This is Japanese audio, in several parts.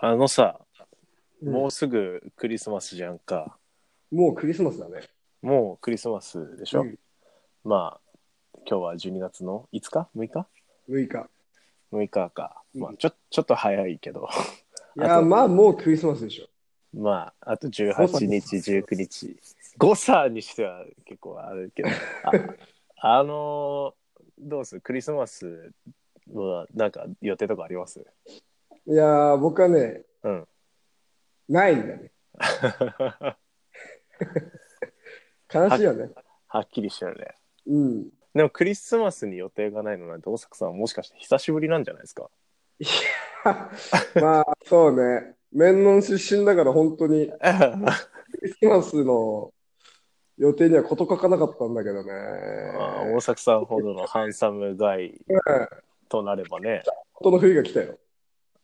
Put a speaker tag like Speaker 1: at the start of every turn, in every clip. Speaker 1: あのさ、
Speaker 2: うん
Speaker 1: もうすぐクリスマスじゃんか。
Speaker 2: もうクリスマスだね。
Speaker 1: もうクリスマスでしょ、
Speaker 2: うん
Speaker 1: まあ、今日は12月の5日 ?6 日
Speaker 2: 6日。
Speaker 1: ?6 日か。まあ
Speaker 2: うん
Speaker 1: ちょ、ちょっと早いけど。
Speaker 2: い
Speaker 1: あ
Speaker 2: やー、
Speaker 1: と
Speaker 2: まあもうクリスマスでしょ。
Speaker 1: まあ、あと18日、19日。誤差にしては結構あるけど。 ああのーどうするクリスマスはなんか予定とかあります
Speaker 2: いやー、僕はね、
Speaker 1: うん。
Speaker 2: ないんだね。
Speaker 1: は
Speaker 2: 悲しいよね。
Speaker 1: っきりしてるね。
Speaker 2: うん。
Speaker 1: でもクリスマスに予定がないのなんて大作さんはもしかして久しぶりなんじゃない ですか
Speaker 2: まあ、そうね。メンノン出身だから本当にク
Speaker 1: あ
Speaker 2: リスマスの予定には事欠かなかったんだけどね。
Speaker 1: あ大作さんほどのハンサムガイ
Speaker 2: うん
Speaker 1: となれば ね
Speaker 2: 本当の冬が来たよ。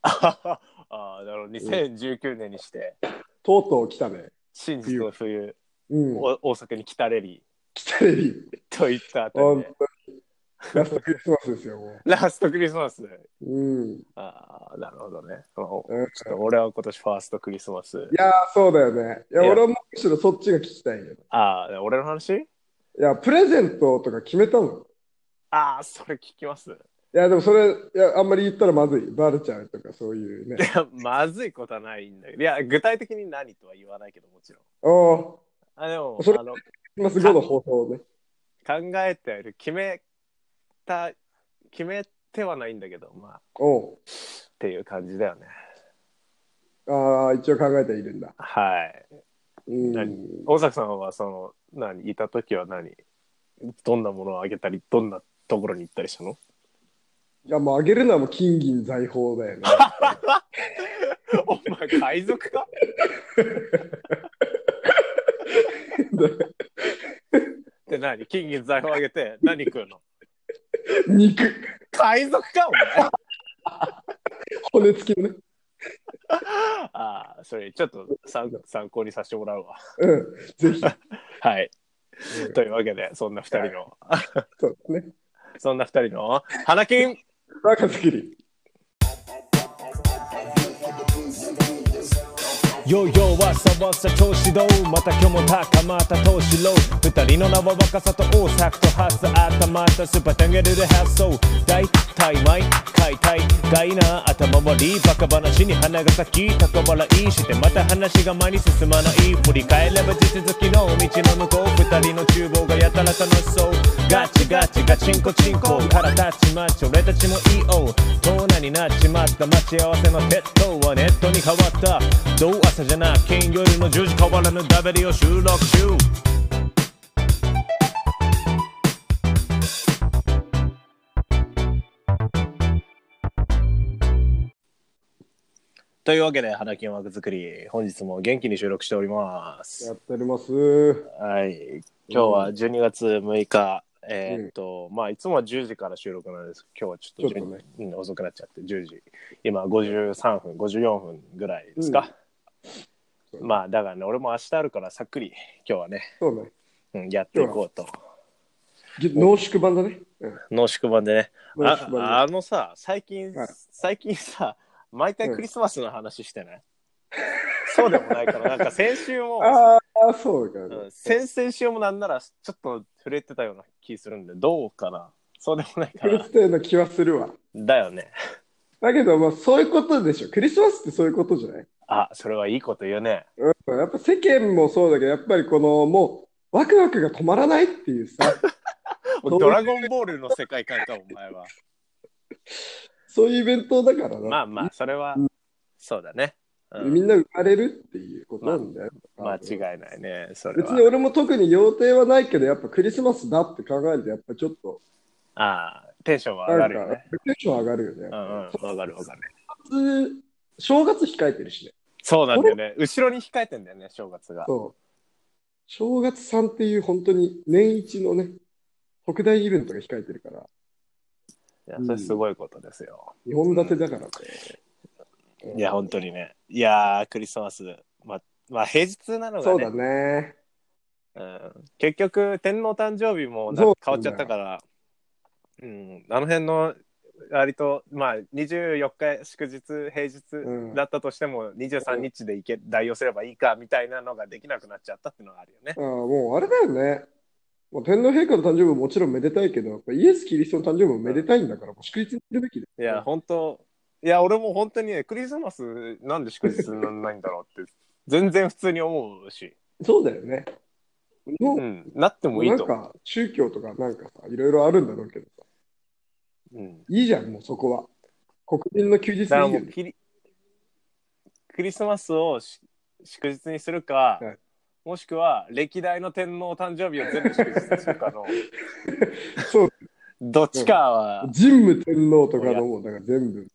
Speaker 1: ああなるほど2019年にして
Speaker 2: とうとう来たね。
Speaker 1: 真実の冬
Speaker 2: うん。
Speaker 1: お大阪に来たれり
Speaker 2: 来たね。
Speaker 1: といったあたり
Speaker 2: 本
Speaker 1: で
Speaker 2: 当に。ラストクリスマスですよ、も
Speaker 1: ラストクリスマス
Speaker 2: う。うん。
Speaker 1: ああなるほどね、まあお
Speaker 2: うん
Speaker 1: ちょっと俺は今年ファーストクリスマス
Speaker 2: いやー、そうだよね。いや、
Speaker 1: いや
Speaker 2: 俺はむしろそっちが聞きたいよ。
Speaker 1: ああ俺の話
Speaker 2: いや、プレゼントとか決めたの
Speaker 1: ああそれ聞きます
Speaker 2: いや、でもそれ、いや、あんまり言ったらまずい。バレちゃうとか、そういう
Speaker 1: い
Speaker 2: ね。
Speaker 1: やまずいことはないんだけどいや具体的に何とは言わないけどもちろん
Speaker 2: お
Speaker 1: あでも
Speaker 2: それ
Speaker 1: あの考
Speaker 2: ー、す後の放送ね。
Speaker 1: えてはいる決めた決めてはないんだけどまあっ
Speaker 2: おう
Speaker 1: ていう感じだよね
Speaker 2: ああ、一応考えているんだ。
Speaker 1: はい
Speaker 2: うん。
Speaker 1: 何大崎さんはその何いた時は何どんなものをあげたりどんなところに行ったりしたの
Speaker 2: いや、もうあげるのはもう金銀財宝だ よね。
Speaker 1: お前海賊かって何金銀財宝あげて何食うの
Speaker 2: 肉、
Speaker 1: 海賊かお前
Speaker 2: 骨付きのね。
Speaker 1: ああそれちょっと参参考にさせてもらうわ
Speaker 2: うん。ぜ ひ。
Speaker 1: はい
Speaker 2: うん
Speaker 1: というわけでそんな二人の、
Speaker 2: そうですね。
Speaker 1: そんな二人の花金
Speaker 2: 若月り。
Speaker 3: ヨーヨーは沢さ調子どうまた今日も高まった投資ロー二人の名は若さと大阪と発さあったまたスーパータンゲルで発想大体毎回大概な頭回りバカ話に花が咲き高笑いしてまた話が前に進まない振り返れば地続きの道の向こう二人の厨房がやたら楽しそうガチガチガチンコチンコから立ちまち俺たちもいいよ盗難になっちまった待ち合わせの鉄塔はネットに変わったどう朝じゃな金夜の10時変わらぬダベリを収録中
Speaker 1: というわけで、花金枠作り、本日も元気に収録しております
Speaker 2: や。っております。うん。
Speaker 1: はい。今日は12月6日、えーっと、まあ、いつもは10時から収録なんですけど、今日はちょっと
Speaker 2: ちょっとね
Speaker 1: 12うん遅くなっちゃって、10時。今、53分、54分ぐらいですか。
Speaker 2: うん
Speaker 1: まあ、だからね、俺も明日あるから、さっくり、今日はね、
Speaker 2: そうね。
Speaker 1: うん、やっていこうと。
Speaker 2: ぎ濃縮版だね。うん。
Speaker 1: 濃縮版でね。
Speaker 2: 濃縮版
Speaker 1: ああのさ、最近、
Speaker 2: はい
Speaker 1: 最近さ、毎回クリスマスの話して ない、そうでもないから、なんか先週も。
Speaker 2: ああ、そうだから
Speaker 1: う
Speaker 2: ね
Speaker 1: ん。先々週もなんならちょっと触れてたような気するんでどうかなそうでもないか
Speaker 2: クリ
Speaker 1: な
Speaker 2: ステの気はするわ。
Speaker 1: だよね
Speaker 2: だけど、まあ、そういうことでしょ。クリスマスってそういうことじゃない、
Speaker 1: あそれはいいこと言うね
Speaker 2: うん、やっぱ世間もそうだけど、やっぱりこの、もう、ワクワクが止まらないってい うさ、
Speaker 1: ドラゴンボールの世界観かお前は
Speaker 2: そういうイベントだからな。
Speaker 1: まあまあそれは
Speaker 2: うん
Speaker 1: そうだね、うん
Speaker 2: みんな生まれるっていうことなんだよ。
Speaker 1: 間違いないねそれ
Speaker 2: 別に
Speaker 1: は
Speaker 2: 俺も特に予定はないけど、やっぱクリスマスだって考えると、やっぱちょっと、
Speaker 1: ああテンションは上
Speaker 2: な
Speaker 1: が
Speaker 2: ん
Speaker 1: るよ
Speaker 2: か
Speaker 1: ね、
Speaker 2: テンション上がるよね。
Speaker 1: うんうんわかるわかる
Speaker 2: 普通正月控えてるしね。
Speaker 1: そうなんだよね後ろに控えてんだよね正月が
Speaker 2: そう。正月さんっていう本当に年一のね、特大イベントが控えてるから、
Speaker 1: いやそれすごいことですよ、
Speaker 2: 日本立てだからね。
Speaker 1: いや本当にねいやークリスマスままあ平日なのが
Speaker 2: そう
Speaker 1: ね
Speaker 2: だね。
Speaker 1: うん結局天皇誕生日もな
Speaker 2: そう
Speaker 1: 変わっちゃったから、うん、あの辺の割と、まあ、24日祝日、平
Speaker 2: うん
Speaker 1: 日だったとしても、23日で行け、代用すればいいか、みたいなのができなくなっちゃったっていうのがあるよね
Speaker 2: あ。あ、もうあれだよね。もう天皇陛下の誕生日ももちろんめでたいけど、やっぱイエス・キリストの誕生日もめでたいんだから、もう祝日にするべきだ
Speaker 1: い
Speaker 2: よね
Speaker 1: や、本当いや、俺も本当にね、クリスマス、なんで祝日になんないんだろうって、全然普通に思うし、
Speaker 2: そうだよね。もう
Speaker 1: うん、なってもい
Speaker 2: ないん
Speaker 1: と思
Speaker 2: か宗教とかなんかさ、いろいろあるんだろうけどさ、
Speaker 1: う。うん、
Speaker 2: いいじゃん、もうそこは。黒人の休 日でいい
Speaker 1: だから
Speaker 2: よ
Speaker 1: もう
Speaker 2: ね。
Speaker 1: キリ、クリスマスをし祝日にするか、
Speaker 2: はい
Speaker 1: もしくは、歴代の天皇誕生日を全部祝日にするかの、
Speaker 2: そう、
Speaker 1: どっちかは、
Speaker 2: 神武天皇とかのもう、だから全部。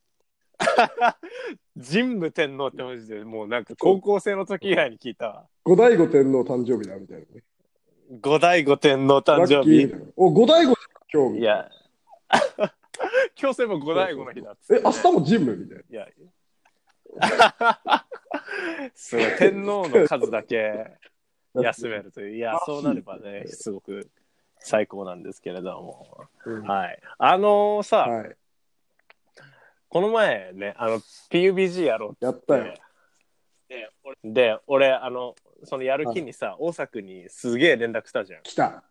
Speaker 1: 神武天皇ってマジでもうなんか高校生の時以来に聞いたわ
Speaker 2: 後醍醐天皇誕生日だみたいなね。
Speaker 1: 五醍醐天皇誕生
Speaker 2: ラッキ
Speaker 1: 日
Speaker 2: ーお、後醍醐今日
Speaker 1: いや 今日そういえば五醍醐の日だっつっ
Speaker 2: え
Speaker 1: て、、
Speaker 2: 明日も神武みたいな。
Speaker 1: いや すごい天皇の数だけ休めるといういやそうなれば ねすごく最高なんですけれども
Speaker 2: うんは
Speaker 1: はいあのーさ、
Speaker 2: い。
Speaker 1: この前ねあの PUBG やろう
Speaker 2: やったよ。
Speaker 1: で俺で俺あのそのやる気にさ大作にすげえ連絡したじゃん
Speaker 2: 来た。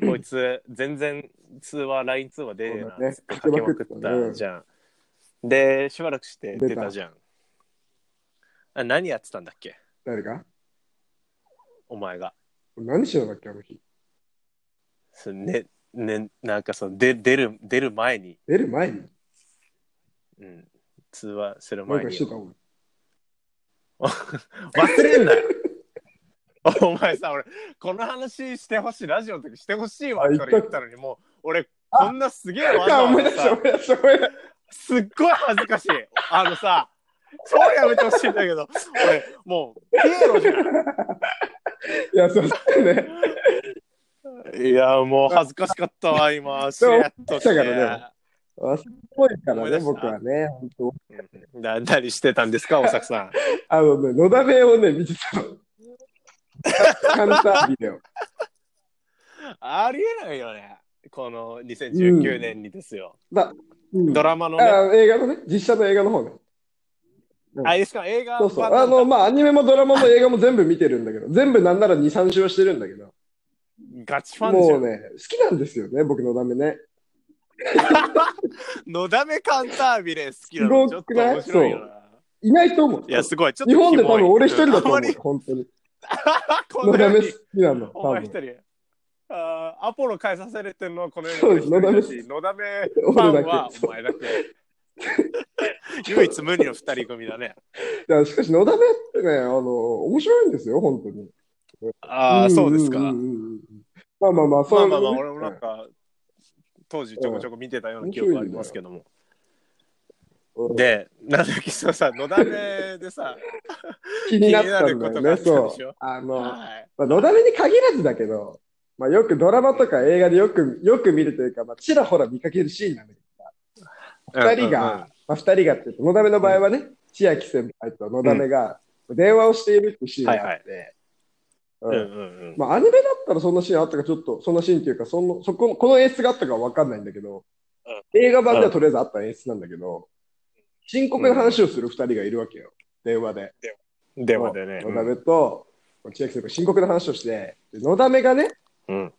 Speaker 1: こいつ全然通話 LINE 通話出ねえなっつって
Speaker 2: そ
Speaker 1: かけ
Speaker 2: うだね
Speaker 1: まくったじゃん、でしばらくして出たじゃんあ何やってたんだっけ
Speaker 2: 誰が
Speaker 1: お前が
Speaker 2: 何しようだっけ、あの日。
Speaker 1: そのねねなんかそので出る出る前に、
Speaker 2: 出る前に
Speaker 1: うん、通話する
Speaker 2: なん
Speaker 1: 前
Speaker 2: か
Speaker 1: に
Speaker 2: してたもん。
Speaker 1: 忘れんなよ お前さ俺この話してほしいラジオの時してほしいわ
Speaker 2: あ
Speaker 1: っ
Speaker 2: 言
Speaker 1: て
Speaker 2: った
Speaker 1: 俺言ったのにもう俺こんなすげえわ
Speaker 2: あ、
Speaker 1: ざわ
Speaker 2: 思い出
Speaker 1: ざ
Speaker 2: した、
Speaker 1: さ
Speaker 2: 思い出した、思い出し
Speaker 1: すっごい恥ずかしい。あのさ、そうやめてほしいんだけど、俺、もう、ピエロじ
Speaker 2: た。いや、そうそうね。
Speaker 1: ゃん。いや、もう恥ずかしかったわ、今、し
Speaker 2: れ
Speaker 1: れ
Speaker 2: っ
Speaker 1: っ
Speaker 2: と
Speaker 1: と
Speaker 2: し
Speaker 1: してて。
Speaker 2: 忘れっぽいか
Speaker 1: 思
Speaker 2: ら
Speaker 1: い
Speaker 2: ね、
Speaker 1: 出した
Speaker 2: 僕はね、本当。
Speaker 1: な何してたんですか、大作さん。
Speaker 2: あのね、のだめをね、見て たの。カンタービデオ。
Speaker 1: ありえないよね。この2019年にですよ。
Speaker 2: だうん
Speaker 1: ドラマのね。
Speaker 2: あ映画のね、実写の映画の方ね。
Speaker 1: あ、いいですか、映画
Speaker 2: そうそう。
Speaker 1: 版な
Speaker 2: あ
Speaker 1: んだ
Speaker 2: の、まあ、アニメもドラマも映画も全部見てるんだけど、全部なんなら2、3週はしてるんだけど、
Speaker 1: ガチファンじゃ。
Speaker 2: もうんね、好きなんですよね、僕のだめね。
Speaker 1: のだめカンタービレ好きなの。
Speaker 2: す
Speaker 1: ちょ
Speaker 2: ご
Speaker 1: っ
Speaker 2: く
Speaker 1: と
Speaker 2: ない
Speaker 1: 面白いよな。
Speaker 2: いないと思う。
Speaker 1: いや、すごい。ちょっと
Speaker 2: 日本で
Speaker 1: キモ
Speaker 2: 多
Speaker 1: い
Speaker 2: 分俺一人だと思
Speaker 1: あんま
Speaker 2: う
Speaker 1: り、
Speaker 2: 本当に。
Speaker 1: こん
Speaker 2: の
Speaker 1: な
Speaker 2: だ
Speaker 1: よう
Speaker 2: め好
Speaker 1: に
Speaker 2: きなの、
Speaker 1: お
Speaker 2: 多
Speaker 1: 前一
Speaker 2: 分。
Speaker 1: 人。あーアポロ変えさせれてんのはこの
Speaker 2: そう
Speaker 1: 世
Speaker 2: です
Speaker 1: にのだし、のだめファンはお前だけ。 唯一無二の二人組だね。
Speaker 2: いやしかし、のだめってね、あの、面白いんですよ、本当に。
Speaker 1: ああ、そうですか。
Speaker 2: ん
Speaker 1: ま
Speaker 2: んうんうんまあまあまあ、
Speaker 1: あ
Speaker 2: そう
Speaker 1: まあまあ、
Speaker 2: ね
Speaker 1: 俺もなんか、当時ちょこちょこ見てたような記憶ありますけども。
Speaker 2: うん
Speaker 1: で、なんだっけ、そうさ、のだめでさ、
Speaker 2: 気になったんだ
Speaker 1: 気
Speaker 2: よ
Speaker 1: にな
Speaker 2: ね、
Speaker 1: ることがあった
Speaker 2: そ
Speaker 1: でし
Speaker 2: う
Speaker 1: ょ。
Speaker 2: あの、ま
Speaker 1: はい
Speaker 2: あのだめに限らずだけど、まあ、よくドラマとか映画でよく、よく見るというか、まあ、ちらほら見かけるシーンなんだけど、二人が、
Speaker 1: うんうんうん
Speaker 2: まあ、二人がって言うと、のだめの場合はね、千秋先輩とのだめが電話をしているっていうシーンがあって、
Speaker 1: うん
Speaker 2: う
Speaker 1: うん
Speaker 2: ん
Speaker 1: うん
Speaker 2: まあ、アニメだったらそんなシーンあったか、ちょっと、そんなシーンっていうか、その、そこ、この演出があったかはわかんないんだけど、映画版ではとりあえずあった演出なんだけど、深刻な話をする二人がいるわけよ、電話で。
Speaker 1: 電話でね。
Speaker 2: のだめと、千秋先輩、深刻な話をして、でのだめがね、
Speaker 1: うん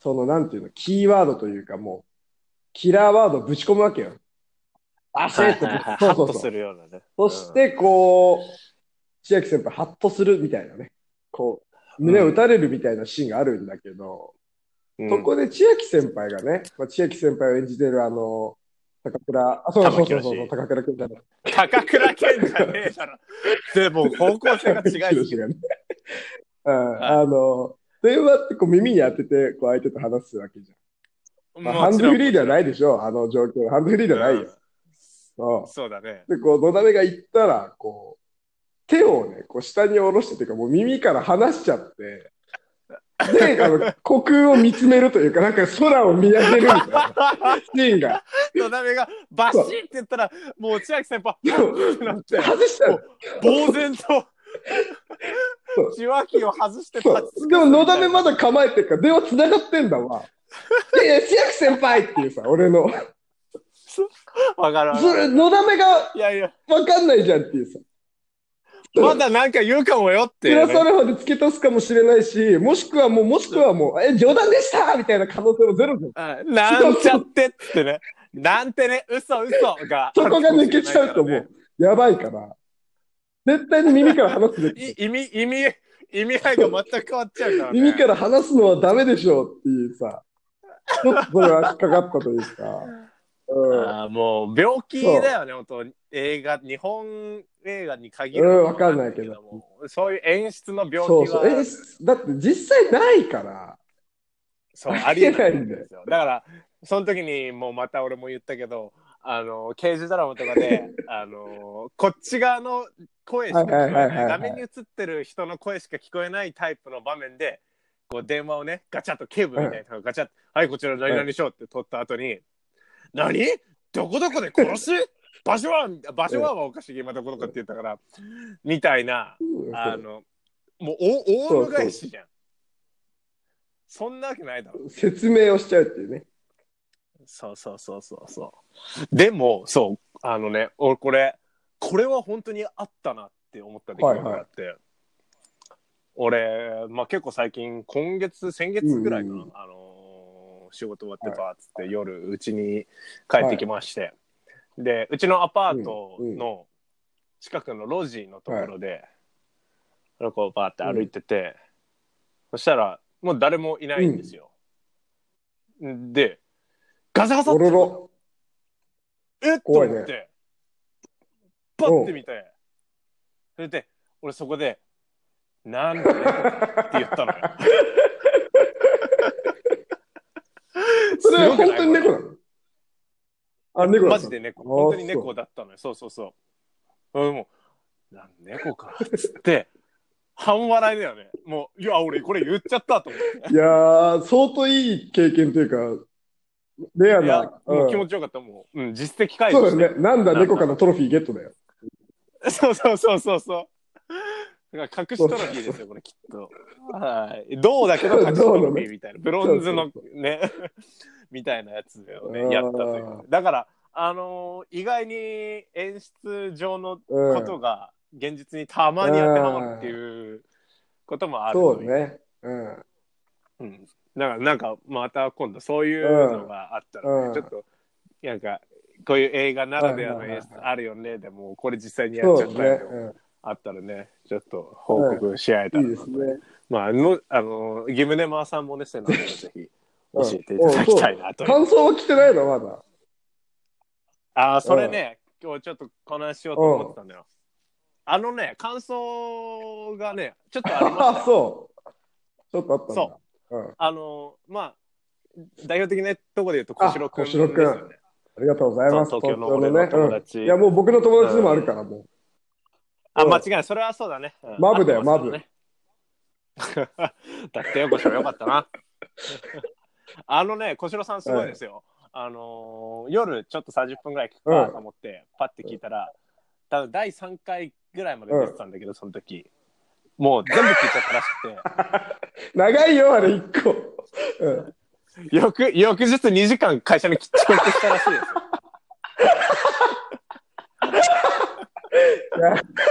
Speaker 2: その、なんていうの、キーワードというか、もう、キラーワードをぶち込むわけよ。
Speaker 1: はい
Speaker 2: 焦っ
Speaker 1: はいはいハ
Speaker 2: て、そう
Speaker 1: ッ
Speaker 2: そ
Speaker 1: と
Speaker 2: うそ
Speaker 1: す
Speaker 2: う。
Speaker 1: るようなね。
Speaker 2: そして、こう、千秋先輩、ハッとするみたいなね、こう、胸を打たれるみたいなシーンがあるんだけど、
Speaker 1: うん、
Speaker 2: そこで千秋先輩がね、まあ、千秋先輩を演じてるあの、高倉、あ、そうそうそうそ
Speaker 1: 玉木宏
Speaker 2: う、高倉君だね。
Speaker 1: 高倉健じゃねえ だろ。でも方向性が違いすぎる。
Speaker 2: がね。 うん、あの、電話ってこう耳に当てて、こう相手と話すわけじゃん。まあ、ハンドフリーではないでしょ、あの状況。ハンドフリーではないよ。
Speaker 1: うん
Speaker 2: そ
Speaker 1: そうだね。
Speaker 2: う。で、こう、野だめが言ったら、こう、手をね、こう下に下ろしてというか、もう耳から離しちゃって、で、あの、虚空を見つめるというか、なんか空を見上げるみたいなシーンが。
Speaker 1: のだめがバシッって言ったら、もう千秋先輩、
Speaker 2: そう
Speaker 1: なって
Speaker 2: 外したの。
Speaker 1: 呆然と
Speaker 2: そう、
Speaker 1: 受話器を外して
Speaker 2: そ
Speaker 1: 立
Speaker 2: うでも、のだめまだ構えてるから、電話繋がってんだわ。で、千秋先輩っていうさ、俺の。
Speaker 1: わかるわ
Speaker 2: そ
Speaker 1: かる。
Speaker 2: れ、のだめが
Speaker 1: いやいや、
Speaker 2: わかんないじゃんっていうさ。
Speaker 1: まだなんか言うかもよって
Speaker 2: プ
Speaker 1: いうね、
Speaker 2: ラスアルファで付け足すかもしれないし、もしくはもう、もしくはもう、え、冗談でしたみたいな可能性もゼロじゃん。
Speaker 1: あなんちゃってっつってね。なんてね、嘘嘘が。
Speaker 2: そこが抜けちゃうともう、やばいから。絶対に耳から話すべき。
Speaker 1: い意味、意味、意味合いが全く変わっちゃうから、ね。
Speaker 2: 耳から話すのはダメでしょうっていうさ、ちょっとそれは引っかかったというか。うん
Speaker 1: あーもう病気だよね、本当に映画、日本映画に限る。
Speaker 2: うんわかんないけど
Speaker 1: も。そういう演出の病気は、
Speaker 2: そうそう。え、だって実際ないから。
Speaker 1: そうありえない
Speaker 2: ありえな
Speaker 1: ん
Speaker 2: いんだよ
Speaker 1: です よ。だから、その時にもうまた俺も言ったけど、あの、刑事ドラマとか で、あの、こっち側の声しか聞こえ
Speaker 2: はいはいはいは
Speaker 1: な、
Speaker 2: いはいい
Speaker 1: 画面に映ってる人の声しか聞こえないタイプの場面で、こう電話をね、ガチャッと警部みたいなのがガチャッと、はい、こちら何々しようって取った後に、何どこどこで殺す場所は、場所ははおかしい、今どこどこって言ったから、みたいな、あの、もうお、オウム返しじゃん。そんなわけないだろ。
Speaker 2: 説明をしちゃうっていうね。
Speaker 1: そうそうそうそうそう。でも、そう、あのね、俺これ、これは本当にあったなって思った出来事があって、俺、まあ結構最近、今月、先月ぐらいかな、
Speaker 2: うんうんう
Speaker 1: あのー仕事終わってばーっつって、夜、うちに帰ってきまして、で、うちのアパートの近くの路地のところで、なんかこうバーって歩いてて、そしたら、もう誰もいないんですよ。で、ガサガサっ
Speaker 2: お
Speaker 1: て
Speaker 2: ろろ。
Speaker 1: えっと
Speaker 2: 怖いね
Speaker 1: 思って、パッて見て、それで、俺そこで、なんだねって言ったの よ。
Speaker 2: それ
Speaker 1: すごく
Speaker 2: は本
Speaker 1: ない
Speaker 2: 当に猫なのあ、猫な
Speaker 1: マ
Speaker 2: の
Speaker 1: ジで猫、
Speaker 2: あー
Speaker 1: 本当に猫だったのよ。そうそうそう。俺もう、なん猫かっつって、半笑いだよね。もう、いや、俺これ言っちゃったと思って。
Speaker 2: いやー、相当いい経験というか、レア
Speaker 1: いや
Speaker 2: な、。
Speaker 1: も
Speaker 2: う
Speaker 1: うん気持ちよかった、もう。うん、実績解除
Speaker 2: そうだ
Speaker 1: して。
Speaker 2: よね。なんだ、猫からトロフィーゲットだよ。
Speaker 1: そうそうそうそうそう。だから隠しトロフィーですよ、これきっと。はい。銅だけど隠しトロフィーみたいな。ブロンズの
Speaker 2: そう
Speaker 1: ね、 みたいなやつを
Speaker 2: あ
Speaker 1: ね、
Speaker 2: ー
Speaker 1: やったというか。だから、あのー意外に演出上の
Speaker 2: うん
Speaker 1: ことが現実にたまに当てはまるっていうこともある
Speaker 2: そ
Speaker 1: と
Speaker 2: う
Speaker 1: いう
Speaker 2: ね。うん。
Speaker 1: うんだからなんかまた今度そういうのがあったらね、
Speaker 2: うん
Speaker 1: ちょっとなんかこういう映画ならではの演
Speaker 2: うん
Speaker 1: 出あるよねでもこれ実際にやっ
Speaker 2: そ
Speaker 1: ちゃ
Speaker 2: う
Speaker 1: ったり
Speaker 2: ね
Speaker 1: とか。あったらねちょっと報告し合えた
Speaker 2: う
Speaker 1: ら
Speaker 2: んいい
Speaker 1: な
Speaker 2: で
Speaker 1: と、
Speaker 2: すね。
Speaker 1: まああのあのギムネマーさんもねせなのでぜひ
Speaker 2: うん
Speaker 1: 教えていただきたいなと、
Speaker 2: 感想は来てないの、まだ。
Speaker 1: ああそれね、今日ちょっとこの話しようと思ってたんだよ、あのね感想がねちょっとありまし た
Speaker 2: あ、そう。ちょっとあったんだ。。
Speaker 1: そう
Speaker 2: ん。
Speaker 1: あのまあ代表的なとこで言うと小四郎くん
Speaker 2: あ
Speaker 1: で
Speaker 2: 小
Speaker 1: す
Speaker 2: 四郎
Speaker 1: よ
Speaker 2: くん
Speaker 1: ね
Speaker 2: ありがとうございます。
Speaker 1: そう東京の俺の友達
Speaker 2: うんいや、もう僕の友達でもあるから、も
Speaker 1: あ、
Speaker 2: うん
Speaker 1: 間違いない。それはそうだね。うん
Speaker 2: マブだよ
Speaker 1: 合ってますよね だってよ、こしろよかったな。 あのね、小四郎さんすごいですよ。あのー夜ちょっと30分ぐらい聞くかと思って、パッて聞いたら、多分第3回ぐらいまで出てたんだけど、その時。もう全部聞いちゃったらし
Speaker 2: う。長いよ、あれ、一個。うん。
Speaker 1: くて、 翌翌日2時間会社に遅刻したらしいですよ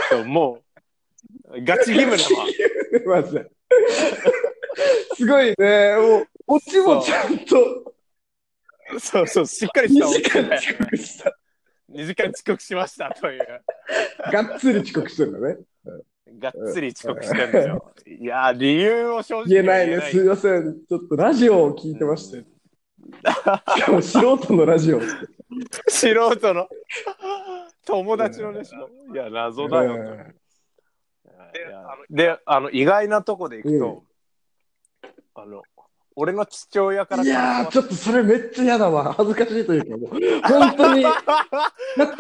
Speaker 1: そう。もう、ガチギムだわ。
Speaker 2: マジで。すごいね。もう、こっちもちゃんと
Speaker 1: そうそう、しっかり
Speaker 2: 2
Speaker 1: した
Speaker 2: 時間
Speaker 1: 2
Speaker 2: 遅刻した。
Speaker 1: 時間遅刻しましたという。
Speaker 2: がっつり遅刻してるんだね。
Speaker 1: がっつり遅刻してるんですよ。いやー、理由を正直
Speaker 2: 言えないね。すいません。ちょっとラジオを聞いてまして。しかも素人のラジオ。
Speaker 1: 素人の 友達のね、しかもいや、謎だよ。
Speaker 2: うん
Speaker 1: いやで、あの、意外なとこでいくと、あの、俺の父親から
Speaker 2: いやー、ち
Speaker 1: ょ
Speaker 2: ょっとそれめっちゃ嫌だわ。恥ずかしいというか、もう、本当 に。だっ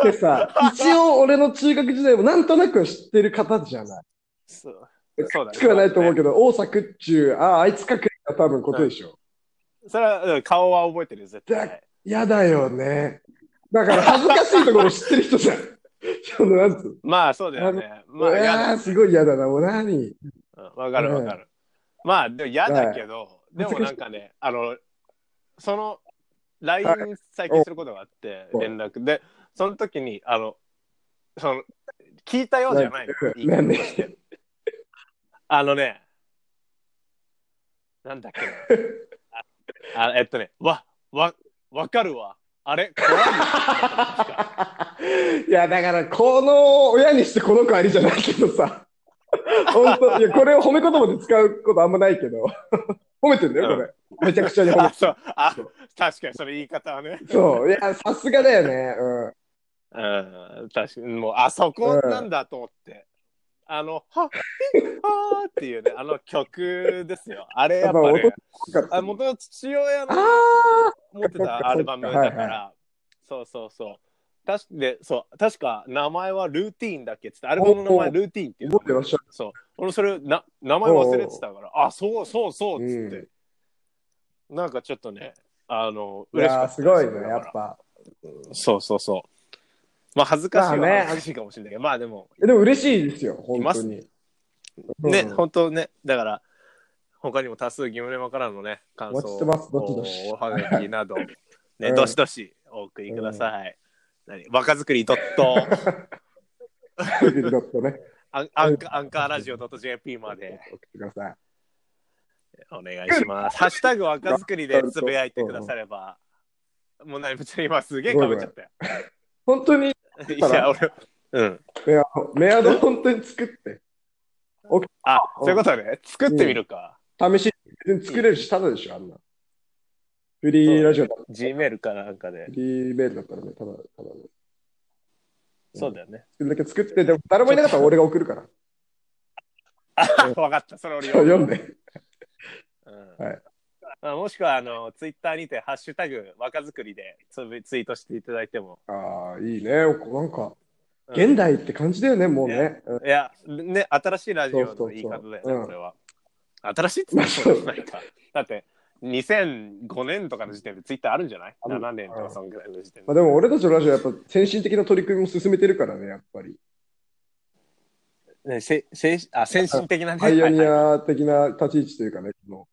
Speaker 2: てさ、一応俺の中学時代もなんとなくは知ってる方じゃない。
Speaker 1: そうそうだね
Speaker 2: 少はないと思うけど、大作っちゅう、ああ、あいつかくれた多分ことでしょ。
Speaker 1: それはうん顔は覚えてるよ、絶対。
Speaker 2: 嫌だよね。だから恥ずかしいところ知ってる人じゃん。 そのなんつう
Speaker 1: まあ、そうだよね。
Speaker 2: の、
Speaker 1: まあ、やだ
Speaker 2: あ、すごい嫌だな、もう何
Speaker 1: うんわかるわかる。まあ、でも嫌だけど、でもなんかね、あの、その、 LINE 最近することがあって、
Speaker 2: お
Speaker 1: 連絡で、その時に、あの、その、聞いたようじゃないの。いい
Speaker 2: なんで
Speaker 1: あのね、なんだっけな ああえっとね、わ、わ、わかるわ。あれ怖いよ
Speaker 2: いや、だから、この親にしてこの子ありじゃないけどさ。本当いや、これを褒め言葉で使うことあんまないけど。 褒めてんだよ、これ。めちゃくちゃに褒め
Speaker 1: あ、
Speaker 2: て
Speaker 1: そう、あ、確かにそれ言い方はね。
Speaker 2: そう。いや、さすがだよね。うん。
Speaker 1: うん、確かに、もう、あそこなんだと思って。あの、はっ、はーっていうね、あの曲ですよ。あれ、やっぱ
Speaker 2: やっぱ
Speaker 1: ね
Speaker 2: 音、よかった
Speaker 1: あ元の父親
Speaker 2: あ
Speaker 1: の
Speaker 2: あ
Speaker 1: 持ってたアルバムだから、そうそうそう。確かでそう確か名前はルーティーンだっけっつってアルバムの名前
Speaker 2: お
Speaker 1: ルーティーンっていうの
Speaker 2: 覚えてらっしゃる。
Speaker 1: そう俺それな名前忘れてたからあそうそうそうっつって、なんかちょっとねあの
Speaker 2: い
Speaker 1: 嬉しか
Speaker 2: や
Speaker 1: った
Speaker 2: ー、すごい
Speaker 1: そ
Speaker 2: ね、
Speaker 1: れ
Speaker 2: や
Speaker 1: だ
Speaker 2: っ
Speaker 1: から
Speaker 2: ぱ。
Speaker 1: そうそうそうまあ恥ずかしいは
Speaker 2: まあね
Speaker 1: 恥ずかしいかもしれないけどまあでも
Speaker 2: えでも嬉しいですよ、本当に。
Speaker 1: ね、
Speaker 2: うん
Speaker 1: 本当ね、だから、他にも多数ギムレマからのね、感想
Speaker 2: お待ちしてますどしどし
Speaker 1: おはがき など、ね、
Speaker 2: うん
Speaker 1: どしどしお送りください。何若作り.、
Speaker 2: ちょっとね、
Speaker 1: アンアンカアンカーラジオ .jp まで
Speaker 2: 送ってください。
Speaker 1: お願いします。ハッシュタグ若作りでつぶやいてくだされば、もう何、別に今すげえかぶっちゃったよ。
Speaker 2: 本当に、
Speaker 1: い
Speaker 2: ごめん
Speaker 1: や、俺、うん。
Speaker 2: メアド、メアド本当に作って、
Speaker 1: あ、そういうことね。作ってみるか。
Speaker 2: 試しに作れるし、ただでしょ、あんな。フリーラジオだ、フ
Speaker 1: Gmail かなんかで。
Speaker 2: リーメールだったらね、ただ、ただね。
Speaker 1: そうだよね。
Speaker 2: それだけ作って、でも誰もいなかったら俺が送るから。
Speaker 1: わかった。それ俺読む
Speaker 2: 読んで。
Speaker 1: うん
Speaker 2: はい
Speaker 1: まあ、もしくはあのツイッターにて「ハッシュタグ若作りでつぶツイートしていただいても、
Speaker 2: ああ、いいね。なんか、
Speaker 1: うん
Speaker 2: 現代って感じだよね、もうね。うん
Speaker 1: いやね新しいラジオの言い方だよ
Speaker 2: そうそうそうう
Speaker 1: ね
Speaker 2: ん
Speaker 1: これは、新しいっつってもそうじゃないかだって2005年とかの時点でツイッターあるんじゃない
Speaker 2: ある
Speaker 1: ?7 年とかそんぐらいの時点
Speaker 2: ま
Speaker 1: で
Speaker 2: あ、でも俺たちのラジオはやっぱ先進的な取り組みも進めてるからね、やっぱり。
Speaker 1: ねせせあ先進的なね
Speaker 2: パイオニ
Speaker 1: はいはい
Speaker 2: ア的な立ち位置というかね、この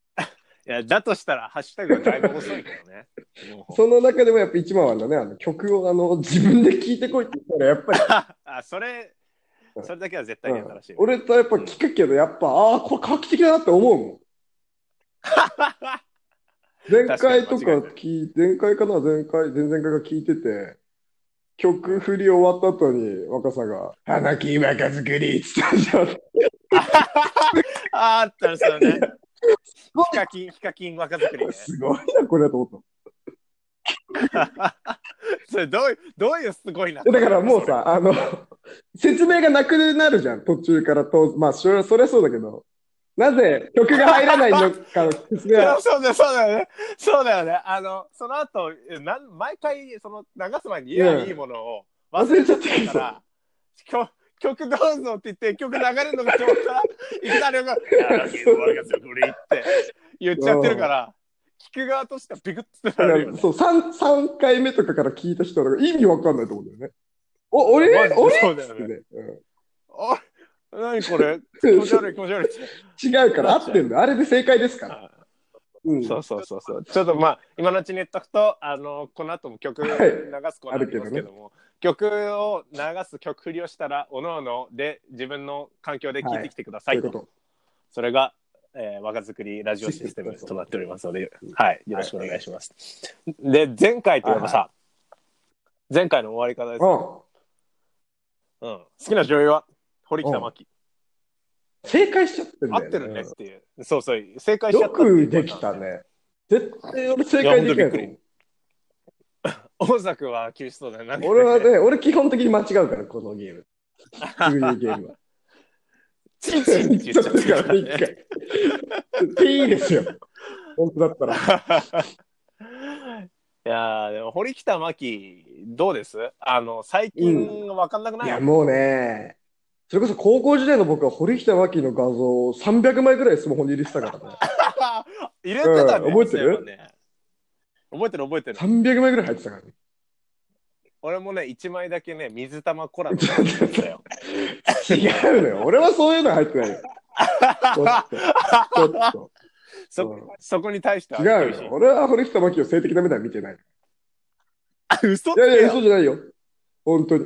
Speaker 1: いやだとしたらハッシュタグはだいぶ遅いけど ねもう
Speaker 2: その中でもやっぱ一番はあのね、あの曲をあの自分で聴いてこいって言ったらやっぱり、
Speaker 1: あそれそれだけは絶対に新しい、
Speaker 2: うん俺とやっぱ聞くけど、やっぱ、ああ、これ画期的だなって思うもん。前回
Speaker 1: 確
Speaker 2: とか
Speaker 1: かに間違いない
Speaker 2: 聞い前回かな、前回、前々回が聞いてて、曲振り終わった後に若さが、花木若作りっつったじゃん。
Speaker 1: ああったんですよねヒカキンヒカキン若作りね
Speaker 2: すごいな、これだと思っ
Speaker 1: それどういう、どういうすごいな。
Speaker 2: た。だからもうさ、あの、説明がなくなるじゃん、途中からと。まあ、それそれはそうだけど、なぜ曲が入らないのかの説
Speaker 1: それ。い
Speaker 2: 明は
Speaker 1: やそうだよ、そうだよね。そうだよね。あの、その後、なん毎回、その、流す前に言えばいいものを忘
Speaker 2: 忘
Speaker 1: れ
Speaker 2: れ
Speaker 1: ち
Speaker 2: ち
Speaker 1: ゃ
Speaker 2: ゃ
Speaker 1: っ
Speaker 2: ってて
Speaker 1: る
Speaker 2: る
Speaker 1: から、曲曲どうぞって言って、曲流れるのがちょうど、いきなりが、やらせてもらいますよこれって言っちゃってるから、聞く側としてはビクッとなるよね。
Speaker 2: そう、3、三回目とかから聞いた人らが意味わかんないと思うんだよね。お、俺
Speaker 1: マジで
Speaker 2: 俺
Speaker 1: そうだよね
Speaker 2: ってね
Speaker 1: あ何これ気持ち悪い気持ち悪いって。
Speaker 2: うん違うから合ってんだよ。あれで正解ですから。うん。
Speaker 1: そうそうそうそう。ちょっとまあ、今のうちに言っとくと、あの、この後も曲流
Speaker 2: はい
Speaker 1: すコーナーありますけども、曲を流す曲振りをしたら、おのおので自分の環境で聴いてきてくださ
Speaker 2: と
Speaker 1: い
Speaker 2: いう
Speaker 1: と。
Speaker 2: こと。
Speaker 1: それが、えー、若作りラジオシステムとなっておりますので、はい、よろしくお願いします。で、前回といえばさ、前回の終わり方です、
Speaker 2: う
Speaker 1: うん。好きな女優は堀北真希。
Speaker 2: ん。正解しちゃってんだ
Speaker 1: 合
Speaker 2: よ、
Speaker 1: っ
Speaker 2: ね。
Speaker 1: てるねっていう。そうそう、正解しちゃ
Speaker 2: よ
Speaker 1: ったっていう
Speaker 2: くできた。ね。絶対俺正解できないと
Speaker 1: いや本当びっ
Speaker 2: 思
Speaker 1: 大作は厳しそうだね。なんか
Speaker 2: う。俺はね、俺基本的に間違うから、このゲーム。こういうゲ ームは。
Speaker 1: チンチンって言っ ちゃってるからね
Speaker 2: 一回。 いいですよ。本当だったら。
Speaker 1: いやーでも堀北真希どうですあの最近分かんなくないい、
Speaker 2: や、もうね、それこそ高校時代の僕は堀北真希の画像を300枚ぐらいスマホに入れてたからね。
Speaker 1: 入れてたね、
Speaker 2: うん覚え
Speaker 1: そ
Speaker 2: てる
Speaker 1: ういえばね覚えてる覚えてる
Speaker 2: 300枚ぐらい入ってたからね。
Speaker 1: 俺もね1枚だけね水玉コラボのやつ入ってた よ
Speaker 2: 違うのよ。俺はそういうの入ってな いよ。ちょっとちょっと
Speaker 1: そそこに対しては
Speaker 2: 違うよ。俺は堀北真希を性的な目では見てない。
Speaker 1: 嘘
Speaker 2: い
Speaker 1: だ
Speaker 2: やいや、
Speaker 1: よ
Speaker 2: 嘘じゃないよ。本当に。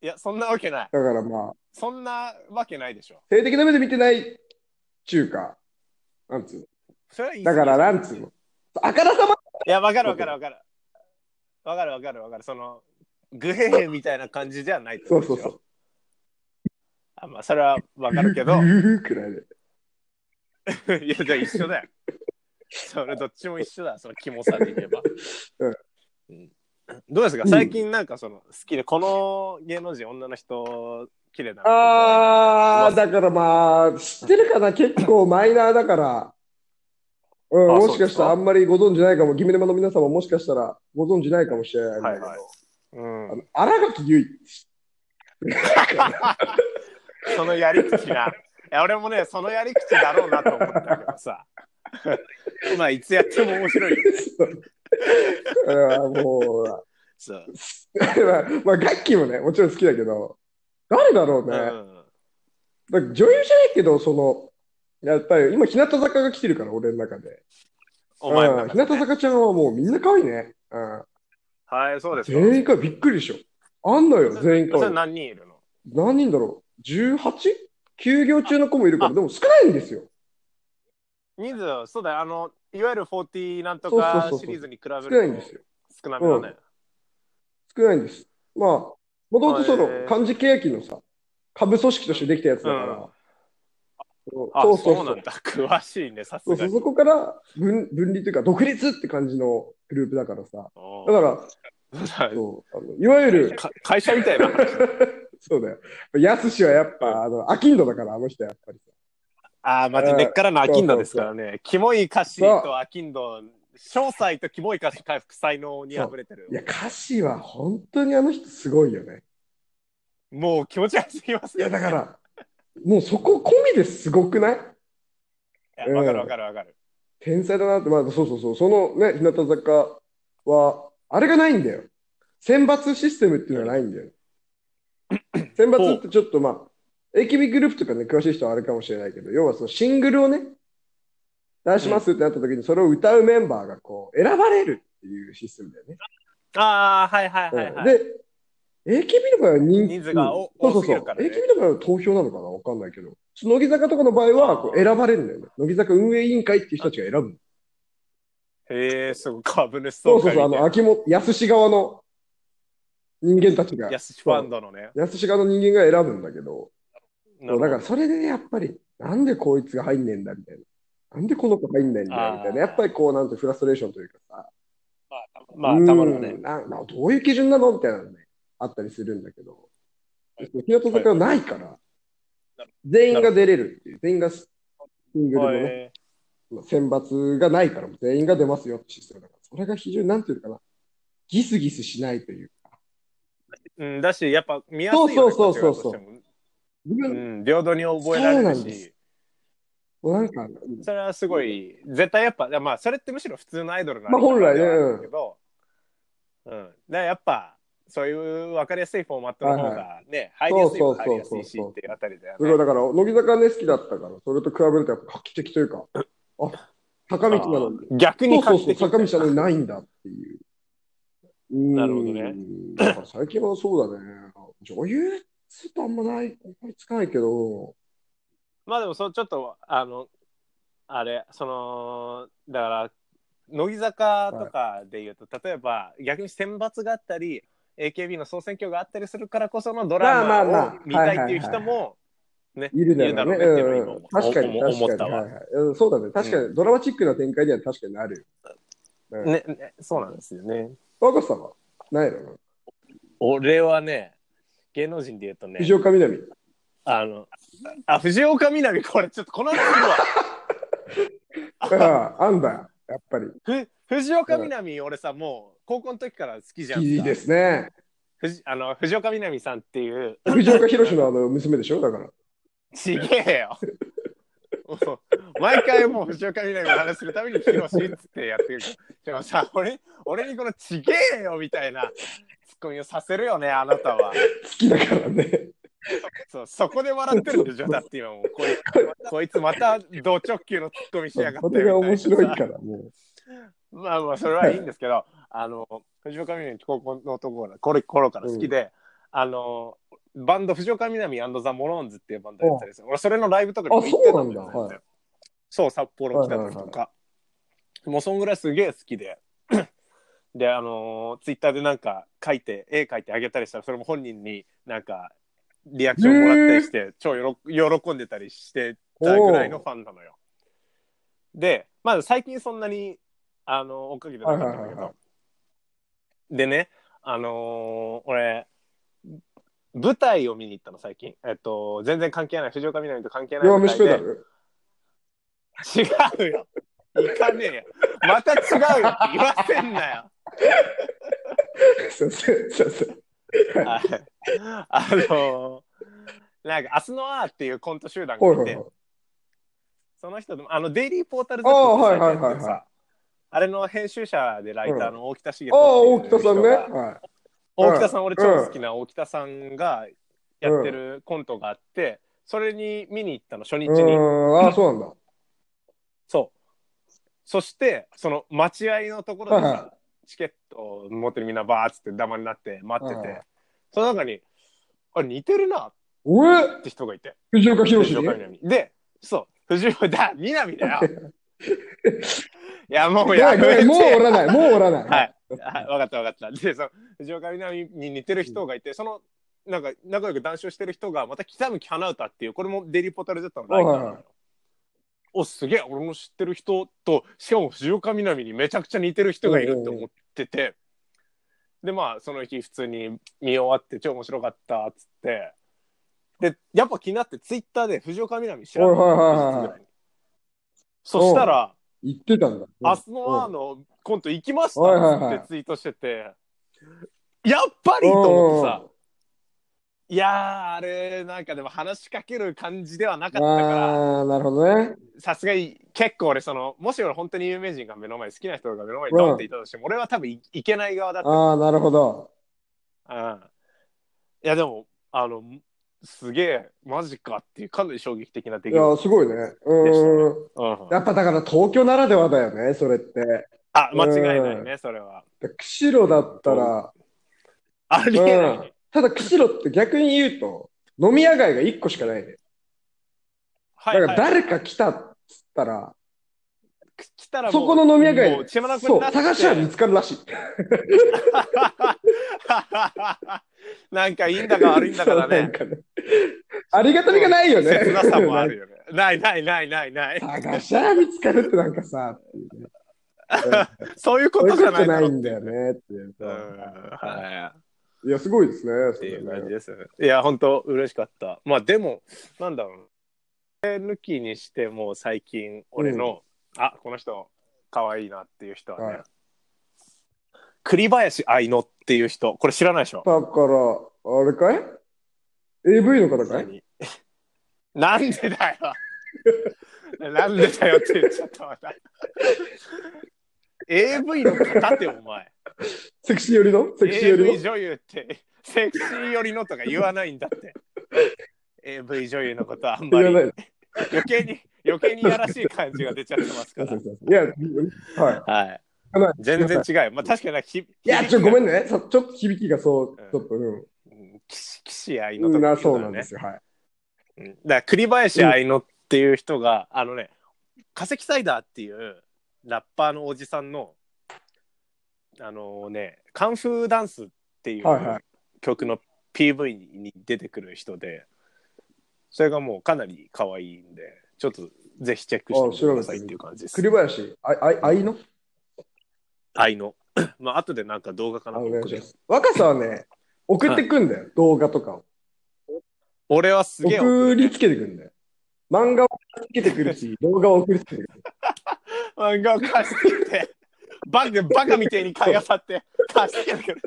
Speaker 1: いや、そんなわけない。
Speaker 2: だからまあ、
Speaker 1: そんなわけないでしょ。
Speaker 2: 性的な目で見てない中華。なんつう
Speaker 1: それは言い
Speaker 2: の。
Speaker 1: 過
Speaker 2: だ
Speaker 1: ぎ
Speaker 2: から、なんつうの。あからさま
Speaker 1: いや、わかるわかるわかる。わかるわかるわかる。その、グヘヘみたいな感じじゃないって
Speaker 2: そ
Speaker 1: こ
Speaker 2: う
Speaker 1: と
Speaker 2: そ
Speaker 1: で
Speaker 2: う
Speaker 1: しょ
Speaker 2: そう。
Speaker 1: あまあ、それはわかるけど
Speaker 2: ぐ、ーくらいで。
Speaker 1: いや、じゃあ一緒だよ。それどっちも一緒だ、そのキモさで言えば。うんどうですか
Speaker 2: うん
Speaker 1: 最近なんかその好きで、この芸能人、女の人、綺麗だな。
Speaker 2: あ
Speaker 1: まあ
Speaker 2: ー、だからまあ、知ってるかな結構マイナーだから。うん、
Speaker 1: あ
Speaker 2: もし
Speaker 1: そう
Speaker 2: か
Speaker 1: で
Speaker 2: し
Speaker 1: す
Speaker 2: た
Speaker 1: から
Speaker 2: あんまりご存知ないかも、ギメレマの皆様もしかしたらご存知ないかもしれないんだ
Speaker 1: は
Speaker 2: け
Speaker 1: い
Speaker 2: ど、
Speaker 1: はい。う
Speaker 2: あの
Speaker 1: ん、
Speaker 2: 荒垣結
Speaker 1: そのやり口な。いや俺もね、そのやり口だろうなと思ったけどさ。 まあ、いつやっても面白いよ。
Speaker 2: 衣。 うんもう、
Speaker 1: そう。
Speaker 2: まあ、まあ、ガッキーもね、もちろん好きだけど、誰だろう
Speaker 1: う
Speaker 2: ね。
Speaker 1: ん。
Speaker 2: だから女優じゃないけど、その、やっぱり今、日向坂が来てるから、俺の中で。
Speaker 1: お前
Speaker 2: うん
Speaker 1: も、
Speaker 2: 日向坂ちゃんはもうみんな可愛いね。うん、
Speaker 1: はい、そうですよ。
Speaker 2: 全員可愛い、びっくりでしょ。あんのよ、全員可
Speaker 1: そ
Speaker 2: 愛
Speaker 1: れ
Speaker 2: い。
Speaker 1: 何人いるの
Speaker 2: 何人だろう ?18? 休業中の子もいるから、でも少ないんですよ。
Speaker 1: 人数、そうだよ。あの、いわゆる40なんとかシリーズに比べる
Speaker 2: 少
Speaker 1: と
Speaker 2: ないんですよ。
Speaker 1: 少なめだね。
Speaker 2: 少ないんです。まあ、もともとそ
Speaker 1: へ
Speaker 2: の、
Speaker 1: ー
Speaker 2: 漢字欅のさ、下部組織としてできたやつだから。
Speaker 1: うんあ、
Speaker 2: そ
Speaker 1: そうう
Speaker 2: そう
Speaker 1: なんだ。 詳しいね、さす
Speaker 2: そう
Speaker 1: が
Speaker 2: そう
Speaker 1: に。
Speaker 2: そこから分分離というか、独立って感じのグループだからさ。だ
Speaker 1: お
Speaker 2: から、
Speaker 1: ー
Speaker 2: そうあのいわゆる、
Speaker 1: か会社みたいな。
Speaker 2: そうだよ。やすしはやっぱ、あの、アキンドだから、あの人はやっぱり。
Speaker 1: ああ、まじ
Speaker 2: うん
Speaker 1: 根っからのアキンドですからね。キモい歌詞とアキンド、詳細とキモい歌詞回復才能にあふれてる
Speaker 2: い。や、歌詞は本当にあの人すごいよね。
Speaker 1: もう気持ち悪すぎます
Speaker 2: いや、
Speaker 1: ね。
Speaker 2: だから、もうそこ込みですごくない
Speaker 1: いやわかるわかるわかる。
Speaker 2: 天才だなって、まあ、そうそうそう、そのね、日向坂は、あれがないんだよ。選抜システムっていうのがないん だよ。選抜ってちょっとまあ、AKB グループとかね、詳しい人はあれかもしれないけど、要はそのシングルをね、出しますってなった時に、それを歌うメンバーがこう、選ばれるっていうシステムだよね。
Speaker 1: ああ、はいはいはいはい。
Speaker 2: で、AKB の場合は人
Speaker 1: 人数が多
Speaker 2: うんそう
Speaker 1: 多す
Speaker 2: そ
Speaker 1: ぎ
Speaker 2: う
Speaker 1: る
Speaker 2: そう。
Speaker 1: からね
Speaker 2: AKB の場合は投票なのかなわかんないけど。乃木坂とかの場合はこう選ばれるんだよね。乃木坂運営委員会っていう人たちが選ぶの
Speaker 1: へえ、すごい株主
Speaker 2: そ
Speaker 1: 総
Speaker 2: うそう
Speaker 1: 会
Speaker 2: そう、あ
Speaker 1: みたい
Speaker 2: の、
Speaker 1: な。
Speaker 2: 秋元、安志側の人間たちが、
Speaker 1: やすしファンドのね。
Speaker 2: 安志側の人間が選ぶんだけど、
Speaker 1: な
Speaker 2: だ
Speaker 1: るほ
Speaker 2: か
Speaker 1: ど
Speaker 2: らそれでね、やっぱり、なんでこいつが入んねえんだみたいな。なんでこの子入んないんだよみたい
Speaker 1: あー
Speaker 2: な。やっぱりこう、なんてフラストレーションというかさ、
Speaker 1: まあ、たまる
Speaker 2: う
Speaker 1: ね
Speaker 2: ん。ななどういう基準なのみたいなのね、あったりするんだけど、日向坂はないから、全員が出れるっていう、全員がシングルのね、
Speaker 1: へ
Speaker 2: 選抜がないから、全員が出ますよってシステムだから、それが非常に、なんていうのかな、ギスギスしないというか、
Speaker 1: えうん、だし、やっぱ見やすいよね。
Speaker 2: そうそうそう
Speaker 1: こっち
Speaker 2: そう
Speaker 1: 側としても
Speaker 2: 自分
Speaker 1: うん、平等に覚えられ
Speaker 2: そうなん
Speaker 1: る
Speaker 2: で
Speaker 1: し
Speaker 2: す。もうなんか、
Speaker 1: それはすごい、絶対やっぱ、まあ、それってむしろ普通のアイドルの
Speaker 2: まあ本来ね
Speaker 1: あれなんだけど、うん。だからやっぱ、そういう分かりやすいフォーマットの方がね、
Speaker 2: い
Speaker 1: 入りやすい
Speaker 2: そう
Speaker 1: は
Speaker 2: そう
Speaker 1: 入りやす
Speaker 2: そう
Speaker 1: いしっていうあたりだよ
Speaker 2: すごい
Speaker 1: ね。
Speaker 2: だから、乃木坂ね、好きだったから、それと比べるとやっぱ画期的というか、あ、坂道なのに、
Speaker 1: 逆に
Speaker 2: そ
Speaker 1: 画
Speaker 2: うそう
Speaker 1: 期
Speaker 2: そう、
Speaker 1: 的
Speaker 2: 坂道なのにないんだって いう。うん
Speaker 1: なるほどね。
Speaker 2: だから最近はそうだね、女優っつうとあんまない、思いつかないけど、
Speaker 1: まあでもそうちょっとあのあれそのだから乃木坂とかでいうと、例えば逆に選抜があったり AKB の総選挙があったりするからこそのドラ
Speaker 2: まあまあ
Speaker 1: マ
Speaker 2: まあ
Speaker 1: を見たいっていう人もね
Speaker 2: いるだろうね。
Speaker 1: っていう
Speaker 2: う
Speaker 1: のは
Speaker 2: ん、確かに、
Speaker 1: 今思思思っ
Speaker 2: 確
Speaker 1: た
Speaker 2: かに、
Speaker 1: わ、
Speaker 2: はいはいうん。そうだね、確かに、ドラマチックな展開には確かになる。はい
Speaker 1: ねねそうなんですよね
Speaker 2: 若さんは、ないのな。
Speaker 1: 俺はね芸能人でいうとね
Speaker 2: 藤岡みな み。
Speaker 1: あのあ藤岡みなみこれちょっとこの後するわ
Speaker 2: ああ、あんだ、やっぱり。
Speaker 1: ふ藤岡みなみ俺さもう高校の時から好きじゃん
Speaker 2: いいですね。
Speaker 1: 藤あの藤岡みなみさんっていう
Speaker 2: 藤岡弘のあの娘でしょだから。
Speaker 1: ちげえよもう 毎回もう藤岡みなみの話するために「ヒロシ」っつってやってるけどでもさ俺俺にこの「ちげえよ」みたいなツッコミをさせるよねあなたは
Speaker 2: 好きだからね。
Speaker 1: そうそこで笑ってるんでしょだって今もうこいこいつまた同直球のツッコミしやがって
Speaker 2: そ
Speaker 1: みたい
Speaker 2: れ
Speaker 1: な
Speaker 2: が面白いから、もう。
Speaker 1: まあまあそれはいいんですけどあの藤岡みなみ高校のところこれ頃から好きで、あのバンド藤岡みなみザ・モローンズっていうバンドやったりする俺それのライブとかにも行ってたんだよ
Speaker 2: あ
Speaker 1: ね
Speaker 2: そうなんだは
Speaker 1: そう札幌来た時とか、
Speaker 2: はいはい
Speaker 1: もうそんぐらいすげえ好きで であのツイッターでなんか書いて絵描いてあげたりしたらそれも本人になんかリアクションもらったりして、超よろ喜んでたりしてたぐらいのファンなのよでまあ最近そんなにあの追っかけてなかったんだけど、
Speaker 2: はいはいはいは
Speaker 1: でねあのー俺舞台を見に行ったの最近えっと全然関係ない藤岡みなみと関係ない
Speaker 2: 弱
Speaker 1: 舞
Speaker 2: 虫
Speaker 1: 台で
Speaker 2: ペダル
Speaker 1: 違うよ。行かねえよ。また違うよって言わせんなよ。
Speaker 2: 先生、先生。
Speaker 1: はいあのーなんか、明日のアーっていうコント集団が
Speaker 2: はい
Speaker 1: い
Speaker 2: はい
Speaker 1: て
Speaker 2: はい、。
Speaker 1: その人でも、あの、デイリーポータル Z
Speaker 2: ああ、
Speaker 1: の
Speaker 2: はい
Speaker 1: サイト
Speaker 2: は
Speaker 1: やってる
Speaker 2: いはいはい。
Speaker 1: さ
Speaker 2: あ
Speaker 1: あれの編集者でライターの大北茂
Speaker 2: あ、大
Speaker 1: 人
Speaker 2: 北
Speaker 1: ってい
Speaker 2: さ
Speaker 1: うん人
Speaker 2: ね。
Speaker 1: が
Speaker 2: は
Speaker 1: 大北さん、俺超
Speaker 2: うん
Speaker 1: 好きな大北さんがやってるコントがあって、それに見に行ったの、初
Speaker 2: い。
Speaker 1: 日
Speaker 2: う
Speaker 1: に。
Speaker 2: ーん、ああ、そうなんだ。
Speaker 1: そう。そして、その待合のところで
Speaker 2: はいは
Speaker 1: さ、チケットを持ってるみんなバーッつってダマになって待って
Speaker 2: はいは
Speaker 1: て
Speaker 2: い、
Speaker 1: その中に、あ、似てるなっ
Speaker 2: おえ
Speaker 1: て人がいて。
Speaker 2: 藤岡弘
Speaker 1: 藤
Speaker 2: に
Speaker 1: 岡みなみで、そう、藤岡だ、みなみだ よ。いや、もう
Speaker 2: いや
Speaker 1: や
Speaker 2: ごめ
Speaker 1: め
Speaker 2: ん
Speaker 1: て。
Speaker 2: もうおらない、もうおらない。
Speaker 1: はい。はい、わかったわかった。で、その藤岡みなみに似てる人がいて、その、なんか仲良く談笑してる人が、また北向花歌っていう、これもデイリーポータル Z のライターなの
Speaker 2: はいは
Speaker 1: よ。お、すげえ、俺も知ってる人と、しかも藤岡みなみにめちゃくちゃ似てる人がいるって思ってて、で、まあ、その日普通に見終わって、超面白かった、っつって、で、やっぱ気になって、ツイッターで藤岡みなみ知らない
Speaker 2: はいはいはいはい
Speaker 1: ぐらいにそしたら、
Speaker 2: 言ってたんだ。
Speaker 1: 明日のアーのコント行きまし
Speaker 2: はいはい
Speaker 1: た
Speaker 2: はい
Speaker 1: ってツイートしてて、やっぱりと思ってさ、いやー、あれ、なんかでも話しかける感じではなかったから、
Speaker 2: ああー、なるほどね。
Speaker 1: さすがに結構俺、その、もし俺本当に有名人が目の前、好きな人が目の前にドンっていたとしても、俺は多分いいけない側だった。
Speaker 2: ああ、なるほど。
Speaker 1: うん。いや、でも、あの、すげえ、マジかっていう、かなり衝撃的な出
Speaker 2: い
Speaker 1: 来
Speaker 2: や、
Speaker 1: 事。
Speaker 2: すごいね。
Speaker 1: でした
Speaker 2: うーん。
Speaker 1: うん
Speaker 2: やっぱだから東京ならではだよね、それって。
Speaker 1: あ、間違いないね、それは。
Speaker 2: 釧路だったら、
Speaker 1: ありえな
Speaker 2: う
Speaker 1: い
Speaker 2: ん。ただ釧路って逆に言うと、飲み屋街が1個しかないね。だ
Speaker 1: はいはい
Speaker 2: から誰か来たっつったら、
Speaker 1: 来たらもう
Speaker 2: そこの飲み屋
Speaker 1: もう
Speaker 2: 街、
Speaker 1: 血眼になって
Speaker 2: そう、探しは見つかるらしい。
Speaker 1: なんかいいんだか悪いんだかだ
Speaker 2: なん
Speaker 1: ね。
Speaker 2: かねありがたみがないよね。
Speaker 1: 切なさもあるよね。ないないないないない。
Speaker 2: 探しゃ見つかるってなんかさ、
Speaker 1: そういう
Speaker 2: そ
Speaker 1: こ
Speaker 2: うい
Speaker 1: と
Speaker 2: う
Speaker 1: じ
Speaker 2: こ
Speaker 1: ゃ
Speaker 2: とじ
Speaker 1: な
Speaker 2: ゃ
Speaker 1: いだ
Speaker 2: な
Speaker 1: ろ。
Speaker 2: いうんだよねっていう
Speaker 1: うん、
Speaker 2: か。
Speaker 1: はい
Speaker 2: や、すごいですね。
Speaker 1: い。っ
Speaker 2: そ
Speaker 1: て
Speaker 2: れね
Speaker 1: いう感じですよね。いや、本当嬉しかった。まあでも、なんだろうな。これ抜きにしても最近、俺の、あ、この人、可愛いなっていう人はね、
Speaker 2: はい
Speaker 1: 栗林愛乃っていう人、これ知らないでしょ。
Speaker 2: だから、あれかい ?AV の方かい
Speaker 1: 何なんでだよなんでだよって言っちゃったまた AV の方ってお前
Speaker 2: セクシー寄りのセクシー寄
Speaker 1: AV
Speaker 2: り
Speaker 1: 女優ってセクシー寄りのとか言わないんだって AV 女優のことはあん
Speaker 2: の
Speaker 1: まり
Speaker 2: いやない
Speaker 1: 余計に余計にやらしい感じが出ちゃってますか
Speaker 2: そう
Speaker 1: ら
Speaker 2: そうそういや、はい。
Speaker 1: はい
Speaker 2: あの
Speaker 1: 全然違うまあ確かになんかひい
Speaker 2: いや、ちょ、ごめ
Speaker 1: ん
Speaker 2: んね。さちょっと響きがそう、
Speaker 1: うん
Speaker 2: ちょっと、うん
Speaker 1: 岸岸愛
Speaker 2: う
Speaker 1: の
Speaker 2: ん。
Speaker 1: と
Speaker 2: な、
Speaker 1: か
Speaker 2: そうなんですよ。はい。
Speaker 1: うんだから栗林愛乃っていう人が、あのね化石サイダーっていうラッパーのおじさんのあのねカンフーダンスってい
Speaker 2: はいは
Speaker 1: う曲の PV に出てくる人で、それがもうかなり可愛いんでちょっとぜひチェックしてみてくださいっていう感じです
Speaker 2: 栗林、あい、あい、あいの
Speaker 1: 愛乃 まあ後でなんか動画か
Speaker 2: あ
Speaker 1: な
Speaker 2: お
Speaker 1: んか
Speaker 2: 願い
Speaker 1: 送
Speaker 2: しま
Speaker 1: る
Speaker 2: す。若さはね、送ってくんだよ。動画とかを。
Speaker 1: 俺はすげえ
Speaker 2: 送りつけてくるんだよ。漫画を送りつけてくる し、動画を送りつけてくる。
Speaker 1: 漫画を貸してきて、バカバカみてえに買い漁って貸してくる。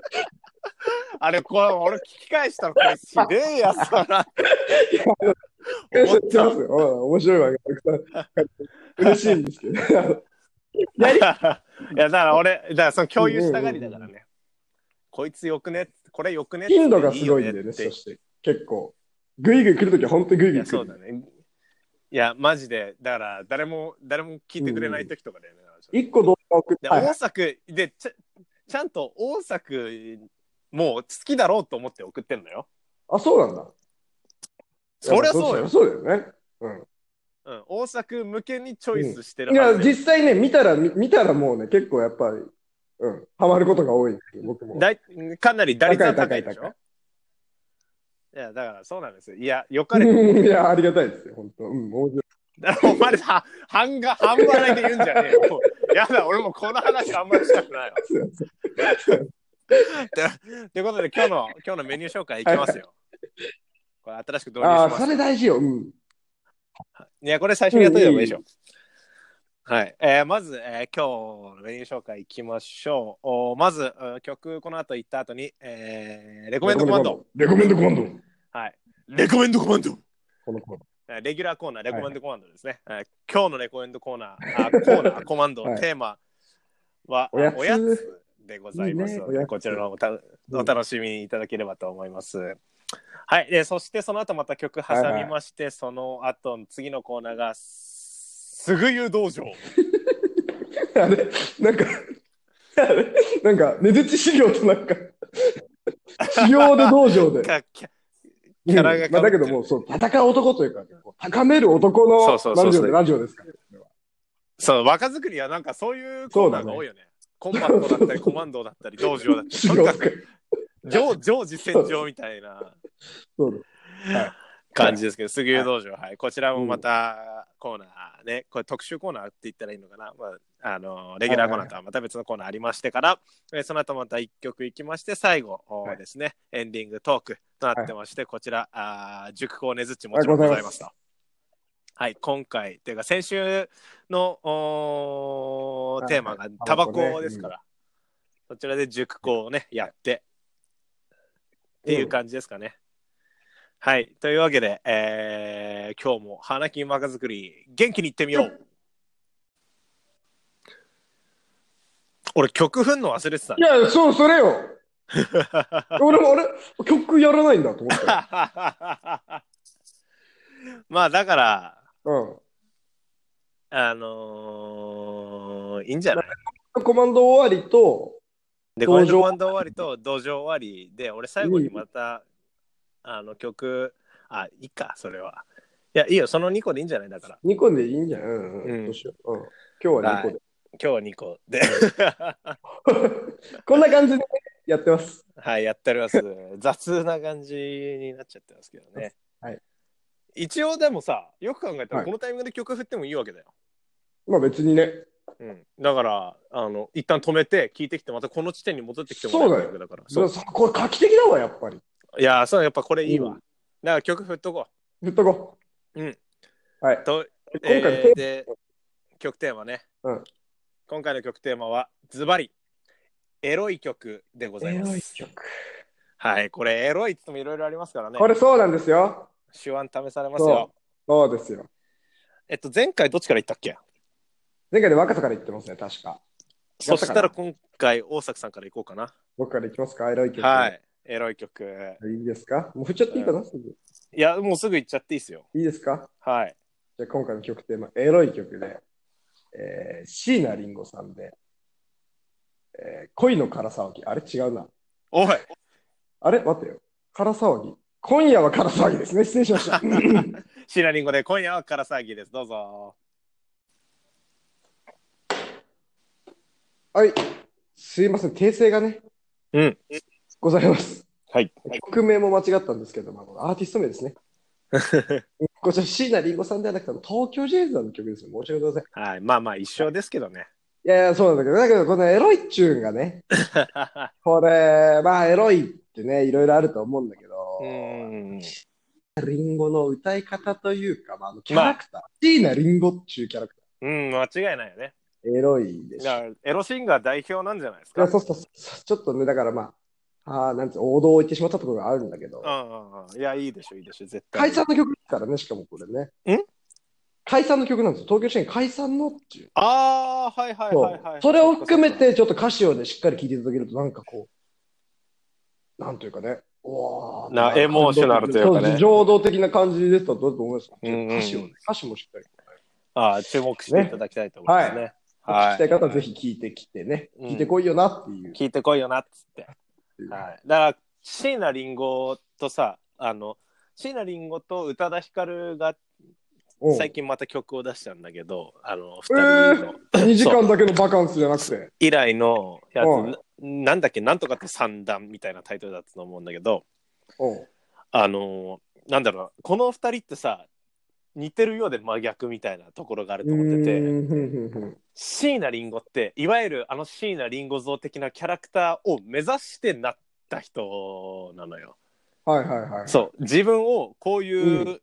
Speaker 1: あれ、これ俺聞き返したらこれひでえやつだな。思っ
Speaker 2: 知って
Speaker 1: た
Speaker 2: ますようん面白いわけ。嬉しいんですけ ど。
Speaker 1: いや、だから俺、だからその共有したがりだからね。こいつよくね、これよくねって
Speaker 2: 頻度がすごいん
Speaker 1: い
Speaker 2: で
Speaker 1: いよ
Speaker 2: ね、
Speaker 1: って
Speaker 2: そして。結構。ぐいぐい来るときは本当にぐい
Speaker 1: い
Speaker 2: ぐい
Speaker 1: や、
Speaker 2: 来
Speaker 1: そう
Speaker 2: る。
Speaker 1: だね。いや、マジで、だから誰も、誰も聞いてくれない時とかだよね。
Speaker 2: 一個動画送っ
Speaker 1: で、
Speaker 2: て、はい
Speaker 1: 大阪でちょ、ちゃんと大作もう好きだろうと思って送ってんのよ。
Speaker 2: あ、そうなんだ。
Speaker 1: そりゃそう
Speaker 2: いやまあ
Speaker 1: よ。
Speaker 2: そうだよね。うん。
Speaker 1: うん、大作向けにチョイスしてる
Speaker 2: い
Speaker 1: は
Speaker 2: や、
Speaker 1: ずよ
Speaker 2: 実際ね、見たら、み見たらもうね、結構やっぱり、うん、ハマることが多いんですよ僕も。
Speaker 1: だいかなり打率は高
Speaker 2: 高
Speaker 1: い
Speaker 2: い
Speaker 1: でしょ
Speaker 2: 高い
Speaker 1: いや、だからそうなんですよ。いや、よかれ。
Speaker 2: いや、ありがたいですよ、本当。うん、面白い
Speaker 1: だからお前さ、半が、半笑いで言うんじゃねえよ。も うやだ、俺もうこの話あんまりしたくないわ。
Speaker 2: すいません
Speaker 1: ということで、今日の、今日のメニュー紹介いきますよ。これ新しく導入
Speaker 2: ああ、
Speaker 1: し
Speaker 2: そ
Speaker 1: ます。
Speaker 2: れ大事よ。うん。
Speaker 1: いや、これ最初にやっといた方がいいでしょ。はい。えーまず、えー今日のメニュー紹介いきましょう。おまず、うん曲、この後行った後に、えーレコメンドコマンド。。
Speaker 2: レコメンドコマンド。
Speaker 1: はい。レコメンドコマンド
Speaker 2: このコマンド
Speaker 1: えーレギュラーコーナー、レコメンドコマンドですね。はい今日のレコメンドコーナー、 あコーナー、コマンド、
Speaker 2: はい
Speaker 1: テーマは
Speaker 2: おやつ
Speaker 1: あおやつでございますので
Speaker 2: いいねおやつ
Speaker 1: こちらの方もたお楽しみいただければと思います。はい。で、そしてその後また曲挟みまして、その後の次のコーナーが、すぐ湯道場。
Speaker 2: あれ、なんか、あれ、なんか、根絶修行となんか、修行で道場で。
Speaker 1: かキャキャラが
Speaker 2: うんまあ、だけどもう、そう、戦う男というか、こう高める男の
Speaker 1: そ
Speaker 2: ラ
Speaker 1: う
Speaker 2: ジ
Speaker 1: そうそうそ
Speaker 2: オ
Speaker 1: う
Speaker 2: でラジオですから。
Speaker 1: そう、若作りはなんかそういうコーナーが多いよね。コンバットだったり、コマンドだったり、道場だった り、
Speaker 2: 修
Speaker 1: と
Speaker 2: 行
Speaker 1: に
Speaker 2: と
Speaker 1: か
Speaker 2: か
Speaker 1: く。常常時戦場みたいな。
Speaker 2: そう
Speaker 1: 感じですけど、杉浦道場、はい、こちらもまたコーナーね、これ特集コーナーって言ったらいいのかな、まあ、あのレギュラーコーナーとはまた別のコーナーありましてから、えーその後また1曲いきまして、最後お
Speaker 2: はい
Speaker 1: ですね、エンディングトークとなってまして、こちら、あー熟考ねずっちも
Speaker 2: あ
Speaker 1: ち
Speaker 2: りが
Speaker 1: ろ
Speaker 2: と
Speaker 1: んご
Speaker 2: うご
Speaker 1: ざい
Speaker 2: ざい
Speaker 1: ま
Speaker 2: ますす
Speaker 1: と。はい、今回っていうか先週のおー
Speaker 2: はい
Speaker 1: テーマがタ
Speaker 2: タ
Speaker 1: バ
Speaker 2: バコね
Speaker 1: コですから、そちらで熟考をねやってっていう感じですかね。はい。というわけで、えー、今日も花金若作り、元気にいってみよう俺、曲踏んの忘れてた
Speaker 2: い
Speaker 1: ね。
Speaker 2: や、そう、それ よ。俺も、あれ、曲やらないんだと思ったよ。
Speaker 1: まあ、だから、
Speaker 2: うん。
Speaker 1: あのーいいんじゃない
Speaker 2: コマンド終わりと、
Speaker 1: で、ゴー
Speaker 2: 道場
Speaker 1: ルドバンド終わりと、土壌終わりで、俺最後にまた、あの曲、あ、いいか、それは。いや、いいよ、その2個でいいんじゃないだから。
Speaker 2: 2個でいいんじゃないうんうん
Speaker 1: うん
Speaker 2: どうしよう。うん。今日は2個で。
Speaker 1: 今日は2個で、
Speaker 2: こんな感じでやってます。
Speaker 1: はい、やっております。 雑な感じになっちゃってますけどね。
Speaker 2: はい。
Speaker 1: 一応でもさ、よく考えたら、
Speaker 2: はい
Speaker 1: このタイミングで曲振ってもいいわけだよ。
Speaker 2: まあ別にね。
Speaker 1: うん。だから、あの、一旦止めて、聞いてきて、またこの地点に戻ってきてもらえるわけだから。
Speaker 2: そうこれ画期的だわ、やっぱり。
Speaker 1: いやー、そう、やっぱこれいいわ。
Speaker 2: うん
Speaker 1: だから曲振っとこ
Speaker 2: 言っとこう。はい。
Speaker 1: う。と
Speaker 2: 今回のテーマ
Speaker 1: えーで曲テーマね、
Speaker 2: うん
Speaker 1: 今回の曲テーマはズバリエロい曲でございます
Speaker 2: 曲。
Speaker 1: はいこれエロいっつってもいろいろありますからね
Speaker 2: これそうなんですよ。
Speaker 1: 手腕試されますよ
Speaker 2: そうですよ。
Speaker 1: えっと前回どっちから言ったっけ
Speaker 2: 前回で若さから言ってますね、確か。
Speaker 1: そしたら今回大作さんからいこうかな
Speaker 2: 僕から行きますか、エロい曲。
Speaker 1: はいエロい曲
Speaker 2: い。いですかもう振っちゃっていいかな、すぐ
Speaker 1: いやもうすぐ言っちゃっていいですよ
Speaker 2: いいですか
Speaker 1: はい
Speaker 2: じゃあ今回の曲テーマ、エロい曲で、えー、椎名林檎さんで、えー恋の空騒ぎ。あれ違うな。
Speaker 1: おい
Speaker 2: あれ待ってよ。空騒ぎ。今夜は空騒ぎですね。失礼し ました。
Speaker 1: シナリンゴで今夜はから騒ぎですどうぞ
Speaker 2: はい。すいません。訂正がね。
Speaker 1: うん。
Speaker 2: ございます。
Speaker 1: はい
Speaker 2: 曲名も間違ったんですけど、まあこのアーティスト名で すね。こちら、椎名林檎さんではなくて、東京ジェイズさんの曲ですよ。申し訳ございません。
Speaker 1: はいまあまあ一緒ですけどね
Speaker 2: いやいや、そうなんだけど、だけど、このエロいチューンがね、これ、まあ、エロいってね、いろいろあると思うんだけど
Speaker 1: う、ーん
Speaker 2: リンゴの歌い方というか、まあ、あのキャ
Speaker 1: まあ
Speaker 2: ラクター、椎名林檎っていうキャラク
Speaker 1: うん間違いないよね
Speaker 2: ター、エロいでしょ。
Speaker 1: だからエロシンガー代表なんじゃないです
Speaker 2: いや
Speaker 1: か。
Speaker 2: そうそうそうちょっとね、だからまあ、ああ、なんつう王道を言ってしまったところがあるんだけど
Speaker 1: う、んうんうん。いや、いいでしょ、いいでしょ、絶対。
Speaker 2: 解散の曲ですからね、しかもこれね。
Speaker 1: ん
Speaker 2: 解散の曲なんですよ。東京支援解散のっていう。
Speaker 1: ああ、はいはい
Speaker 2: そう
Speaker 1: はいはい。
Speaker 2: それを含めて、ちょっと歌詞をね、しっかり聴いていただけると、なんかこう、なんというかね、おー
Speaker 1: なエモーショナルというかね
Speaker 2: そ情動的な感じでしたと思います。
Speaker 1: うんうん
Speaker 2: 歌詞をね、歌詞もしっかり。
Speaker 1: ああ、注目していただきたいと思いますね。はい。はい
Speaker 2: 聞きたい方はぜひ聞いてきてね、
Speaker 1: うん
Speaker 2: 聞いてこいよなっていう。
Speaker 1: 聞いてこいよなっつって。はい、だから椎名林檎とさあの椎名林檎と宇多田ヒカルが
Speaker 2: うん
Speaker 1: 最近また曲を出したんだけどあの
Speaker 2: え
Speaker 1: 2人の
Speaker 2: 2時間だけのバカンスじゃなくて。
Speaker 1: 以来のやつ、
Speaker 2: うん
Speaker 1: ななんだっけなんとかって三段みたいなタイトルだったと思うんだけど
Speaker 2: うん
Speaker 1: あのなんだろうこの2人ってさ似てるようで真逆みたいなところがあると思ってて。
Speaker 2: うんふんふんふん
Speaker 1: 椎名林檎っていわゆるあの椎名林檎像的なキャラクターを目指してなった人なのよ。
Speaker 2: はいはいはい。
Speaker 1: そう自分をこういう
Speaker 2: う
Speaker 1: う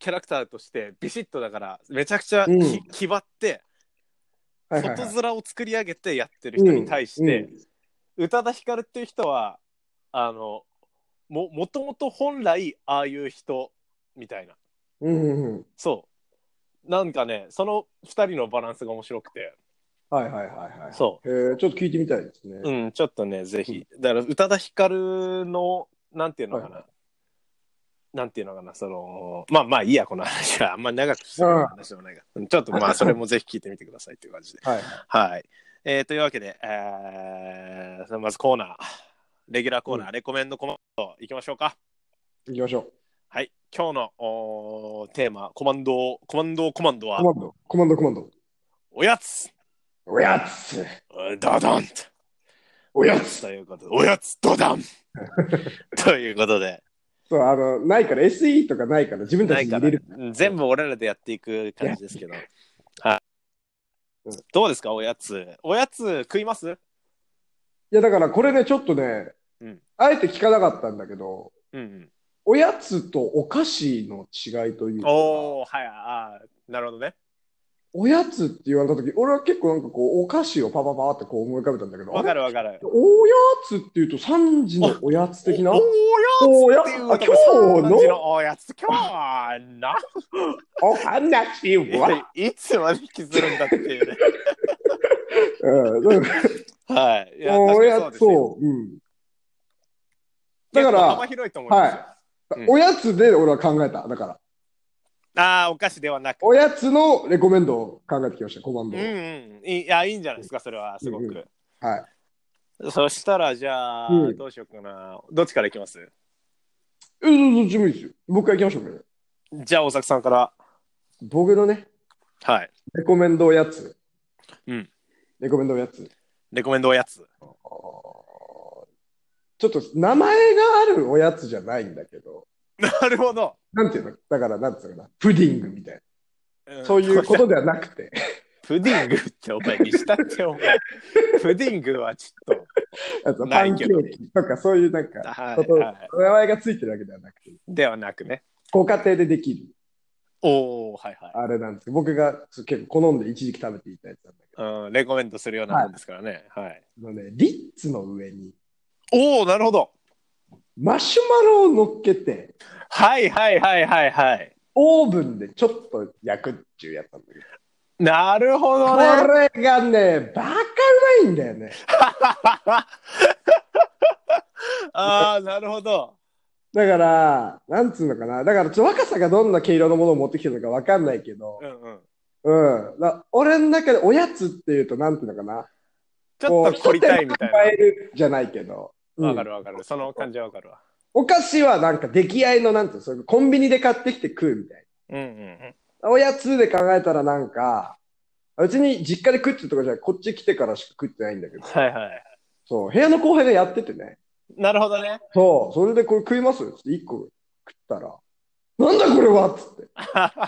Speaker 1: キャラクターとしてビシッとだからめちゃくちゃき、
Speaker 2: うん
Speaker 1: 決まって
Speaker 2: はいはいはい
Speaker 1: 外面を作り上げてやってる人に対して
Speaker 2: うん
Speaker 1: 宇多田ヒカルっていう人はあのももともと本来ああいう人みたいな
Speaker 2: うんうんうん
Speaker 1: そうなんかねその2人のバランスが面白くて
Speaker 2: はいはいはいはい。
Speaker 1: そう
Speaker 2: えー、ちょっと聞いてみたいですね。
Speaker 1: うん、ちょっとね、ぜひ。だから、宇多田ヒカルの、なんていうのかな。
Speaker 2: は
Speaker 1: なんていうのかな、その、まあまあいいや、この話は。あんまり長くする話でもないが。うんちょっとまあ、それもぜひ聞いてみてくださいっていう感じで。
Speaker 2: はい。
Speaker 1: はい。えー、というわけで、えー、まずコーナー、レギュラーコーナー、レコメンドコマンド、いきましょうか。
Speaker 2: 行きましょう。
Speaker 1: はい。今日のおーテーマ、コマンド、コマンド、コマンドは
Speaker 2: コ、マンド、コマンド、コマンド。
Speaker 1: おやつ
Speaker 2: おやつ
Speaker 1: ダダン
Speaker 2: おやつ
Speaker 1: ということで、おやつドダンということで、
Speaker 2: そう、あの、ないから、SE とかないから、 自分た
Speaker 1: な
Speaker 2: ち
Speaker 1: い
Speaker 2: に
Speaker 1: か
Speaker 2: 入
Speaker 1: ら
Speaker 2: れる。
Speaker 1: 全部俺らでやっていく感じですけど。はい
Speaker 2: うん。
Speaker 1: どうですか、おやつ。おやつ食います
Speaker 2: いや、だからこれね、ちょっとね、
Speaker 1: うん
Speaker 2: あえて聞かなかったんだけど、
Speaker 1: うん
Speaker 2: おやつとお菓子の違いという
Speaker 1: うん。
Speaker 2: か、
Speaker 1: おー、はい、あーなるほどね。
Speaker 2: おやつって言われたとき、俺は結構なんかこう、お菓子をパパパーってこう思い浮かべたんだけど、
Speaker 1: わかる
Speaker 2: あ
Speaker 1: わかる
Speaker 2: れ。おやつっていうと3時のおやつ的な
Speaker 1: おお
Speaker 2: おや
Speaker 1: やつっていう
Speaker 2: あ
Speaker 1: とこ
Speaker 2: 今日
Speaker 1: 三時
Speaker 2: の
Speaker 1: おやつ、今日はな、
Speaker 2: お話 は、
Speaker 1: いつまで引きずるんだっていうね。
Speaker 2: うん、だから
Speaker 1: はい。いや、確
Speaker 2: お
Speaker 1: かにそ
Speaker 2: や
Speaker 1: うで
Speaker 2: つ
Speaker 1: すよ。
Speaker 2: そう、うん。だ
Speaker 1: 結
Speaker 2: か
Speaker 1: 構
Speaker 2: ら
Speaker 1: 幅、広いと思いますよ。うん
Speaker 2: おやつで俺は考えた。だから、
Speaker 1: ああ、お菓子ではなく。
Speaker 2: おやつのレコメンドを考えてきました、コマン
Speaker 1: う
Speaker 2: ド
Speaker 1: ん
Speaker 2: を。
Speaker 1: うん。いいいや、いいんじゃないですか、それは、すご
Speaker 2: うん
Speaker 1: く。
Speaker 2: はい。
Speaker 1: そしたら、じゃあ、
Speaker 2: うん
Speaker 1: どうしようかな。どっちからいきます
Speaker 2: え、どっちもいいですよ。もう一回行きましょうかね。
Speaker 1: じゃあ、大作さんから。
Speaker 2: 僕のね、
Speaker 1: はい。
Speaker 2: レコメンドおやつ。
Speaker 1: うん。
Speaker 2: レコメンドおやつ。
Speaker 1: レコメンドおやつ。
Speaker 2: あーちょっと名前があるおやつじゃないんだけど、
Speaker 1: なるほど。
Speaker 2: なんていうのだから、なんつうのかな。プディングみたいな。そういうこ
Speaker 1: ん。
Speaker 2: とではなくて、
Speaker 1: プディングってお前にしたって お前。プディングはちょっ
Speaker 2: あと
Speaker 1: な
Speaker 2: パ
Speaker 1: い
Speaker 2: ンケ
Speaker 1: けど
Speaker 2: ーキとかそういうなん
Speaker 1: と。
Speaker 2: か、
Speaker 1: はい、はい。
Speaker 2: 名前がついてるわけではなくて、
Speaker 1: ではなくね。
Speaker 2: ご家庭でできる、
Speaker 1: おおはいは
Speaker 2: あれなんですけど、僕が結構好んで一時期食べていたやつなんだけど、
Speaker 1: い。うん、レコメンドするようなもんですからね。はい。
Speaker 2: あのね、リッツの上に
Speaker 1: おおなるほど。
Speaker 2: マシュマロを乗っけて、
Speaker 1: はいはいはいはいはい。
Speaker 2: オーブンでちょっと焼くっていうやつなんだけど、
Speaker 1: なるほどね。
Speaker 2: これがね、バカうまいんだよね。
Speaker 1: ああ、なるほど。
Speaker 2: だから、なんつうのかな、だからちょっと若さがどんな毛色のものを持ってきてるのかわかんないけど
Speaker 1: う、んうん。
Speaker 2: うん。だ俺の中でおやつっていうと、なんていうのかな、
Speaker 1: ちょっと凝りたいみたい
Speaker 2: 加えるじゃないけど、う
Speaker 1: な。わ
Speaker 2: ん
Speaker 1: かるわかる。その感じはわかるわ。
Speaker 2: お菓子はなんか出来合いの、なんていうのそういうコンビニで買ってきて食うみたいな。
Speaker 1: うんうん
Speaker 2: おやつで考えたらなんか、別に実家で食ってるとかじゃなくこっち来てからしか食ってないんだけ
Speaker 1: うん。
Speaker 2: ど、
Speaker 1: はいはい。
Speaker 2: そう、部屋の後輩がやっててね、
Speaker 1: なるほどね。
Speaker 2: そう、それでこれ食いますよって1個食ったら、なんだこれはっつって、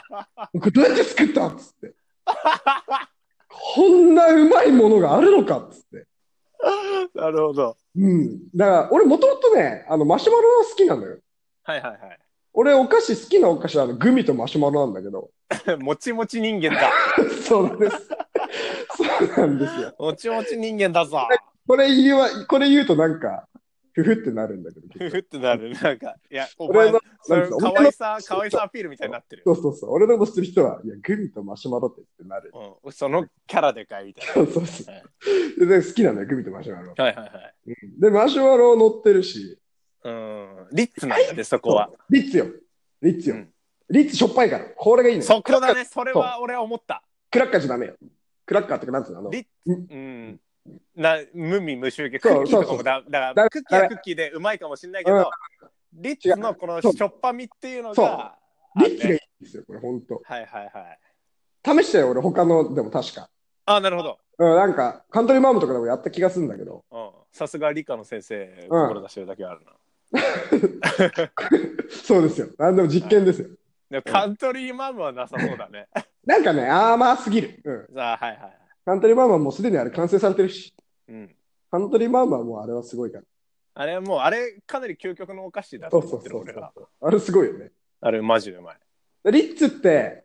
Speaker 2: これどうやって作ったっつって、こんなうまいものがあるのかっつって。
Speaker 1: なるほど。
Speaker 2: うん。だから、俺もともとね、あの、マシュマロが好きなんだよ。
Speaker 1: はいはい
Speaker 2: 俺、お菓子、好きなお菓子は、あの、グミとマシュマロなんだけど。
Speaker 1: はい。 もちもち人間だ。
Speaker 2: そうなんです。そうなんですよ。
Speaker 1: もちもち人間だぞ。
Speaker 2: これ言うわ、これ言うとなんか、ふふってなるんだけど。
Speaker 1: ふふってなる。なんか、いや、お
Speaker 2: 俺
Speaker 1: 前
Speaker 2: の、、
Speaker 1: それ
Speaker 2: なんつうの
Speaker 1: か
Speaker 2: 俺
Speaker 1: わ
Speaker 2: の
Speaker 1: いさ、かわいさアピールみたいになってる。
Speaker 2: そうそうそう。俺のことする人は、いや、グミとマシュマロってってなる。
Speaker 1: うん、そのキャラでかいみたい
Speaker 2: そうそうそ
Speaker 1: は
Speaker 2: う。で、好きなんだよ、グミとマシュマロ。
Speaker 1: な。はいはいはい。
Speaker 2: で、マシュマロ乗ってるし、
Speaker 1: うん、リッツなんだね、そこは。
Speaker 2: そうリッツよ。リッツよ。
Speaker 1: うん
Speaker 2: リッツしょっぱいから。これがいいね。
Speaker 1: そこだね、それは俺は思った。
Speaker 2: クラッカーじゃダメよ。クラッカーってかなんつうのあの、
Speaker 1: リうん。な、無味無臭系、ク
Speaker 2: そう
Speaker 1: ッキーとか
Speaker 2: そうそう
Speaker 1: もだ、だか
Speaker 2: だ
Speaker 1: ら、クッキーはクッキーでうまいかもしれないけ
Speaker 2: うん
Speaker 1: ど、リッチのこのし
Speaker 2: 違う
Speaker 1: ょっぱみっていうの
Speaker 2: そう
Speaker 1: が、
Speaker 2: リッチがい
Speaker 1: ね
Speaker 2: いんですよ、これほんと。
Speaker 1: はいはいはい。
Speaker 2: 試したよ、俺他のでも確か。
Speaker 1: あ、なるほど。
Speaker 2: うん、なんか、カントリーマームとかでもやった気がするんだけど、
Speaker 1: うんさすが理科の先生、志してるだけあるな。
Speaker 2: そうですよ。なんでも実験ですよ。
Speaker 1: でもカントリーマームはなさそうだね。
Speaker 2: なんかね、甘すぎる。うん。
Speaker 1: さあ、はいはい。
Speaker 2: カントリーマームはもうすでにあれ完成されてるし、
Speaker 1: うん。
Speaker 2: カントリーマームはもうあれはすごいから。
Speaker 1: あれ、もう、あれ、かなり究極のお菓子だと
Speaker 2: そうそ
Speaker 1: 思っ
Speaker 2: う
Speaker 1: てる、
Speaker 2: そう
Speaker 1: 俺は。
Speaker 2: そう。あれすごいよね。
Speaker 1: あれ、マジでうまい。
Speaker 2: でリッツって、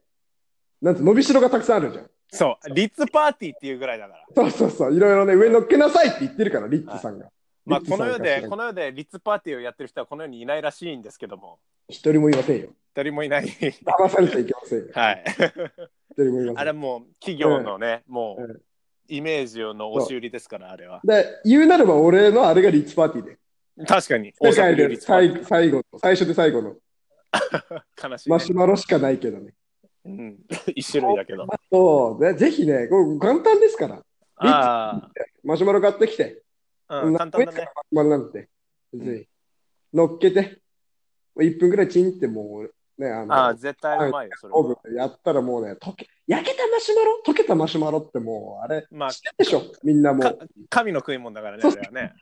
Speaker 2: なんて伸びしろがたくさんあるじゃん。
Speaker 1: そう、リッツパーティーっていうぐらいだから。
Speaker 2: そうそうそう。いろいろね、上に乗っけなさいって言ってるから、リッツさんが。
Speaker 1: まあ、
Speaker 2: リッツさ
Speaker 1: こ
Speaker 2: んが
Speaker 1: の世
Speaker 2: 知ら
Speaker 1: で、
Speaker 2: ん
Speaker 1: この世でリッツパーティーをやってる人はこの世にいないらしいんですけども、
Speaker 2: 一人もいませんよ。
Speaker 1: 一人もい ない。
Speaker 2: 騙されちゃいけませんよ。
Speaker 1: はい。
Speaker 2: 一人もい
Speaker 1: あ
Speaker 2: ませ
Speaker 1: れ
Speaker 2: ん。
Speaker 1: もう、企業のね、も
Speaker 2: う
Speaker 1: う、イメージの押し売りですから、あれは。
Speaker 2: で、言うなれば俺のあれがリッツパーティーで。
Speaker 1: 確かに、
Speaker 2: 世界
Speaker 1: 流
Speaker 2: で最最後の、最初で最後の、
Speaker 1: 悲しいね
Speaker 2: マ。シュマロしかないけどね。
Speaker 1: うん。一種類だけど。
Speaker 2: そう、ね、ぜひね、こう簡単ですから。ツ
Speaker 1: あ
Speaker 2: マシュマロ買ってきて。
Speaker 1: あ、うん、簡単だ
Speaker 2: 上から
Speaker 1: ね。
Speaker 2: マシュマロなんて。ぜひ。乗っけて。1分ぐらいチンってもう、ね、あの、
Speaker 1: ああ、絶対うまいよ、それ
Speaker 2: オーブン
Speaker 1: は。
Speaker 2: でやったらもうね、溶け、焼けたマシュマロ溶けたマシュマロってもう、あれ、
Speaker 1: まあ
Speaker 2: 知、ってるでしょみんなもう。だ
Speaker 1: か
Speaker 2: か
Speaker 1: 神の食い物だからね、
Speaker 2: そ
Speaker 1: あ
Speaker 2: う
Speaker 1: れはね。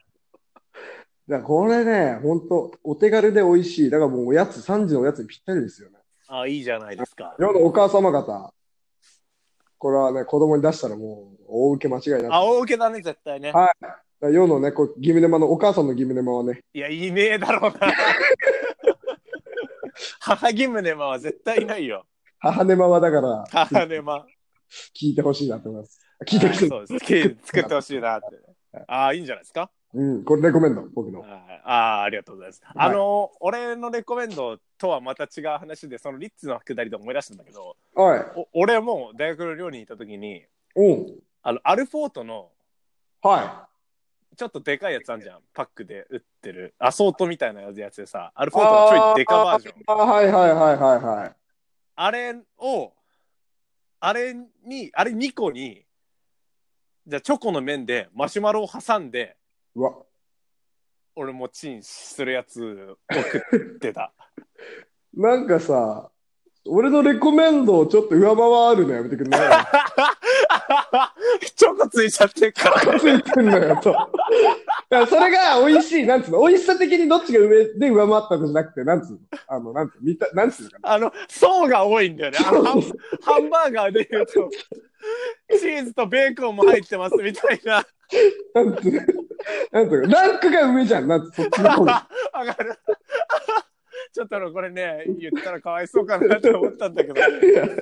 Speaker 2: らこれね、ほんと、お手軽で美味しい。だからもうおやつ、3時のおやつにぴったりですよね。
Speaker 1: ああ、いいじゃないですか。
Speaker 2: 世のお母様方、これはね、子供に出したらもう、大受け間違い
Speaker 1: あ、
Speaker 2: な
Speaker 1: 大受けだね、絶対ね。
Speaker 2: はいく。世のね、こう、ギムネマの、お母さんのギムネマはね、
Speaker 1: いや、いねえだろうな。母ギムネマは絶対いないよ。
Speaker 2: 母ネマはだから、
Speaker 1: 母ネマ。
Speaker 2: 聞いてほしいなと思います。聞いてほしい。
Speaker 1: そうです。作ってほしいなって。ああ、いいんじゃないですか。
Speaker 2: うん、これレコメンド、僕
Speaker 1: あ
Speaker 2: の。
Speaker 1: あ、ありがとうございます。あの、俺のレコメンドとはまた違う話で、そのリッツの下りで思い出したんだけど、
Speaker 2: おい、
Speaker 1: お俺も大学の寮にいた時に、
Speaker 2: うん、
Speaker 1: あの、アルフォートの、
Speaker 2: は
Speaker 1: ちょっとでかいやつあんじゃん。パックで売ってる。アソートみたいなやつでさ、アルフォートのちょいでかバージョン。
Speaker 2: い。あ、はいはいはいはいはい。
Speaker 1: あれを、あれに、あれ2個に、じゃあチョコの面でマシュマロを挟んで、
Speaker 2: うわ、
Speaker 1: 俺もチンするやつを食ってた。
Speaker 2: なんかさ、俺のレコメンドをちょっと上回るのやめてくんない
Speaker 1: チョコついちゃってるから。
Speaker 2: ついてんのよと。だからそれが美味しい、なんつうの、美味しさ的にどっちが上で上回ったのじゃなくて、なんつうの、あの、なんつうの、見た、なんつうのか
Speaker 1: あの、層が多いんだよね。あのハンハンバーガーで言うと、チーズとベーコンも入ってますみたいな。
Speaker 2: な、なんつうの、なんつうの、ランクが上じゃん、なんつうそっちの方が。
Speaker 1: 上がる。 ちょっとあの、これね、言ったらかわいそうかなと思ったん だけど、で
Speaker 2: いや
Speaker 1: も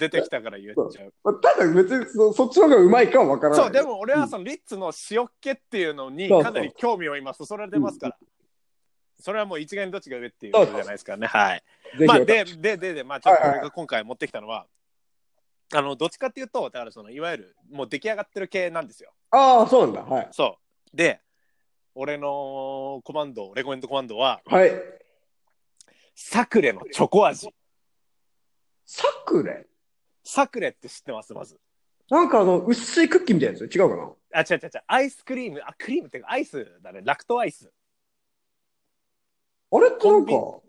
Speaker 1: 出てきたから言っちゃう。
Speaker 2: まあただ別にそそっちの方がうまいかはわからない。
Speaker 1: そう、でも俺はそのリッツの塩っ気っていうのに
Speaker 2: そうそう
Speaker 1: かなり興味を今そそられてますから。それはもう一概にどっちが上っていうことじゃないですからね。はい。
Speaker 2: ぜひ
Speaker 1: まあ、
Speaker 2: お試し
Speaker 1: で、で、で、で、まあ、ちょっと
Speaker 2: はいはい
Speaker 1: 俺が今回持ってきたのは、あの、どっちかっていうと、だからその、いわゆる、もう出来上がってる系なんですよ。
Speaker 2: ああ、そうなんだ。はい。
Speaker 1: そう。で、俺のコマンド、レコメンドコマンドは、
Speaker 2: はい。
Speaker 1: サクレのチョコ味。
Speaker 2: サクレ
Speaker 1: サクレって知ってます、まず。
Speaker 2: なんかあの、薄いクッキーみたいなやつ違うかな
Speaker 1: あ、違う違う違う。アイスクリーム、あ、クリームっていうか、アイスだね。ラクトアイス。
Speaker 2: あれってな
Speaker 1: コン
Speaker 2: ん
Speaker 1: ビ
Speaker 2: か、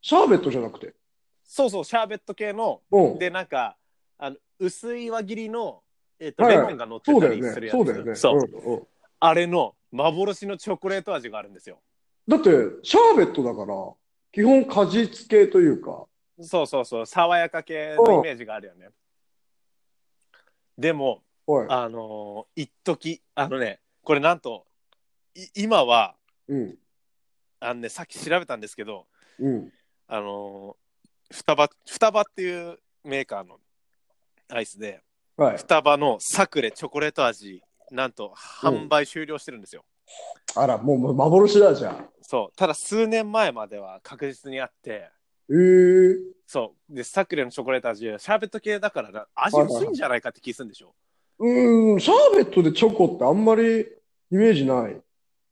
Speaker 2: シャーベットじゃなくて。
Speaker 1: そうそう、シャーベット系の、
Speaker 2: うん。
Speaker 1: で、なんか、あの、薄い輪切りの、えっ、と、
Speaker 2: はい
Speaker 1: レ
Speaker 2: はい
Speaker 1: モンが乗って
Speaker 2: そう
Speaker 1: た
Speaker 2: だよ
Speaker 1: りする
Speaker 2: ね。
Speaker 1: やつ。
Speaker 2: そうだよね。
Speaker 1: そう
Speaker 2: うんうん
Speaker 1: あれの、幻のチョコレート味があるんですよ。
Speaker 2: だって、シャーベットだから、基本果実系というか、
Speaker 1: そうそうそう、爽やか系のイメージがあるよね。でも、
Speaker 2: はい。
Speaker 1: あのー一時あのね、これなんと、い今は、
Speaker 2: うん。
Speaker 1: あのね、さっき調べたんですけど、
Speaker 2: うん。
Speaker 1: あのー、双葉、双葉っていうメーカーのアイスで、
Speaker 2: はい。
Speaker 1: 双葉のサクレチョコレート味、なんと販売終了してるんですよ。
Speaker 2: あら、もうもう幻だじゃん。
Speaker 1: そう、ただ数年前までは確実にあって、
Speaker 2: えー、
Speaker 1: そう、で、サクレのチョコレート味、シャーベット系だからな、味薄いんじゃないかって気するんでしょ。
Speaker 2: うーん、シャーベットでチョコってあんまりイメージない。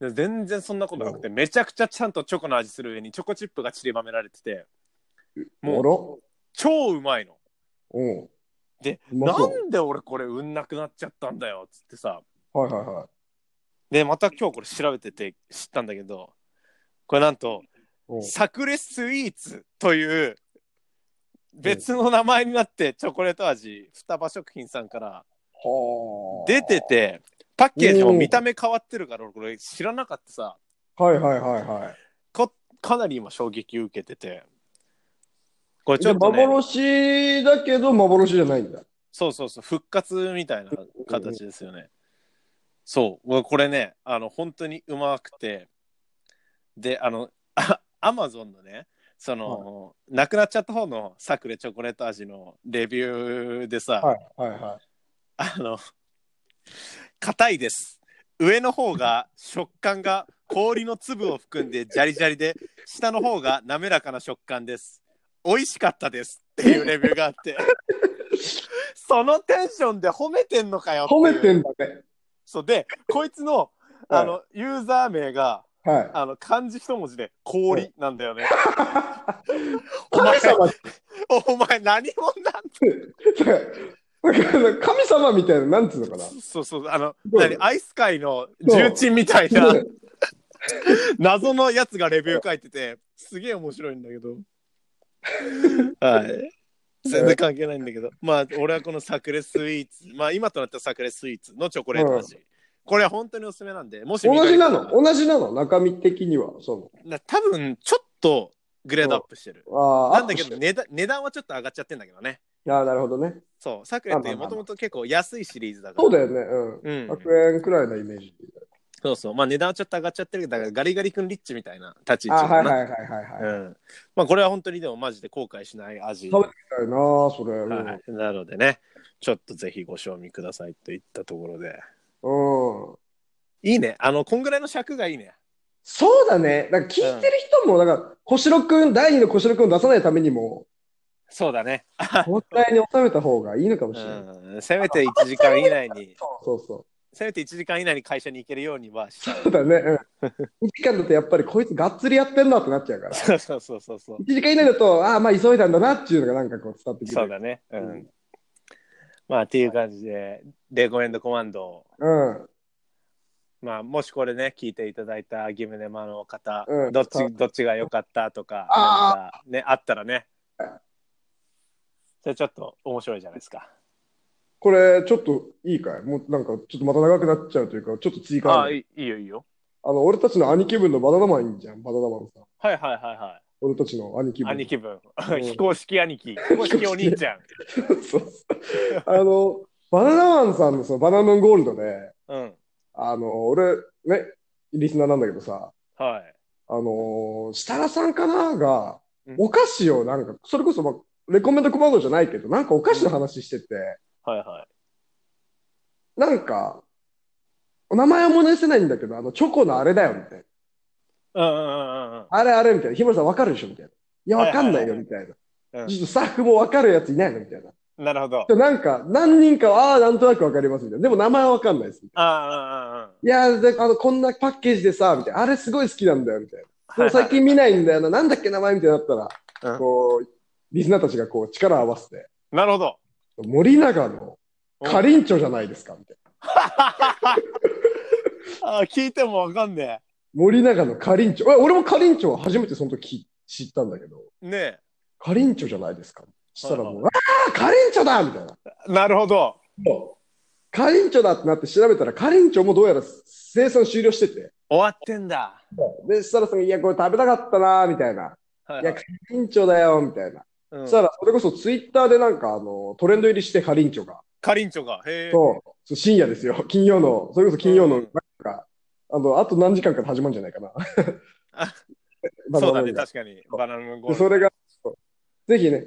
Speaker 1: で全然そんなことなくて、めちゃくちゃちゃんとチョコの味する上にチョコチップが散りばめられてて、もう
Speaker 2: も
Speaker 1: 超うまいの。
Speaker 2: ろうん。
Speaker 1: で、
Speaker 2: うま
Speaker 1: な
Speaker 2: そうん
Speaker 1: で俺これうんなくなっちゃったんだよっつってさ
Speaker 2: はいはいはい。
Speaker 1: でまた今日これ調べてて知ったんだけどこれなんと
Speaker 2: おう
Speaker 1: サクレスイーツという別の名前になってチョコレート味双葉食品さんから
Speaker 2: はあ
Speaker 1: 出ててパッケージも見た目変わってるから俺これ知らなかったさ
Speaker 2: はいはいはいはい。
Speaker 1: こかなり今衝撃受けててこれち
Speaker 2: じゃ
Speaker 1: ょ
Speaker 2: あ
Speaker 1: っと、ね、
Speaker 2: 幻だけど幻じゃないんだ。
Speaker 1: そうそうそう復活みたいな形ですよねそう俺これねあの本当にうまくてであの アマゾンのねその、なくなっちゃった方のサクレチョコレート味のレビューでさ、
Speaker 2: はいはいは
Speaker 1: あの、硬いです。上の方が食感が氷の粒を含んでジャリジャリで、下の方が滑らかな食感です。美味しかったですっていうレビューがあって、そのテンションで褒めてんのかよ
Speaker 2: い。
Speaker 1: ってい
Speaker 2: 褒
Speaker 1: う
Speaker 2: めてんだね。
Speaker 1: そうで、こいつのあの、ユーザー名が
Speaker 2: はい。
Speaker 1: あの漢字一文字で氷なんだよ ね。お前
Speaker 2: 神様って
Speaker 1: お前何者なん
Speaker 2: なんかなんか神様みたいな、なんつうのかな。
Speaker 1: そうそう、あの、
Speaker 2: どう
Speaker 1: 何アイス界の重鎮みたいな
Speaker 2: どう
Speaker 1: 謎のやつがレビュー書いてて、すげえ面白いんだけど。はい。全然関係ないんだけど、まあ、俺はこのサクレスイーツ、まあ、今となったサクレスイーツのチョコレート味。これは本当におすすめなんで、もし見か
Speaker 2: 同
Speaker 1: け
Speaker 2: じ
Speaker 1: た
Speaker 2: な
Speaker 1: ら
Speaker 2: の同じなの中身的には。そ
Speaker 1: な多分、ちょっとグレードアップしてる。
Speaker 2: のああ、
Speaker 1: なんだけ
Speaker 2: アッ
Speaker 1: ど
Speaker 2: プし
Speaker 1: 値段、値段はちょっと上がっちゃってんだけどね。
Speaker 2: てああ、なるほどね。
Speaker 1: そう、サクレってもともと結構安いシリーズだから。
Speaker 2: そうだよね。うん。
Speaker 1: うん。
Speaker 2: 100円くらいのイメージ。
Speaker 1: そうそう。まあ値段はちょっと上がっちゃってるけど、だからガリガリ君リッチみたいな立ち位
Speaker 2: あ
Speaker 1: 置
Speaker 2: あ、はいは
Speaker 1: い。
Speaker 2: いはいはい。は
Speaker 1: う
Speaker 2: い
Speaker 1: ん。まあこれは本当にでもマジで後悔しない味。
Speaker 2: 食べ
Speaker 1: は
Speaker 2: てみたいな、それ。うん。
Speaker 1: い。なのでね、ちょっとぜひご賞味くださいといったところで。
Speaker 2: うん
Speaker 1: いいね。あの、こんぐらいの尺がいいね。
Speaker 2: そうだね。なんか聞いてる人も、なんか、小四郎くん、第二の小四郎くんを出さないためにも、
Speaker 1: そうだね。
Speaker 2: もったいに収めた方がいいのかもしれない。
Speaker 1: うん。せめて1時間以内に、
Speaker 2: そうそうそう。
Speaker 1: せめて1時間以内に会社に行けるようにはしたい
Speaker 2: そうだね。うん。2 時間だとやっぱりこいつがっつりやってんなってなっちゃうから。
Speaker 1: そうそうそうそうそう。
Speaker 2: 1時間以内だと、ああ、まあ急いだんだなっていうのがなんかこう伝わってくる。
Speaker 1: そうだね。う
Speaker 2: うんん。
Speaker 1: まあっていう感じで、レゴエンドコマンドを
Speaker 2: うん。
Speaker 1: まあ、もしこれね、聞いていただいたギムネマの方、
Speaker 2: うん
Speaker 1: どっち、どっちが良かったとか、
Speaker 2: あー
Speaker 1: なんかね、あったらね。それちょっと面白いじゃないですか。
Speaker 2: これ、ちょっといいかいもうなんか、ちょっとまた長くなっちゃうというか、ちょっと追加
Speaker 1: あ
Speaker 2: あ
Speaker 1: あ、
Speaker 2: る。
Speaker 1: いいいいよいいよ。
Speaker 2: あの、俺たちの兄貴分のバナナマンいいじゃん、バナナマンさん。
Speaker 1: はいはいはいは
Speaker 2: 俺たちの兄貴
Speaker 1: い。
Speaker 2: 分。
Speaker 1: 兄貴分。
Speaker 2: ん
Speaker 1: 非公式兄貴。非公式お兄ちゃん。
Speaker 2: そうそう。あの、バナナマンさんのそのバナナマンゴールドで、
Speaker 1: うん。
Speaker 2: あの、俺、ね、リスナーなんだけどさ、
Speaker 1: はい。
Speaker 2: あの、設楽さんかなが
Speaker 1: うん、
Speaker 2: お菓子をなんか、それこそ、まあ、レコメンドコマンドじゃないけど、なんかお菓子の話してて、
Speaker 1: はいは
Speaker 2: なんか、お名前は思い出せないんだけど、あの、チョコのあれだよ、みたいな。
Speaker 1: い。うんうんうんうん
Speaker 2: あれあれ、みたいな。日村さんわかるでしょ、みたいな。いや、わかんないよ、
Speaker 1: はいはいはい
Speaker 2: みたいな。
Speaker 1: うん
Speaker 2: ちょっとスタッフもわかるやついないのみたいな。
Speaker 1: うん。なるほど。
Speaker 2: でなんか、何人かは、ああ、なんとなくわかります、みたいな。でも名前はわかんないです、みたいな。
Speaker 1: あ
Speaker 2: いやーであの、こんなパッケージでさ、みたいな、あれすごい好きなんだよ、みたいな。
Speaker 1: あ。
Speaker 2: でも最近見ないんだよな、なんだっけ名前みたいになったら、
Speaker 1: うん
Speaker 2: こう、リスナーたちがこう、力を合わせて、
Speaker 1: なるほど。
Speaker 2: 森永のカリンチョじゃないですか、みたいな。
Speaker 1: あー聞いてもわかんね
Speaker 2: 森永のカリンチョ。え俺もカリンチョは初めてその時知ったんだけど、
Speaker 1: え。ね
Speaker 2: カリンチョじゃないですか。そしたら
Speaker 1: は
Speaker 2: もう、ああ、カリンチョだみたいな。
Speaker 1: え。なるほど。
Speaker 2: カリンチョだってなって調べたら、カリンチョもどうやら生産終了してて、
Speaker 1: 終わってんだ。
Speaker 2: で、設楽さんが、いや、これ食べたかったな、みたいな。
Speaker 1: はいいは
Speaker 2: や、
Speaker 1: い
Speaker 2: カリンチョだよ、みたいな。
Speaker 1: う
Speaker 2: そ
Speaker 1: ん
Speaker 2: したら、それこそツイッターでなんかあのトレンド入りして、カリンチョが。
Speaker 1: かりんちょが。へえ。
Speaker 2: そうそう深夜ですよ、 金曜の、それこそ金曜の、
Speaker 1: う
Speaker 2: なんんか、あの、あと何時間から始まるんじゃないかな。
Speaker 1: あ
Speaker 2: バナ
Speaker 1: そう
Speaker 2: ナ
Speaker 1: だ
Speaker 2: ムー
Speaker 1: ね、
Speaker 2: ンが
Speaker 1: 確かに。バナナムーンゴー
Speaker 2: で
Speaker 1: ルド
Speaker 2: それが、そうぜひね、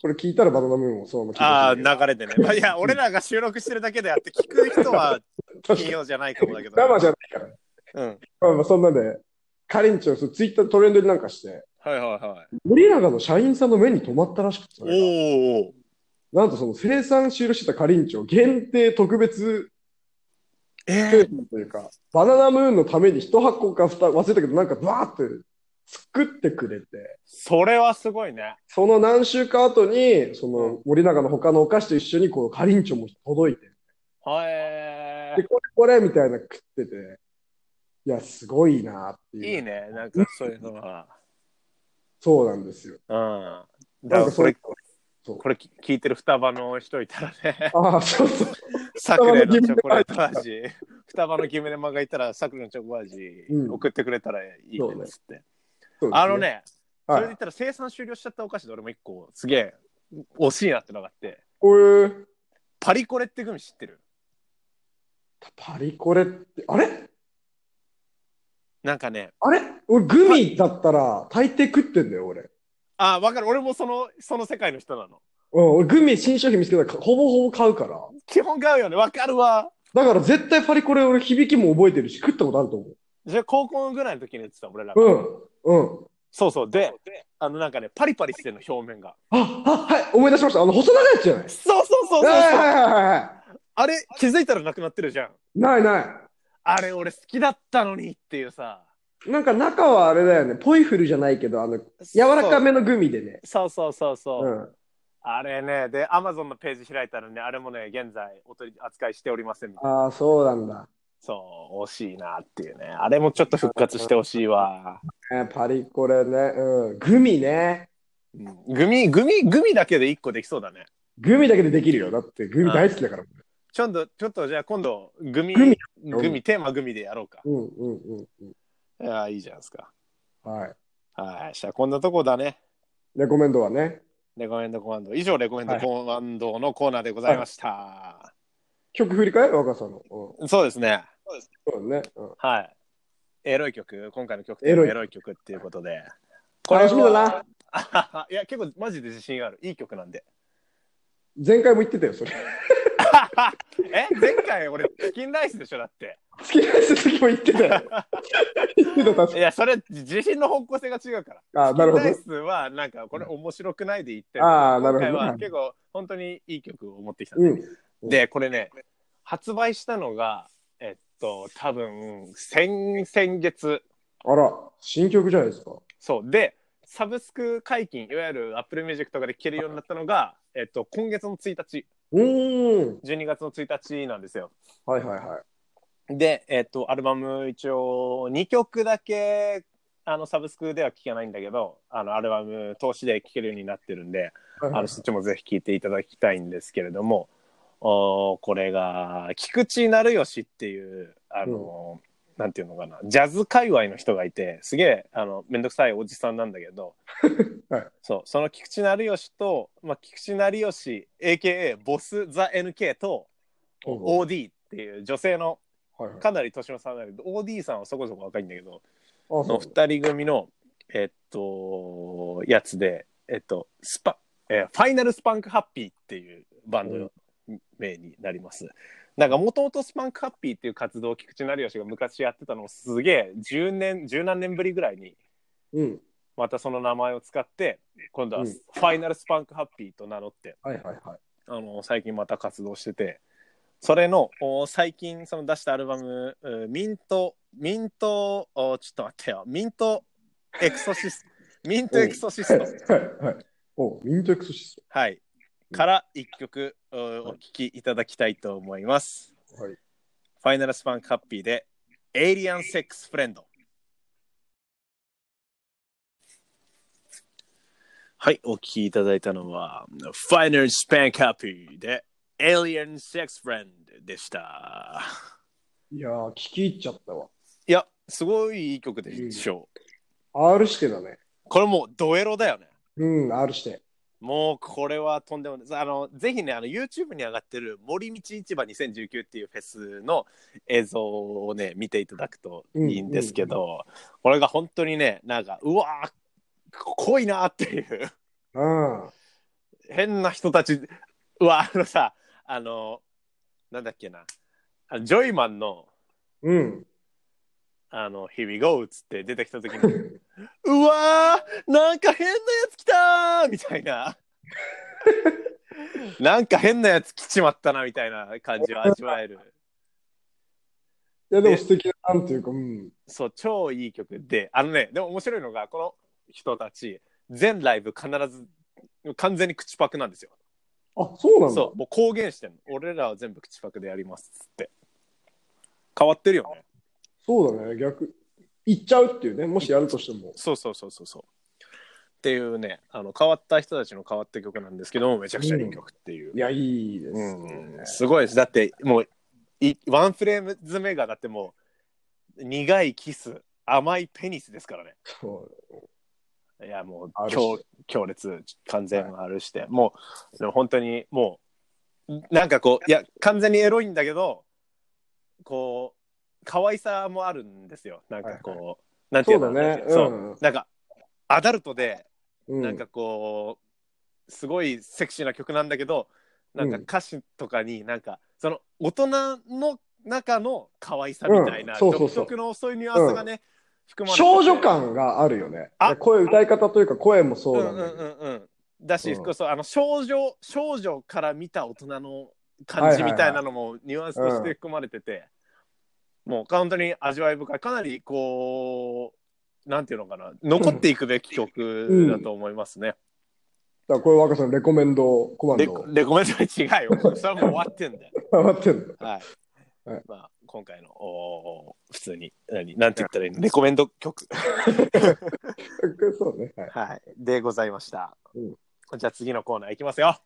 Speaker 2: これ聞いたらバナナムーンをそのま
Speaker 1: ああ、
Speaker 2: ま聞い
Speaker 1: 流
Speaker 2: て
Speaker 1: れでね。まあ、いや、俺らが収録してるだけであって、聞く人は
Speaker 2: ほしい
Speaker 1: 金曜じゃないかもだけど。
Speaker 2: 生じゃないから。
Speaker 1: うん。
Speaker 2: まあまあ、そんなんで、カリンチョ、そうツイッタートレンドになんかして、
Speaker 1: はいはいはい。
Speaker 2: 森永の社員さんの目に留まったらしくて、それが
Speaker 1: おお。
Speaker 2: なんとその生産終了してたカリンチョ限定特別
Speaker 1: え
Speaker 2: というか、バナナムーンのために一箱か二箱忘れたけど、なんかバーって作ってくれて、
Speaker 1: それはすごいね。
Speaker 2: その何週か後に、その森永の他のお菓子と一緒に、こう、カリンチョも届いて、
Speaker 1: へ
Speaker 2: で、これこれみたいな食ってて、いや、すごいなっていう。
Speaker 1: え。いいね。なんかそういうのは。
Speaker 2: そうなんですよ。
Speaker 1: うん。だ
Speaker 2: な
Speaker 1: か
Speaker 2: ん
Speaker 1: ら
Speaker 2: か
Speaker 1: こ
Speaker 2: そ
Speaker 1: れ
Speaker 2: れ、
Speaker 1: これ聞いてる双葉の人いたら ね、
Speaker 2: ああ、そうそう。
Speaker 1: サクレのチョコレート味、双葉のキメレマがいたらサクレのチョコ味
Speaker 2: うん
Speaker 1: 送ってくれたらいいね
Speaker 2: そうね
Speaker 1: っつって。
Speaker 2: そうです
Speaker 1: あの、ね、そ
Speaker 2: は
Speaker 1: れで
Speaker 2: い
Speaker 1: 言ったら生産終了しちゃったお菓子で俺も一個すげえ惜しいなってのがあって、
Speaker 2: これ、
Speaker 1: パリコレってグミ知ってる
Speaker 2: パリコレって、あれ
Speaker 1: なんかね、
Speaker 2: あれ俺、グミだったら、大抵食ってんだよ、俺。
Speaker 1: あ、わかる。俺もその、その世界の人なの。
Speaker 2: うん、俺、グミ新商品見つけたら、ほぼほぼ買うから。
Speaker 1: 基本買うよね。わかるわ。
Speaker 2: だから、絶対パリコレ、俺、響きも覚えてるし、食ったことあると思
Speaker 1: じゃあ高校ぐらいの時に言ってた俺らが。
Speaker 2: う。うん、うん。
Speaker 1: そうそう。で、あのなんかね、パリパリしてんの表面が。
Speaker 2: あ、あ、はい、思い出しました。あの、細長いやつじゃない
Speaker 1: そうそうそうそう。
Speaker 2: はいはいはいはいは
Speaker 1: あれ、気づいたらなくなってるじゃん。
Speaker 2: い。ないない。
Speaker 1: あれ、俺好きだったのにっていうさ。
Speaker 2: なんか中はあれだよね、ポイフルじゃないけど、あの、柔らかめのグミでね。
Speaker 1: そうそうそうそうう。
Speaker 2: ん。
Speaker 1: あれね、で、アマゾンのページ開いたらね、あれもね、現在お取り扱いしておりませんみたいな。
Speaker 2: ああ、そうなんだ。
Speaker 1: そう、惜しいなっていうね。あれもちょっと復活してほしいわ。
Speaker 2: えパリコレね、うん。グミね。
Speaker 1: うんグミ、グミ、グミだけで一個できそうだね。
Speaker 2: グミだけでできるよ。だってグミ大好きだから。
Speaker 1: ちょっと、ちょっとじゃあ今度、グミ、
Speaker 2: グミ
Speaker 1: グミテーマグミでやろうか。
Speaker 2: うんうんうん
Speaker 1: いや、いいじゃないですか。
Speaker 2: うん。はい。
Speaker 1: はい。じゃあ、こんなとこだね。
Speaker 2: レコメンドはね。
Speaker 1: レコメンドコマンド。以上、レコメンドコマンドのコーナーでございました。
Speaker 2: 曲振り返る若さんの。うん。そ
Speaker 1: そうですね。
Speaker 2: うだね。うん。
Speaker 1: はい。エロい曲、今回の曲
Speaker 2: エロい
Speaker 1: エロい曲っていうことで。
Speaker 2: 楽しみだな。
Speaker 1: な。 いや、結構マジで自信がある。いい曲なんで。
Speaker 2: 前回も言ってたよ、それ。
Speaker 1: え前回俺、チキンライスでしょだって。
Speaker 2: 好きな人時も言ってたよ。言ってた、確
Speaker 1: いや、それ、自信の方向性が違うから。
Speaker 2: か。ああ、なるほ
Speaker 1: チキン
Speaker 2: ど
Speaker 1: ライ。スは、なんか、これ面白くないで言って
Speaker 2: ああ、なるほ
Speaker 1: 今回
Speaker 2: ど
Speaker 1: は
Speaker 2: はい。
Speaker 1: 結構、本当にいい曲を持ってきたんで
Speaker 2: うん。
Speaker 1: で、これね、発売したのが、えっと、多分、先、先月。
Speaker 2: あら、新曲じゃないですか。
Speaker 1: そう。で、サブスク解禁、いわゆる Apple Music とかで聴けるようになったのが、えっと、今月の1日、
Speaker 2: うーん。
Speaker 1: 12月の1日なんですよ。
Speaker 2: はいはいはい。
Speaker 1: で、えっと、アルバム一応2曲だけ、あの、サブスクでは聴けないんだけど、あの、アルバム投資で聴けるようになってるんで、あの、そっちもぜひ聴いていただきたいんですけれども、おーこれが、菊池成吉っていう、あの、なんていうのかな、ジャズ界隈の人がいて、すげえ、あの、めんどくさいおじさんなんだけ ど、
Speaker 2: はい
Speaker 1: そう、その菊池成吉と、まあ、菊池成吉、AKA ボス・ザ・ NK と、
Speaker 2: お
Speaker 1: OD っていう女性の、
Speaker 2: はいはい。あ、
Speaker 1: かなり年の差なんだけど、OD さんはそこそこ若いんだけど、
Speaker 2: そう
Speaker 1: の二人組の、えっと、やつで、えっと、スパ、えーファイナルスパンクハッピーっていうバンドの名になります。なんか、もともとスパンクハッピーっていう活動を菊池成吉が昔やってたのをすげえ、10年、十何年ぶりぐらいに、
Speaker 2: うん。
Speaker 1: またその名前を使って、今度は
Speaker 2: うん
Speaker 1: ファイナルスパンクハッピーと名乗って、
Speaker 2: はいはいはい。
Speaker 1: あの、最近また活動してて、それの、お最近その出したアルバム、うミント、ミント、おちょっと待ってよ、ミントエクソシスト、ミントエクソシスト、
Speaker 2: はいはい。おミントエクソシス
Speaker 1: はい、から一曲おお聴きいただきたいと思います。
Speaker 2: ト。はい。
Speaker 1: ファイナルスパンクハッピーで、エイリアンセックスフレンド。はい、お聴きいただいたのは、ファイナルスパンクハッピーで、エイリアンセックスフレンドでした。
Speaker 2: いやー、聞き入っちゃったわ。
Speaker 1: いや、すごいいい曲でしょ
Speaker 2: R してだね。
Speaker 1: う。これもうドエロだよね。
Speaker 2: うん、R して。
Speaker 1: もうこれはとんでもない。あの、ぜひね、あの、YouTube に上がってる森道市場2019っていうフェスの映像をね、見ていただくといいんですけど、これが本当にね、なんか、うわー、濃いなーっていう、
Speaker 2: うん。
Speaker 1: 変な人たち、うわ、あのさ、あの、なんだっけな、あのジョイマンの、
Speaker 2: うん。
Speaker 1: あの、Here we go! っつって出てきた 時に、うわーなんか変なやつ来たーみたい な。なんか変なやつ来ちまったなみたいな感じを味わえる。
Speaker 2: いや、でも素敵だな、なんていうか、うん。
Speaker 1: そう、超いい曲で、あのね、でも面白いのが、この人たち、全ライブ必ず、完全に口パクなんですよ。
Speaker 2: あ、そうなんだ。
Speaker 1: そう、もう公言してんの。俺らは全部口パクでやりますっつって。変わってるよね。
Speaker 2: そうだね、逆。行っちゃうっていうね、もしやるとしても。
Speaker 1: そうそうそうそうそう。っていうね、あの変わった人たちの変わった曲なんですけども、めちゃくちゃいい曲っていう。
Speaker 2: いや、いいですね。
Speaker 1: うん、すごいです。だって、もう、いワンフレーム詰めが、だってもう、苦いキス、甘いペニスですからね。
Speaker 2: そう
Speaker 1: いや、もう
Speaker 2: あ、るし
Speaker 1: 強強烈、完全あるして、もう、でも本当に、もう、なんかこう、いや、完全にエロいんだけど、こう、可愛さもあるんですよ。なんかこう、なんていうの
Speaker 2: そうだね
Speaker 1: そう
Speaker 2: うん
Speaker 1: なんか、アダルトで、
Speaker 2: う
Speaker 1: なんかこう、すごいセクシーな曲なんだけど、なんか
Speaker 2: うん
Speaker 1: 歌詞とかになんか、その大人の中の可愛さみたいな、
Speaker 2: うんそうそうそう
Speaker 1: 独特のそういうニュアンスがね、含まれてて
Speaker 2: 少女感があるよね。
Speaker 1: あ
Speaker 2: 声、歌い方というか声もそう
Speaker 1: う
Speaker 2: うんなん
Speaker 1: ん
Speaker 2: だけど。
Speaker 1: うんうん。だし、
Speaker 2: うん
Speaker 1: こそあの少女少女から見た大人の感じみたいなのもニュアンスとして含まれてて、もう本当に味わい深いかなりこうなんていうのかな残っていくべき曲だと思いますね。
Speaker 2: だからこれ若さんレコメンドコマン
Speaker 1: レ
Speaker 2: ド
Speaker 1: レコメンドは違う よ。それはもう終わってんだよ。
Speaker 2: 上がってる
Speaker 1: はい。
Speaker 2: はい
Speaker 1: まあ、今回の、おー普通に、何、なんて言ったらいいのレコメンド曲。
Speaker 2: そうね。はい
Speaker 1: はい。でございました。
Speaker 2: うん
Speaker 1: じゃあ次のコーナーいきますよ。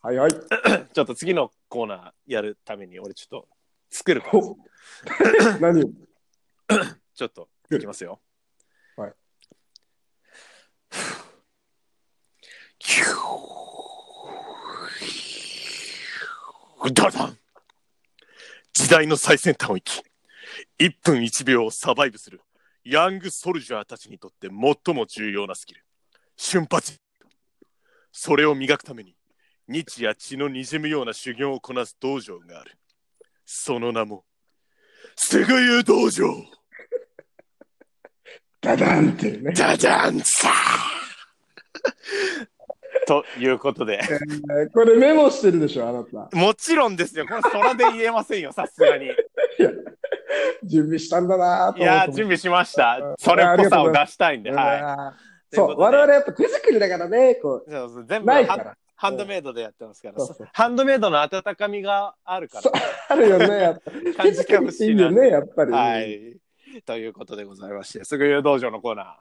Speaker 2: はいはい。
Speaker 1: ちょっと次のコーナーやるために、俺ちょっと作るから、
Speaker 2: お 何を
Speaker 1: ちょっといきますよ。
Speaker 2: はい。
Speaker 1: キューダダン時代の最先端を生き、1分1秒をサバイブする、ヤングソルジャーたちにとって最も重要なスキル、瞬発。それを磨くために、日夜血の滲むような修行をこなす道場がある。その名も、すぐ湯道場
Speaker 2: ダダンっていうね。
Speaker 1: ダダンサー ということで、
Speaker 2: えーこれメモしてるでしょ、あなた。
Speaker 1: もちろんですよ、これ、空で言えませんよ、さすがに。 い
Speaker 2: 準備したんだなぁと思
Speaker 1: や
Speaker 2: っ
Speaker 1: ー、
Speaker 2: て。
Speaker 1: 準備しました。それっぽさを出したいんで、は
Speaker 2: はい。そう、我々やっぱ手作りだからね、こ
Speaker 1: い。そうそう全
Speaker 2: う、
Speaker 1: 部
Speaker 2: ない
Speaker 1: ハ
Speaker 2: か
Speaker 1: ン
Speaker 2: ら。
Speaker 1: ハンドメイドでやってますから
Speaker 2: そうそう、
Speaker 1: ハンドメイドの温かみがあるか
Speaker 2: そうあるよね、やっぱ
Speaker 1: ら、 感
Speaker 2: 手
Speaker 1: じて
Speaker 2: 作り
Speaker 1: ほ
Speaker 2: って
Speaker 1: し
Speaker 2: い
Speaker 1: い
Speaker 2: い
Speaker 1: な
Speaker 2: よ。ね、やっぱり。
Speaker 1: はい。ということでございまして、すぐ言う道場のコーナー。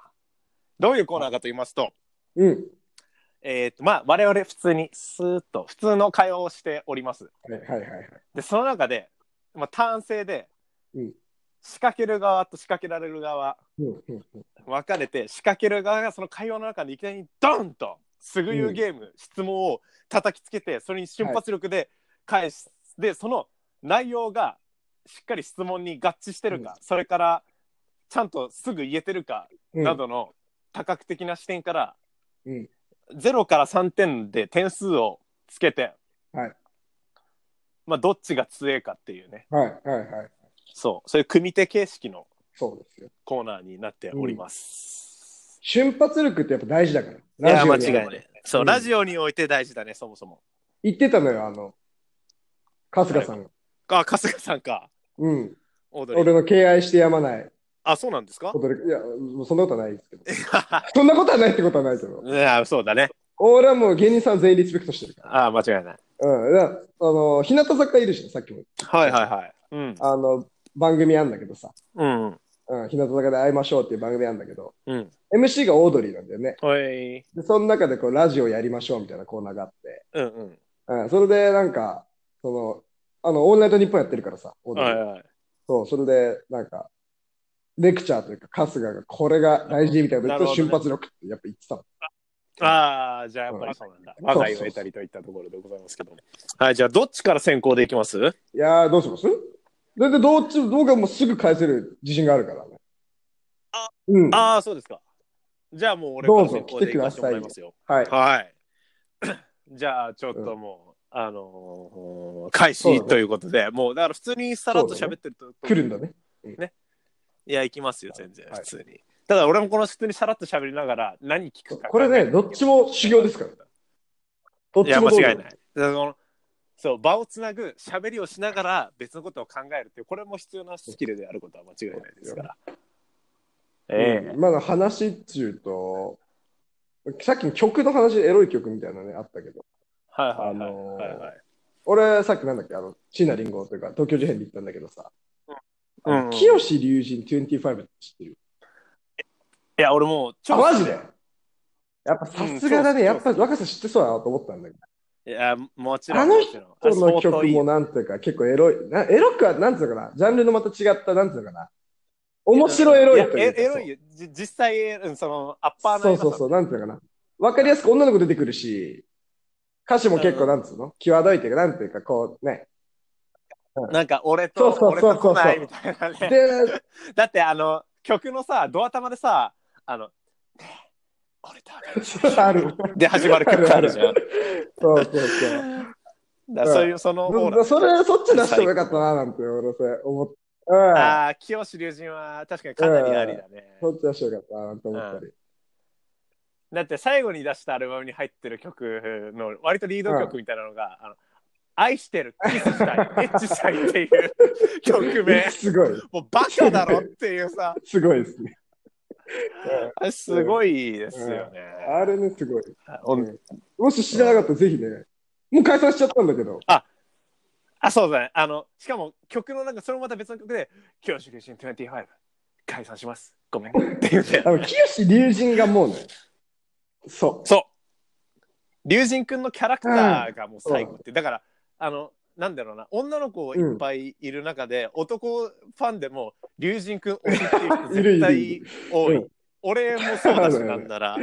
Speaker 1: どういうコーナーかと言いますと、
Speaker 2: うん。
Speaker 1: えっと、まあ、我々普通にスーッと普通の会話をしております。
Speaker 2: はいはいはいはい。
Speaker 1: でその中で、まあ、単性で、
Speaker 2: うん
Speaker 1: 仕掛ける側と仕掛けられる側
Speaker 2: うんうんうん
Speaker 1: 分かれて仕掛ける側がその会話の中でいきなりドンとすぐ言うゲーム、質問を叩きつけてそれに瞬発力で返す、でその内容がしっかり質問に合致してるか、
Speaker 2: うん
Speaker 1: それからちゃんとすぐ言えてるか
Speaker 2: うん
Speaker 1: などの多角的な視点から、
Speaker 2: うん
Speaker 1: 0から3点で点数をつけて、
Speaker 2: はい
Speaker 1: まあ、どっちが強いかっていうね
Speaker 2: はいはいはい。
Speaker 1: そう、そういう組手形式の
Speaker 2: そうですよ。
Speaker 1: コーナーになっております。
Speaker 2: 瞬発力ってやっぱ大事だから。
Speaker 1: いや、
Speaker 2: ラジ
Speaker 1: 間
Speaker 2: オに
Speaker 1: 違いない。そう、
Speaker 2: うん
Speaker 1: ラジオにおいて大事だね、そもそも。
Speaker 2: 言ってたのよ、あの、春日さんが。
Speaker 1: あ、春日さんか、
Speaker 2: うん。
Speaker 1: オードリー。
Speaker 2: 俺の敬愛してやまない
Speaker 1: あ、そうなんですか
Speaker 2: 踊り。いや、そんなことはないですけ ど。そんなことはないってことはないけど。
Speaker 1: いや、そうだね。
Speaker 2: 俺はもう芸人さん全員リスペクトしてるか
Speaker 1: あ、間違いない。
Speaker 2: ら。うん。だからあの、日向坂いるじゃん、さっきも。
Speaker 1: はいはいはい。うん。
Speaker 2: あの、番組あんだけどさ。
Speaker 1: うん。
Speaker 2: うん。日向坂で会いましょうっていう番組あんだけど。
Speaker 1: うん。
Speaker 2: MC がオードリーなんだよね。
Speaker 1: おい。
Speaker 2: で、その中でこう、ラジオやりましょうみたいなコーナーがあって。
Speaker 1: うんうん。
Speaker 2: うん。それでなんか、その、あの、オールナイトニッポンやってるからさ、オードリー。
Speaker 1: はいはい。
Speaker 2: そう、それで、なんか、レクチャーというか、春日がこれが大事みたいなことを
Speaker 1: なる
Speaker 2: 瞬
Speaker 1: ほどね
Speaker 2: 発力ってやっぱ言ってたの。
Speaker 1: ああ、じゃあやっぱりそうなんだ。我が家を得たりといったところでございますけども。はい、じゃあどっちから先行でいきます
Speaker 2: いやー、どうしますだってどっち、僕はもうすぐ返せる自信があるからね。
Speaker 1: あ
Speaker 2: うん。は
Speaker 1: ああ、そうですか。じゃあもう俺から先行でいかせてもらいますよ。
Speaker 2: い。
Speaker 1: はい。 じゃあ、ちょっともう、あのー開始ということで、もう、だから普通にさらっと喋ってると、
Speaker 2: 来るんだね。
Speaker 1: いや、行きますよ、全然、
Speaker 2: はい
Speaker 1: 普通に。ただ、俺もこの普通にさらっと喋りながら、何聞くか。。
Speaker 2: これねどっちも修行ですからどっ
Speaker 1: い
Speaker 2: ち
Speaker 1: や、
Speaker 2: も
Speaker 1: 間
Speaker 2: どう
Speaker 1: 違いない。だからそのそう場をつなぐ喋りをしながら別のことを考えるっていうこれも必要なスキルであることは間違いないですから。ええ
Speaker 2: うんまだ話っちゅうと、さっきの曲の話、エロい曲みたいなのね、あったけど。
Speaker 1: はいはいはい
Speaker 2: あのー
Speaker 1: はいはい
Speaker 2: 俺、さっきなんだっけ、あの、椎名林檎というか、東京事変で行ったんだけどさ、
Speaker 1: うん
Speaker 2: あの清志龍神25って知ってる。
Speaker 1: いや俺もう
Speaker 2: あ、
Speaker 1: 超
Speaker 2: マジでやっぱさすがだね、
Speaker 1: うん
Speaker 2: やっぱ若さ知ってそうだなと思ったんだけ
Speaker 1: いやもちろん
Speaker 2: あの
Speaker 1: もちろん
Speaker 2: ど、この
Speaker 1: 相当
Speaker 2: 曲
Speaker 1: いい
Speaker 2: もなんていうか、結構エロい。なエロくは、なんていうのかな、ジャンルのまた違った、なんていうのかな、面白エロいというか。
Speaker 1: やエロいよじ実際うんそのアッパーの
Speaker 2: そ
Speaker 1: エ
Speaker 2: うそ
Speaker 1: ロ
Speaker 2: う
Speaker 1: さ
Speaker 2: そう、なんていうのかな。わかりやすく女の子出てくるし、歌詞も結構、
Speaker 1: うん
Speaker 2: なんつうの際どいというか、なんていうか、こ うね。
Speaker 1: なんか俺と
Speaker 2: そうそうそうそ
Speaker 1: 俺と来
Speaker 2: う
Speaker 1: ないみたいなね
Speaker 2: で、
Speaker 1: だってあの曲のさドア玉でさあのねえ俺と
Speaker 2: ある。
Speaker 1: で始まる曲あるじゃん。
Speaker 2: そうそうそう。
Speaker 1: だからそういうそのオーラ
Speaker 2: それ、そっち出してもよかったな、なんて、俺、それ、思った。うん。
Speaker 1: ああ清志龍神は確かにかなりありだね。
Speaker 2: そっち出してもよかったな、なんて思ったり。
Speaker 1: だって最後に出したアルバムに入ってる曲の割とリード曲みたいなのが「あの愛してる」「キスしたい」「エッチしたい」っていう曲 名
Speaker 2: すごい。
Speaker 1: もうバカだろっていうさ
Speaker 2: すごいですね。
Speaker 1: あれすごいですよね。
Speaker 2: あれね、すごい。
Speaker 1: ほん
Speaker 2: もし知らなかったら、ぜひね。もう解散しちゃったんだけど。
Speaker 1: あそうだねあのしかも曲のなんかそれもまた別の曲で「清志龍神25解散しますごめん」って言って
Speaker 2: あの、清志龍神がもうね、そ
Speaker 1: そう龍神くんのキャラクターがもう最後って、だからあのなんだろうな女の子いっぱいいる中で、男ファンでも龍神くん推しっていう人
Speaker 2: いるいる
Speaker 1: 絶対多い
Speaker 2: うん
Speaker 1: 俺もそうだしなんなら、
Speaker 2: う。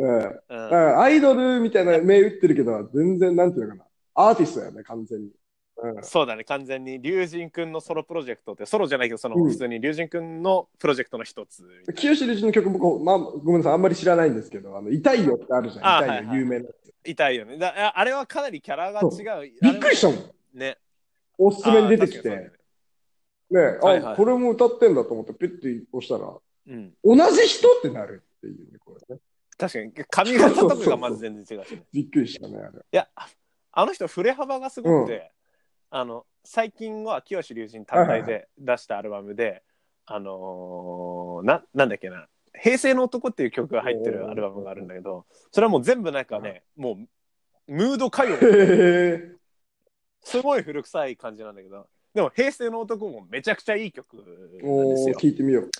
Speaker 2: うん。
Speaker 1: う
Speaker 2: だ
Speaker 1: ん
Speaker 2: からアイドルみたいな目打ってるけど、全然、なんていうのかな。アーティストやね、完全に。うん。
Speaker 1: そうだね完全に龍神くんのソロプロジェクトってソロじゃないけどその、
Speaker 2: うん
Speaker 1: 普通に龍神くんのプロジェクトの一つみたいな
Speaker 2: 清志龍神の曲、僕、まあ、ごめんなさい、あんまり知らないんですけど、あの、痛いよってあるじゃ
Speaker 1: あ
Speaker 2: ん。痛い
Speaker 1: はい
Speaker 2: よ、
Speaker 1: はい
Speaker 2: 有名な。
Speaker 1: 痛いよねだああれはかなりキャラが違う
Speaker 2: そう
Speaker 1: あれ
Speaker 2: びっくりしたもん。
Speaker 1: ね
Speaker 2: おすすめに出てき
Speaker 1: あー確かにそうだよね。
Speaker 2: てねあ、
Speaker 1: はいはい
Speaker 2: これも歌ってんだと思って、ピッて押したら、
Speaker 1: うん
Speaker 2: 同じ人ってなるっていうね、これね。
Speaker 1: 確かに髪型とかがまず全 然違うしね
Speaker 2: びっくりしたね、あれ。
Speaker 1: いや、ああの人、振れ幅がすごくて、あの、最近は清志龍神単体で出したアルバムで、あのーな、なんだっけな、平成の男っていう曲が入ってるアルバムがあるんだけど、それはもう全部なんかね、もう、ムード歌謡、
Speaker 2: へえ。
Speaker 1: すごい古臭い感じなんだけど、でも、平成の男もめちゃくちゃいい曲なん
Speaker 2: お
Speaker 1: です
Speaker 2: ー、
Speaker 1: よ。
Speaker 2: 聞いてみよう。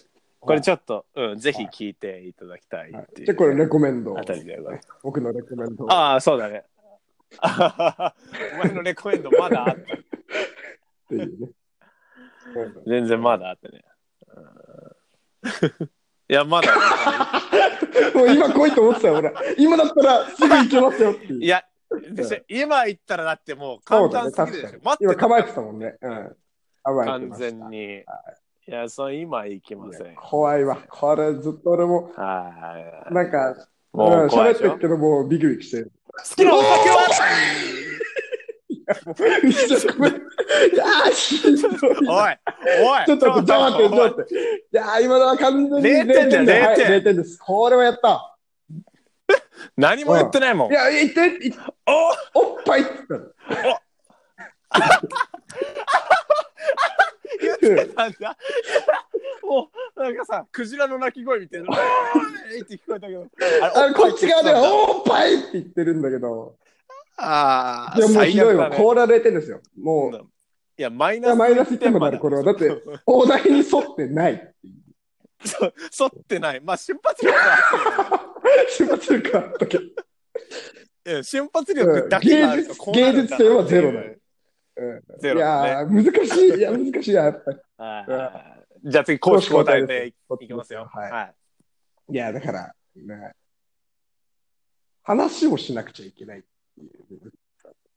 Speaker 1: これちょっと、うん、ぜひ聴いていただきたいっ
Speaker 2: はい
Speaker 1: ていう、
Speaker 2: じゃあこれ、レコメンド
Speaker 1: あ。たりでございます。
Speaker 2: 僕のレコメンド。
Speaker 1: ああ、そうだね。 あはははお前のレコメンドまだあ った。
Speaker 2: っていうね。
Speaker 1: 全然まだあってね。うん いや、まだ あ
Speaker 2: もう今来いと思ってたよ、俺。今だったらすぐ行けますよってい
Speaker 1: る。
Speaker 2: う。
Speaker 1: いや、でしょ今言ったらだってもう簡単すぎるでしょ。
Speaker 2: そうだね確か
Speaker 1: 待っ
Speaker 2: に今
Speaker 1: てた
Speaker 2: 構えてたもんね。うん。構えて
Speaker 1: 完
Speaker 2: ました
Speaker 1: 全に。いや、その今行きません。
Speaker 2: 怖いわ。これずっと俺も、
Speaker 1: はい。
Speaker 2: なんか、
Speaker 1: も
Speaker 2: う
Speaker 1: うん怖い
Speaker 2: 喋
Speaker 1: で
Speaker 2: っ
Speaker 1: してょ
Speaker 2: る。けど、もうビクビクし てる。
Speaker 1: 好きなお酒は
Speaker 2: ごめんいやー、ひどい。
Speaker 1: おいおい
Speaker 2: ちょっと待って、ちょっと待って、ちょっ
Speaker 1: おい
Speaker 2: と待って。いやー、今のは完全に
Speaker 1: 0点だよ0
Speaker 2: だ
Speaker 1: 点
Speaker 2: はい0点です。これはやった。
Speaker 1: 何も言ってないもん
Speaker 2: い。や、いって、い
Speaker 1: お
Speaker 2: おっぱいって言っ
Speaker 1: 言ってたんだ。 もう、なんかさ、クジラの鳴き声みたいな。おーいって聞こえたけど。
Speaker 2: た。あのこっち側で
Speaker 1: おい
Speaker 2: はおっぱいって言ってるんだけど。
Speaker 1: ああ、
Speaker 2: いや、もうひどい
Speaker 1: 最悪だ
Speaker 2: わ。
Speaker 1: ね
Speaker 2: これは0点ですよ。もう、
Speaker 1: いや、マイ
Speaker 2: いや
Speaker 1: ナス
Speaker 2: マイナス1点もなる、これは。だって、お題に沿ってない。
Speaker 1: そそってない。まあ、瞬発力はあっ
Speaker 2: 出発力あったけど。
Speaker 1: てうん瞬発力だけがあるとこうな
Speaker 2: 芸
Speaker 1: るん
Speaker 2: 術
Speaker 1: だな
Speaker 2: 芸術性はゼロだよ
Speaker 1: うん
Speaker 2: い
Speaker 1: ゼロだね。
Speaker 2: やー、難しい。いや、難しいな、やっぱり。
Speaker 1: あーじゃあ次、攻守交代でいいきますよ。
Speaker 2: はい
Speaker 1: はい
Speaker 2: いや、だから、ね、話をしなくちゃいけない。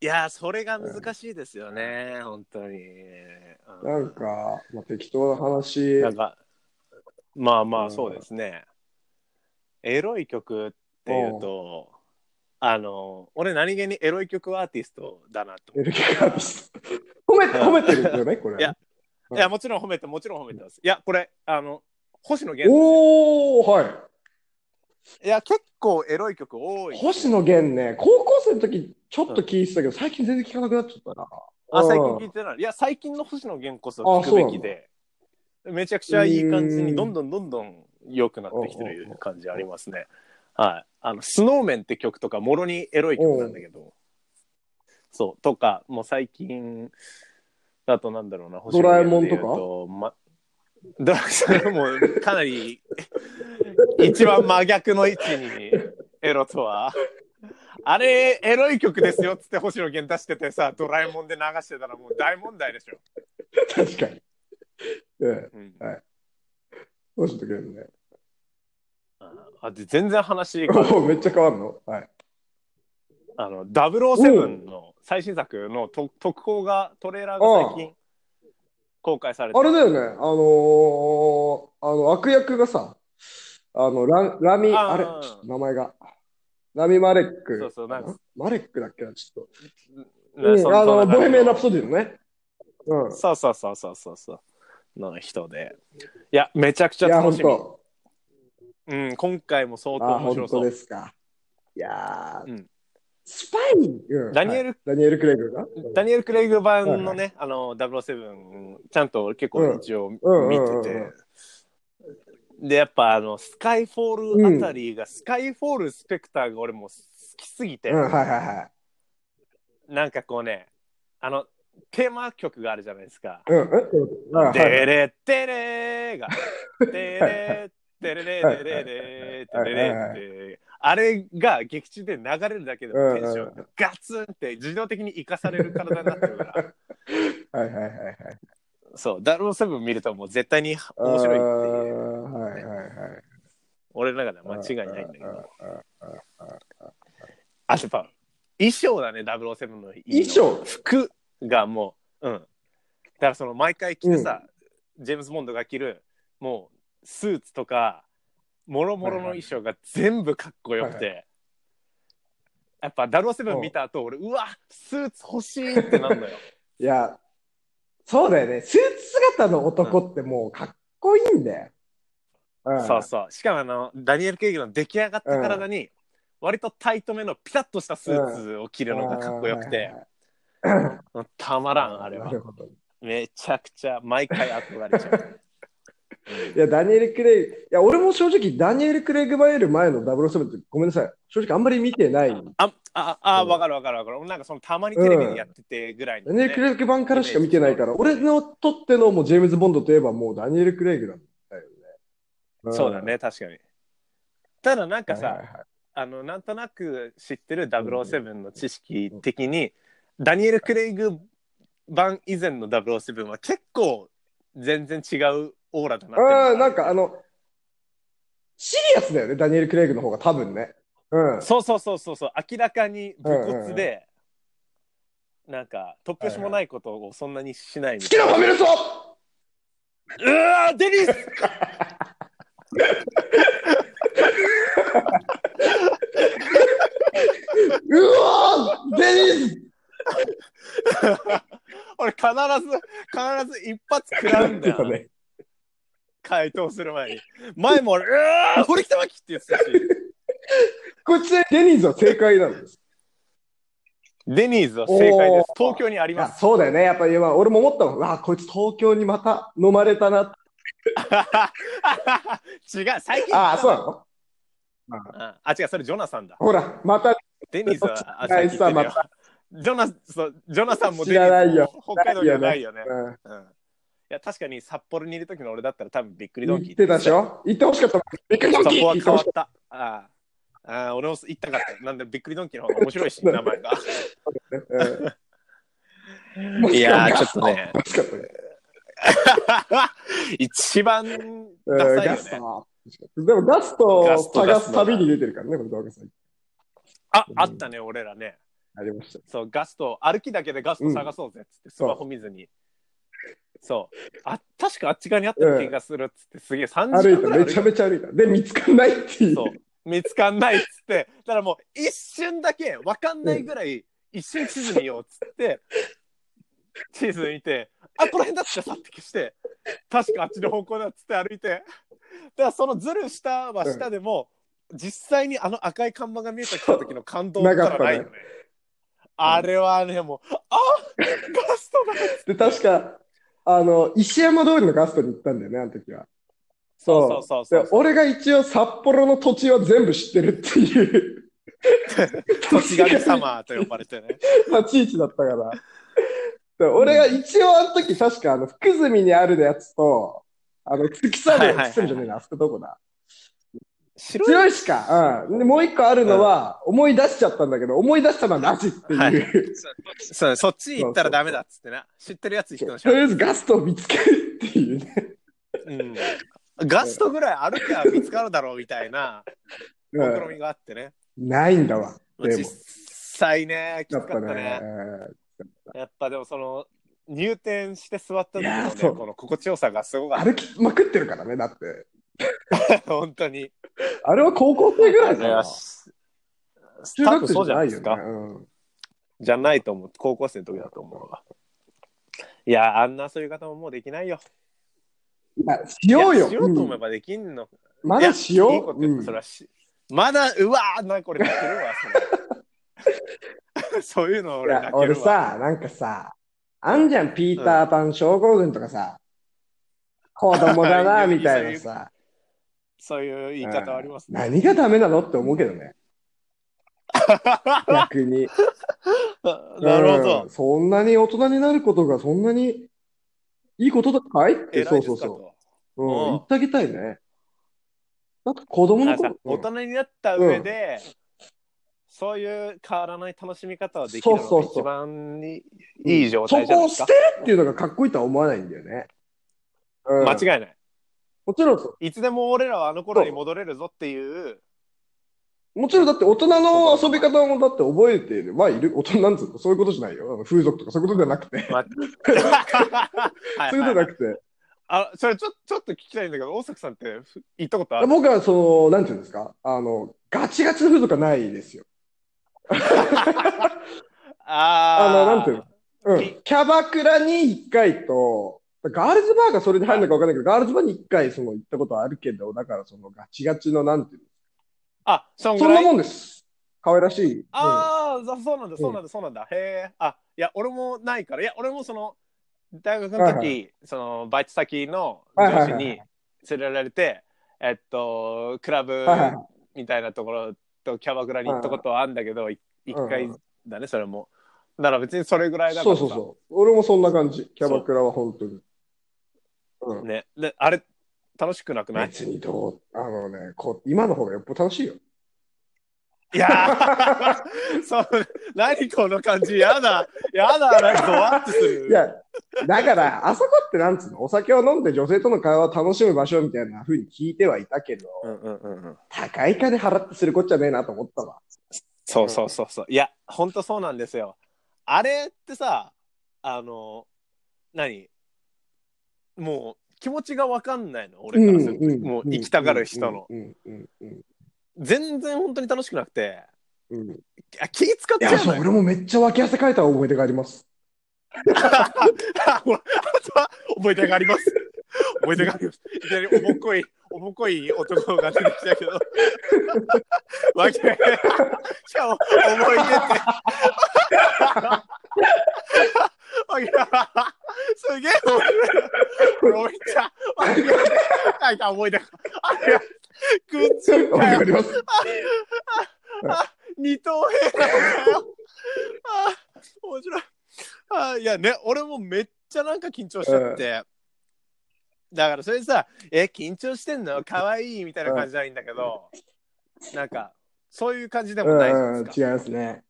Speaker 1: いやー、それが難しいですよね、本当に。うん
Speaker 2: なんか、まあ、適当な話。
Speaker 1: なんか、まあま
Speaker 2: う
Speaker 1: あ、
Speaker 2: ん
Speaker 1: そうですね。エロい曲っていうと、あの、俺何気にエロい曲アーティストだなと
Speaker 2: エ。ルキカービス褒めて、褒めてるんですよね、これ。
Speaker 1: いや
Speaker 2: う
Speaker 1: い
Speaker 2: ん
Speaker 1: や、もちろん褒めて、もちろん褒めてます。いや、これ、あの、星野源ですよ
Speaker 2: おー、はい
Speaker 1: や、結構エロい曲多。い。
Speaker 2: い。星野源ね、高校生生の時、ちょっと聞いてたけど、最近全然聞かなくなっちゃったな。
Speaker 1: あ、
Speaker 2: うん
Speaker 1: 最近聞いてない。いや、最近の星野源こそ
Speaker 2: あ
Speaker 1: 聞
Speaker 2: そうな
Speaker 1: く
Speaker 2: の
Speaker 1: べきで、めちゃくちゃいい感じ
Speaker 2: うー
Speaker 1: に、
Speaker 2: ん
Speaker 1: どんどんどんどん良くなってきてる感じありますね。はい。あの、スノーメンって曲とか、もろにエロい曲なんだけど、そう、とか、もう最近だとなんだろうな、星野源で言うまドラえもんもかなり一番真逆の位置にエロと はあれエロい曲ですよっつって星野源出しててさドラえもんで流してたらもう大問題でしょ、
Speaker 2: 確かに。うん。
Speaker 1: うん
Speaker 2: どうしてくれるね。
Speaker 1: あで全然話が
Speaker 2: おお、めっちゃ変わるのはい。
Speaker 1: あの007の最新作のと特報がトレーラーが最近公開されて
Speaker 2: あれだよね、あのー、あの、悪役がさ、あの、ララミ、
Speaker 1: あー
Speaker 2: あれ、ちょっと名前が。ラミ・マレック。
Speaker 1: そうそうなんか
Speaker 2: マレックだっけな、ちょっと。
Speaker 1: ね
Speaker 2: うん
Speaker 1: そ
Speaker 2: あ
Speaker 1: そ
Speaker 2: の、
Speaker 1: んな
Speaker 2: ボヘミアン・ラ
Speaker 1: 感
Speaker 2: プソディのね。うん。
Speaker 1: じそうそうそうそうそうそうの人でいやめちゃくちゃ
Speaker 2: いや、
Speaker 1: 楽
Speaker 2: 本
Speaker 1: しみ
Speaker 2: 当。
Speaker 1: うん、今回も相当
Speaker 2: あ、
Speaker 1: 面
Speaker 2: 本
Speaker 1: 白
Speaker 2: 当
Speaker 1: そう。
Speaker 2: ですか。いやー、
Speaker 1: うん
Speaker 2: スパイ、うん
Speaker 1: ダニエル
Speaker 2: はいダニエル・クレイグが
Speaker 1: ダニエル・クレイグ版のね、
Speaker 2: はい
Speaker 1: あの、007、ちゃんと結構一応見
Speaker 2: うん
Speaker 1: てて、
Speaker 2: うんうん
Speaker 1: で、やっぱあの、スカイフォールあたりが、スカイフォール・スペクターが俺もう好きすぎて、
Speaker 2: うん、はいはいは
Speaker 1: なんかこうね、あの、テーマ曲があるじゃないですか。
Speaker 2: い。うん、えうんはい
Speaker 1: デ
Speaker 2: はい
Speaker 1: レテレー が、デレテレレレレレテレレって、あれが劇中で流れるだけでもテンションがガツンって自動的に生かされる体になってる から、
Speaker 2: はいはいはいはい。
Speaker 1: そう、007見るともう絶対に面白いっていう、
Speaker 2: あーはいはいはい。
Speaker 1: 俺の中では間違いないんだけ
Speaker 2: うんうんうん
Speaker 1: ど、あとやっぱ衣装だね、007の
Speaker 2: 衣装
Speaker 1: 服がもう、うん。だからその毎回着るさ、ジェームズ・ボンドが着る、もうスーツとか、もろもろの衣装が全部かっこよくて、
Speaker 2: は
Speaker 1: やっぱ007見た後、俺、うわ、スーツ欲しいってなん のよ。
Speaker 2: いや、そうだよね。スーツ姿の男ってもうかっこいいんだよ。うん
Speaker 1: そうそう。しかもあの、ダニエル・ケイグの出来上がった体に、割とタイトめのピタッとしたスーツを着るのがかっこよくて、たまらん、あれは
Speaker 2: な。るほどい
Speaker 1: めちゃくちゃ毎回憧れちゃう。
Speaker 2: や、ダニエル・クレイグ、いや、俺も正直、ダニエル・クレイグバエル前の007ってごめんなさい。正直あんまり見てない。
Speaker 1: あ、あ、あ、わかるわかるわかる。なんかそのたまにテレビでやっててぐらい
Speaker 2: ダ
Speaker 1: の、
Speaker 2: ニ
Speaker 1: ね
Speaker 2: エル・クレイグ版からしか見てないから、俺のとってのもうジェームズ・ボンドといえばもうダニエル・クレイグなんだよね。ん
Speaker 1: そうだ。ね、確かに。ただなんか
Speaker 2: はいはい
Speaker 1: さ、
Speaker 2: はい
Speaker 1: あの、なんとなく知ってる007の知識的に、ダニエル・クレイグ版以前の007は結構全然違うオーラだなって
Speaker 2: ああ、なんかあの、シリアスだよね、ダニエル・クレイグの方が多分ね。うん。
Speaker 1: そうそうそうそうそう明らかに武骨で、なんか突拍子もないことをそんなにしないみ
Speaker 2: 好
Speaker 1: た
Speaker 2: き
Speaker 1: いな、
Speaker 2: なファミレスを
Speaker 1: うわーデニス
Speaker 2: うわーデニス
Speaker 1: 俺必ず必ず一発食らうんだよ、
Speaker 2: ね。
Speaker 1: 回答する前に前も俺う わー堀北真希って言ってたし
Speaker 2: こっちでデニーズは正解なんです。
Speaker 1: デニーズは正解です
Speaker 2: おー
Speaker 1: 東京にあり
Speaker 2: いや、
Speaker 1: ます
Speaker 2: そうだよね。やっぱ今、俺も思ったもん。うわあ、こいつ東京にまた飲まれたな。
Speaker 1: 違う最近
Speaker 2: ああ、そうなの
Speaker 1: ああ違うそれジョナサンだ
Speaker 2: ほら、また、
Speaker 1: デニーズはあ
Speaker 2: 違
Speaker 1: 最
Speaker 2: う
Speaker 1: 近言ってるよ
Speaker 2: さ
Speaker 1: ジョナそうジョナサンもデ
Speaker 2: 知
Speaker 1: ニ
Speaker 2: らな
Speaker 1: ー
Speaker 2: い
Speaker 1: ズ
Speaker 2: よ
Speaker 1: も北海道にはないよね
Speaker 2: うん、
Speaker 1: うんいや確かに札幌にいる時の俺だったら多分びっくりド
Speaker 2: 言
Speaker 1: ン
Speaker 2: っ
Speaker 1: キー
Speaker 2: てたでしょ言ってほしかったもん。ビッグドン
Speaker 1: そ
Speaker 2: キー
Speaker 1: こは
Speaker 2: 言って
Speaker 1: 変
Speaker 2: ほ
Speaker 1: わっ
Speaker 2: しかった
Speaker 1: ああああ俺も言ったかったなんでびっくりドンキーの方が面白いし名前が
Speaker 2: たね。うん
Speaker 1: いやーちょっとね
Speaker 2: 欲しかったね。
Speaker 1: 一番
Speaker 2: うん
Speaker 1: ダサい
Speaker 2: ガ
Speaker 1: よ
Speaker 2: ス
Speaker 1: ね
Speaker 2: ト。でもガスト
Speaker 1: ガス
Speaker 2: を
Speaker 1: ト
Speaker 2: 探す旅に出てるからね、これ、動画さん。
Speaker 1: ああったね俺らね
Speaker 2: ありました。
Speaker 1: そうガスト歩きだけでガスト探そうぜっつってスマホ見ずに、そうあ確かあっち側にあったような気がするっつってすげえ3時間
Speaker 2: 歩い
Speaker 1: ぐ
Speaker 2: た、
Speaker 1: らい
Speaker 2: めちゃめちゃ歩いた。で、見つかんないっていう。
Speaker 1: そう見つかんないっつってだからもう一瞬だけわかんないぐらい一瞬地図見ようっつって地図見てあこの辺だっつってさって消して確かあっちの方向だっつって歩いてだからそのずる下は下でも、実際にあの赤い看板が見えてきた時の感動
Speaker 2: な
Speaker 1: か
Speaker 2: かった
Speaker 1: ら
Speaker 2: ね
Speaker 1: ないよねあれはね、もう、あガストだ
Speaker 2: で、確か、あの、石山通りのガストに行ったんだよね、あの時は。そう
Speaker 1: そうそうそ
Speaker 2: で
Speaker 1: う、そう。
Speaker 2: 俺が一応札幌の土地は全部知ってるっていう
Speaker 1: 土地神様と呼ばれてね。
Speaker 2: 立ち位置だったから。で俺が一応あの時確かあの福住にあるやつと、あの月
Speaker 1: は
Speaker 2: 下
Speaker 1: い
Speaker 2: で、
Speaker 1: はいはい
Speaker 2: 月下じゃねえな、あそこどこだ。
Speaker 1: 白い。
Speaker 2: 強いしか。うん。で、もう一個あるのは、思い出しちゃったんだけど、思い出したのはなしっていう。
Speaker 1: はい
Speaker 2: と
Speaker 1: そう、そっち行ったらダメだっつってな。知ってるやつ行くのし
Speaker 2: りあえずガストを見つけるっていうね。
Speaker 1: うん。ガストぐらい歩きゃ見つかるだろうみたいな
Speaker 2: う
Speaker 1: 試
Speaker 2: ん
Speaker 1: みがあってね。
Speaker 2: ないんだわ。
Speaker 1: まあ
Speaker 2: でも
Speaker 1: 実際ね、き
Speaker 2: だ
Speaker 1: つ
Speaker 2: っ
Speaker 1: か
Speaker 2: た
Speaker 1: った
Speaker 2: ね
Speaker 1: ね。。やっぱでもその、入店して座った時
Speaker 2: い
Speaker 1: の
Speaker 2: や
Speaker 1: ね、
Speaker 2: そう
Speaker 1: この心地よさがすご
Speaker 2: う
Speaker 1: か
Speaker 2: ん
Speaker 1: っ
Speaker 2: 歩きまくってるからね、だって。
Speaker 1: た。本当に。
Speaker 2: あれは高校生ぐらいだよ。
Speaker 1: 多
Speaker 2: 中学
Speaker 1: 分
Speaker 2: 生じ
Speaker 1: そうじゃ
Speaker 2: ゃな
Speaker 1: ない
Speaker 2: い
Speaker 1: で
Speaker 2: よ
Speaker 1: す
Speaker 2: ね
Speaker 1: か。。
Speaker 2: うん
Speaker 1: じゃないと思う。高校生の時だと思うわ。いや、あんな遊び方ももうできないよ。
Speaker 2: いやしよう
Speaker 1: い
Speaker 2: よ
Speaker 1: や。しようと思え
Speaker 2: うん
Speaker 1: ばできんの。
Speaker 2: まだしよう。
Speaker 1: いやいいこと言った
Speaker 2: うん
Speaker 1: それはし、まだ、うわー、なこれ泣けるわ、それ。 そういうの
Speaker 2: い
Speaker 1: 俺
Speaker 2: や
Speaker 1: 泣、け
Speaker 2: 俺
Speaker 1: るわ。
Speaker 2: さ、なんかさ、あんじゃん、ピーターパン症候群とかさ、子供だな、
Speaker 1: いや
Speaker 2: みたいなさ。
Speaker 1: そういう言い方はあります
Speaker 2: うん
Speaker 1: ね。
Speaker 2: 何がダメなのって思うけど ね。逆に。
Speaker 1: なるほ
Speaker 2: うん
Speaker 1: ど。
Speaker 2: そんなに大人になることがそんなにいいことだかいって、
Speaker 1: 偉
Speaker 2: そ
Speaker 1: いうです
Speaker 2: そう
Speaker 1: か
Speaker 2: そ
Speaker 1: と。
Speaker 2: う。うん
Speaker 1: うん、
Speaker 2: 言ってあげたいね。なんか子供の
Speaker 1: あさ
Speaker 2: 頃、
Speaker 1: 大人になった上で、そういう変わらない楽しみ方はできるの
Speaker 2: そう
Speaker 1: が
Speaker 2: そうそう
Speaker 1: 一番に
Speaker 2: うん
Speaker 1: いい状態じゃな
Speaker 2: そこ
Speaker 1: い
Speaker 2: を
Speaker 1: です
Speaker 2: 捨
Speaker 1: か
Speaker 2: て。るっていうのがかっこいいとは思わないんだよね。うん、
Speaker 1: 間違いない。
Speaker 2: もちろんそう。
Speaker 1: いつでも俺らはあの頃に戻れるぞって いう。
Speaker 2: もちろんだって大人の遊び方もだって覚えてる。まあいる。大人なんつうのそういうことじゃないよ。あの風俗とかそういうことじゃなくて。
Speaker 1: まはい
Speaker 2: そういうことじゃなくて。
Speaker 1: あそれちょちょっと聞きたいんだけど、大崎さんってふ行ったことある
Speaker 2: 僕はその、なんていうんですか。あの、ガチガチの風俗はないですよ。
Speaker 1: あー
Speaker 2: あの、なんていうのう
Speaker 1: き
Speaker 2: ん。キャバクラに一回と、ガールズバーがそれに入るのかわかんないけど、ガールズバーに一回その行ったことはあるけど、だからそのガチガチのなんていう
Speaker 1: あ、そ
Speaker 2: の。
Speaker 1: ん
Speaker 2: そ
Speaker 1: ぐ
Speaker 2: ん
Speaker 1: ら
Speaker 2: ないもんです。可愛らしい。
Speaker 1: ああ、そうなんだ、そうなんだ、そうなんだ。へえ。あ、いや、俺もないから、いや、俺もその、大学の時、
Speaker 2: はいは
Speaker 1: その、バイト先の
Speaker 2: はいはい
Speaker 1: 上司
Speaker 2: はい
Speaker 1: に連れられて、えっと、クラブ
Speaker 2: うん。はいはい。
Speaker 1: みたいなところとキャバクラに行ったことはあるんだけど、い一、
Speaker 2: う
Speaker 1: 回
Speaker 2: んうん
Speaker 1: だね、それも。だから別にそれぐらいだか
Speaker 2: そ
Speaker 1: ら
Speaker 2: う
Speaker 1: さ。
Speaker 2: そうそう。俺もそんな感じ。キャバクラは本当に。うん。
Speaker 1: ね。で、あれ、楽しくなくない
Speaker 2: 別にどう、あのね、こ今の方がよっぽど楽しいよ。
Speaker 1: いやー そう、何この感じ、やだ、やだ、なんかゾワッとする。
Speaker 2: いや、だから、 あそこってなんつうの、お酒を飲んで女性との会話を楽しむ場所みたいな風に聞いてはいたけど、
Speaker 1: うんうんうんうん。
Speaker 2: 高い金払ってするこっちゃねえなと思ったわ。
Speaker 1: そうそうそうそう。いや、ほんとそうなんですよ。あれってさ、あの、何もう気持ちがわかんないの、俺からすると。もう行きたがる人の。。
Speaker 2: うんうんうん
Speaker 1: 全然本当に楽しくなくて、
Speaker 2: うんうん。い
Speaker 1: あ気使っち
Speaker 2: や、
Speaker 1: ゃう
Speaker 2: そ
Speaker 1: の
Speaker 2: う
Speaker 1: よ。
Speaker 2: 俺もめっちゃ脇汗かいた思い出があります。
Speaker 1: 覚えてがあります。覚えてがあります。いきなりおぼっこい、おぼっこい男が出てきたけど。わけ。しかも、思い出って。わけ。すげえ面白い。めっちゃ、わけ。なんか思い出が。あれ、くっつ
Speaker 2: 思い出があります。
Speaker 1: 二等兵なのかよ。ああ、面白い。ああ、いやね、俺もめっちゃなんか緊張しちゃって。だからそれでさ、え、緊張してんのかわいいみたいな感じじゃないんだけど、なんか、そういう感じで
Speaker 2: う、
Speaker 1: もないじゃなんい
Speaker 2: 違
Speaker 1: です
Speaker 2: いますね。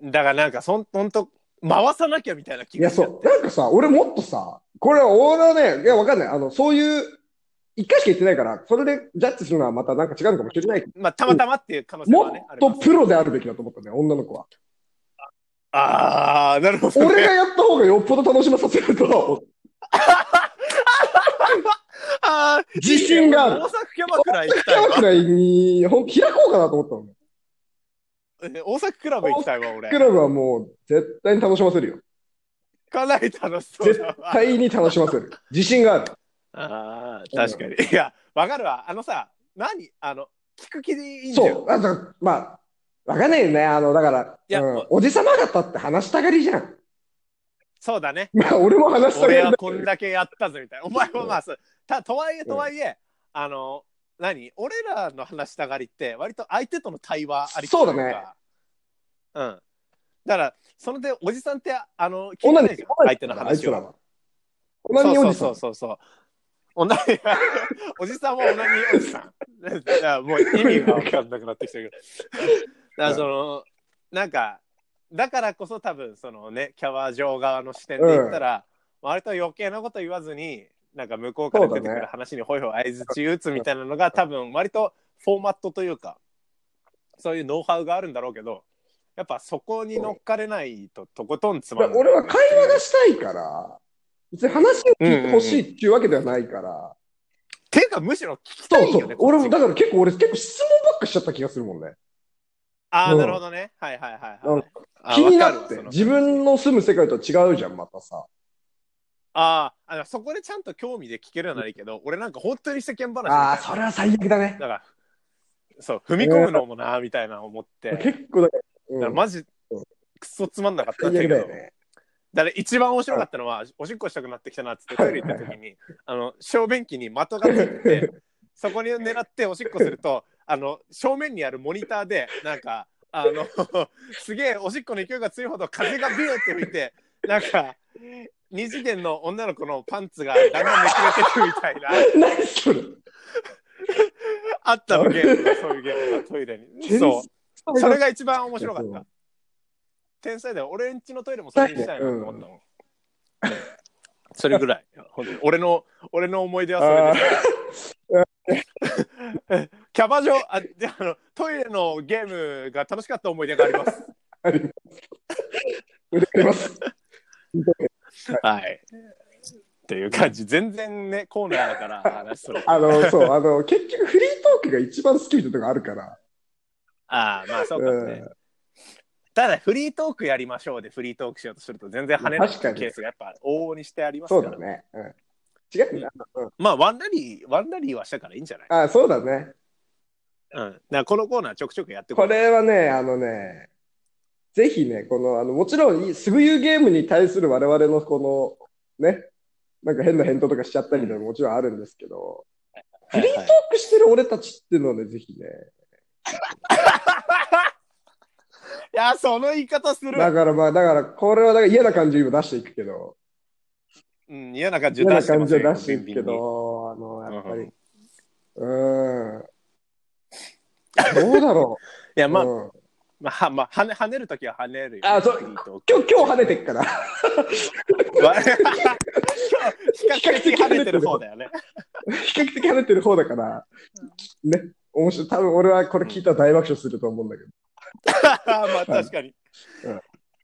Speaker 1: か。だからなんか、そん、ほんと、回さなきゃみたいない気
Speaker 2: や、
Speaker 1: がしちゃ
Speaker 2: そう。なんかさ、俺もっとさ、これは俺はね、いや、わかんない。あの、そういう、一回しか言ってないから、それでジャッジするのはまたなんか違うのかもしれないけど
Speaker 1: まあ、たまたまっていう可能性
Speaker 2: も
Speaker 1: は
Speaker 2: っ
Speaker 1: ね、あり
Speaker 2: と
Speaker 1: ます。
Speaker 2: プロであるべきだと思ったね、女の子は。
Speaker 1: ああ、なるほど、ね。
Speaker 2: 俺がやった方がよっぽど楽しまさせると。
Speaker 1: ああ、
Speaker 2: 自信がある
Speaker 1: 大阪キャバクラ行き
Speaker 2: キ
Speaker 1: たい
Speaker 2: ャバ
Speaker 1: わ
Speaker 2: ク。ラに、ほんと開こうかなと思ったのね。
Speaker 1: 大阪クラブ行きたいわ、俺。
Speaker 2: クラブはもう、絶対に楽しませるよ。
Speaker 1: かなり楽しそう
Speaker 2: 絶
Speaker 1: だわ。
Speaker 2: 対に楽しませる。自信がある。
Speaker 1: ああ、確かに。いや、わかるわ。あのさ、何あの、聞く気でいいんだよ。
Speaker 2: そう。あだからまあ、わかんないよね。あの、だから、
Speaker 1: いや
Speaker 2: うんおじさま方って話したがりじゃん。
Speaker 1: そうだ ね。
Speaker 2: まあ、俺も話したがり
Speaker 1: 俺
Speaker 2: だ
Speaker 1: は。こんだけやったぞみたいな。お前もまあそうた、とはいえ、とはいえ、あの、何俺らの話したがりって、割と相手との対話ありきといか
Speaker 2: そうだね。
Speaker 1: うん。だから、その点、おじさんって、あの、聞いて
Speaker 2: 女
Speaker 1: ない
Speaker 2: に
Speaker 1: じゃん相手の話を。
Speaker 2: は。女におじさ
Speaker 1: そ
Speaker 2: ん
Speaker 1: う。そうそうそう。おなおじさんはおなにおじさん。だからもう意味が分かんなくなってきたけど。だからその、なんか、だからこそ多分そのね、キャバ嬢側の視点で言ったら、割と余計なこと言わずに、なんか向こうから出てく
Speaker 2: そうだ
Speaker 1: る
Speaker 2: ね
Speaker 1: 話にホイホイ相づち打つみたいなのが多分割とフォーマットというか、そういうノウハウがあるんだろうけど、やっぱそこに乗っかれないととことんつまんない。
Speaker 2: 俺は会話がしたいから、別に話を聞いてほしいっていうわけではないから。
Speaker 1: ていうかむしろ聞きたい
Speaker 2: そ
Speaker 1: よ
Speaker 2: う
Speaker 1: ね。
Speaker 2: そう。
Speaker 1: こっち
Speaker 2: 俺
Speaker 1: が
Speaker 2: も、だから結構俺、結構質問ばっかしちゃった気がするもんね。
Speaker 1: ああ、
Speaker 2: うん
Speaker 1: なるほどね。はいはいはい、
Speaker 2: う
Speaker 1: は
Speaker 2: ん
Speaker 1: いあー。
Speaker 2: 気にな
Speaker 1: わ
Speaker 2: っ
Speaker 1: かる
Speaker 2: て
Speaker 1: わ。その
Speaker 2: 自分の住む世界とは違うじゃん、またさ。
Speaker 1: あーあの、そこでちゃんと興味で聞けるようになるけど、俺なんか本当に世間話みたいな
Speaker 2: ああ、それは最悪だね
Speaker 1: だ。から、そう、踏み込むのもな、みたいな思って。だか
Speaker 2: 結構だからうん
Speaker 1: らマジ、くそつまんなかったんだ
Speaker 2: 最
Speaker 1: け
Speaker 2: 悪
Speaker 1: ど。
Speaker 2: だ
Speaker 1: だ
Speaker 2: よね。
Speaker 1: から一番面白かったのは、おしっこしたくなってきたなっつってトイレ行った時に、あの、小便器に的がついてて、そこに狙っておしっこすると、あの、正面にあるモニターで、なんか、あの、 すげえおしっこの勢いが強いほど風がビューって吹いて、なんか、二次元の女の子のパンツがだんだんめくれてくみたいな、
Speaker 2: 何それ
Speaker 1: あったのゲームが、そういうゲームがトイレに。そう。それが一番面白かった。天才だよ。俺んちのトイレもそれにしたいなと思ったもん。それぐらい。本当に俺の、俺の思い出はそれで
Speaker 2: あ
Speaker 1: す
Speaker 2: ー
Speaker 1: キャバ嬢あであのトイレのゲームが楽しかった思い出があります。
Speaker 2: あります。あります。
Speaker 1: はい。っていう感じ。全然ねコーナーだから話すの。
Speaker 2: あの、そう、あの、結局フリートークが一番好きみたいなとこあるから。
Speaker 1: ああまあそうかもね。ただフリートークやりましょうでフリートークしようとすると全然跳ねない
Speaker 2: 確かに
Speaker 1: ケースがやっぱ往々にしてあります
Speaker 2: そ
Speaker 1: か
Speaker 2: う
Speaker 1: ら
Speaker 2: だ。ね。うん違うな。うん
Speaker 1: まあワンラリーワンラリーはしたからいいんじゃない。
Speaker 2: あー、そうだね。
Speaker 1: うん。だからこのコーナーちょくちょくやって
Speaker 2: こ
Speaker 1: れ。
Speaker 2: れはね、あのね、ぜひね、この、あの、もちろん、すぐ言うゲームに対する我々のこの、ね、なんか変な返答とかしちゃったりとかももちろんあるんですけど、フリートー クしてる俺たちっていうのはね、ぜひね、
Speaker 1: いやその言い方する。
Speaker 2: だからまあ、だから、これはだから嫌な感じを出していくけど、
Speaker 1: うん嫌な感じ
Speaker 2: 嫌
Speaker 1: を出
Speaker 2: な
Speaker 1: して
Speaker 2: 感
Speaker 1: ま
Speaker 2: じ
Speaker 1: せ
Speaker 2: を
Speaker 1: んよ
Speaker 2: 出していくけ
Speaker 1: ビンビンに
Speaker 2: ど、あの、やっぱり、うーん、どうだろう。
Speaker 1: い やまあ
Speaker 2: うん
Speaker 1: まあ、はまあ、跳ね跳ねるときは跳ねるよ、
Speaker 2: あそう
Speaker 1: いいと
Speaker 2: 今日、今日跳ねてっから。
Speaker 1: わ 今日、比較的跳ねてる方だよね。
Speaker 2: 比較的跳ねてる方だから、ね、面白い。多分俺はこれ聞いたら大爆笑すると思うんだけど。
Speaker 1: まあ、確かに。
Speaker 2: うん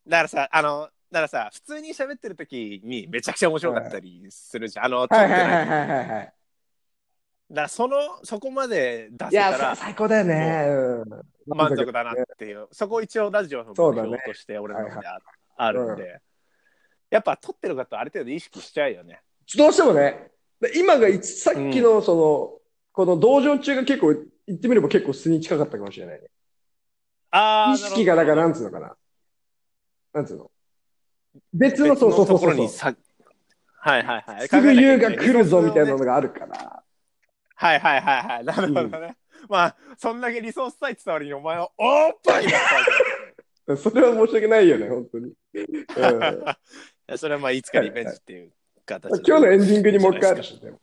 Speaker 1: だからさ、あの、だからさ、普通に喋ってるときにめちゃくちゃ面白かったりするじゃん。あの、
Speaker 2: はい
Speaker 1: 撮っ
Speaker 2: は
Speaker 1: て
Speaker 2: い
Speaker 1: ない
Speaker 2: はいはいはいはい。
Speaker 1: だから、その、そこまで出せ
Speaker 2: い
Speaker 1: た
Speaker 2: や、そう
Speaker 1: ら
Speaker 2: 最高だよね。うん
Speaker 1: 満足だなっていう、そこ一応ラジオの目
Speaker 2: そうだね
Speaker 1: 標として俺の方でああるんで、やっぱ撮ってる方ある程度意識しちゃうよね。
Speaker 2: どうしてもね、で今がいつさっきのその、この道場中が結構、言ってみれば結構素に近かったかもしれないね。
Speaker 1: あー
Speaker 2: 意識が、だから、なんつうのかな。なんつうの。別の、そうそうそ
Speaker 1: 別の
Speaker 2: う
Speaker 1: ところ
Speaker 2: そ
Speaker 1: に
Speaker 2: う。す
Speaker 1: さ、はいはいはい。
Speaker 2: ぐ優が来るぞみたいなのがあるから。
Speaker 1: はいはいはいはい。なるほどね。まあ、そんだけリソースさえ伝わりにお前はオープンになったわけだ
Speaker 2: それは申し訳ないよね、本当に。 うん
Speaker 1: いやそれはまあ、いつかリベンジっていう形で
Speaker 2: 今日のエンディングにもう一回あるし、でも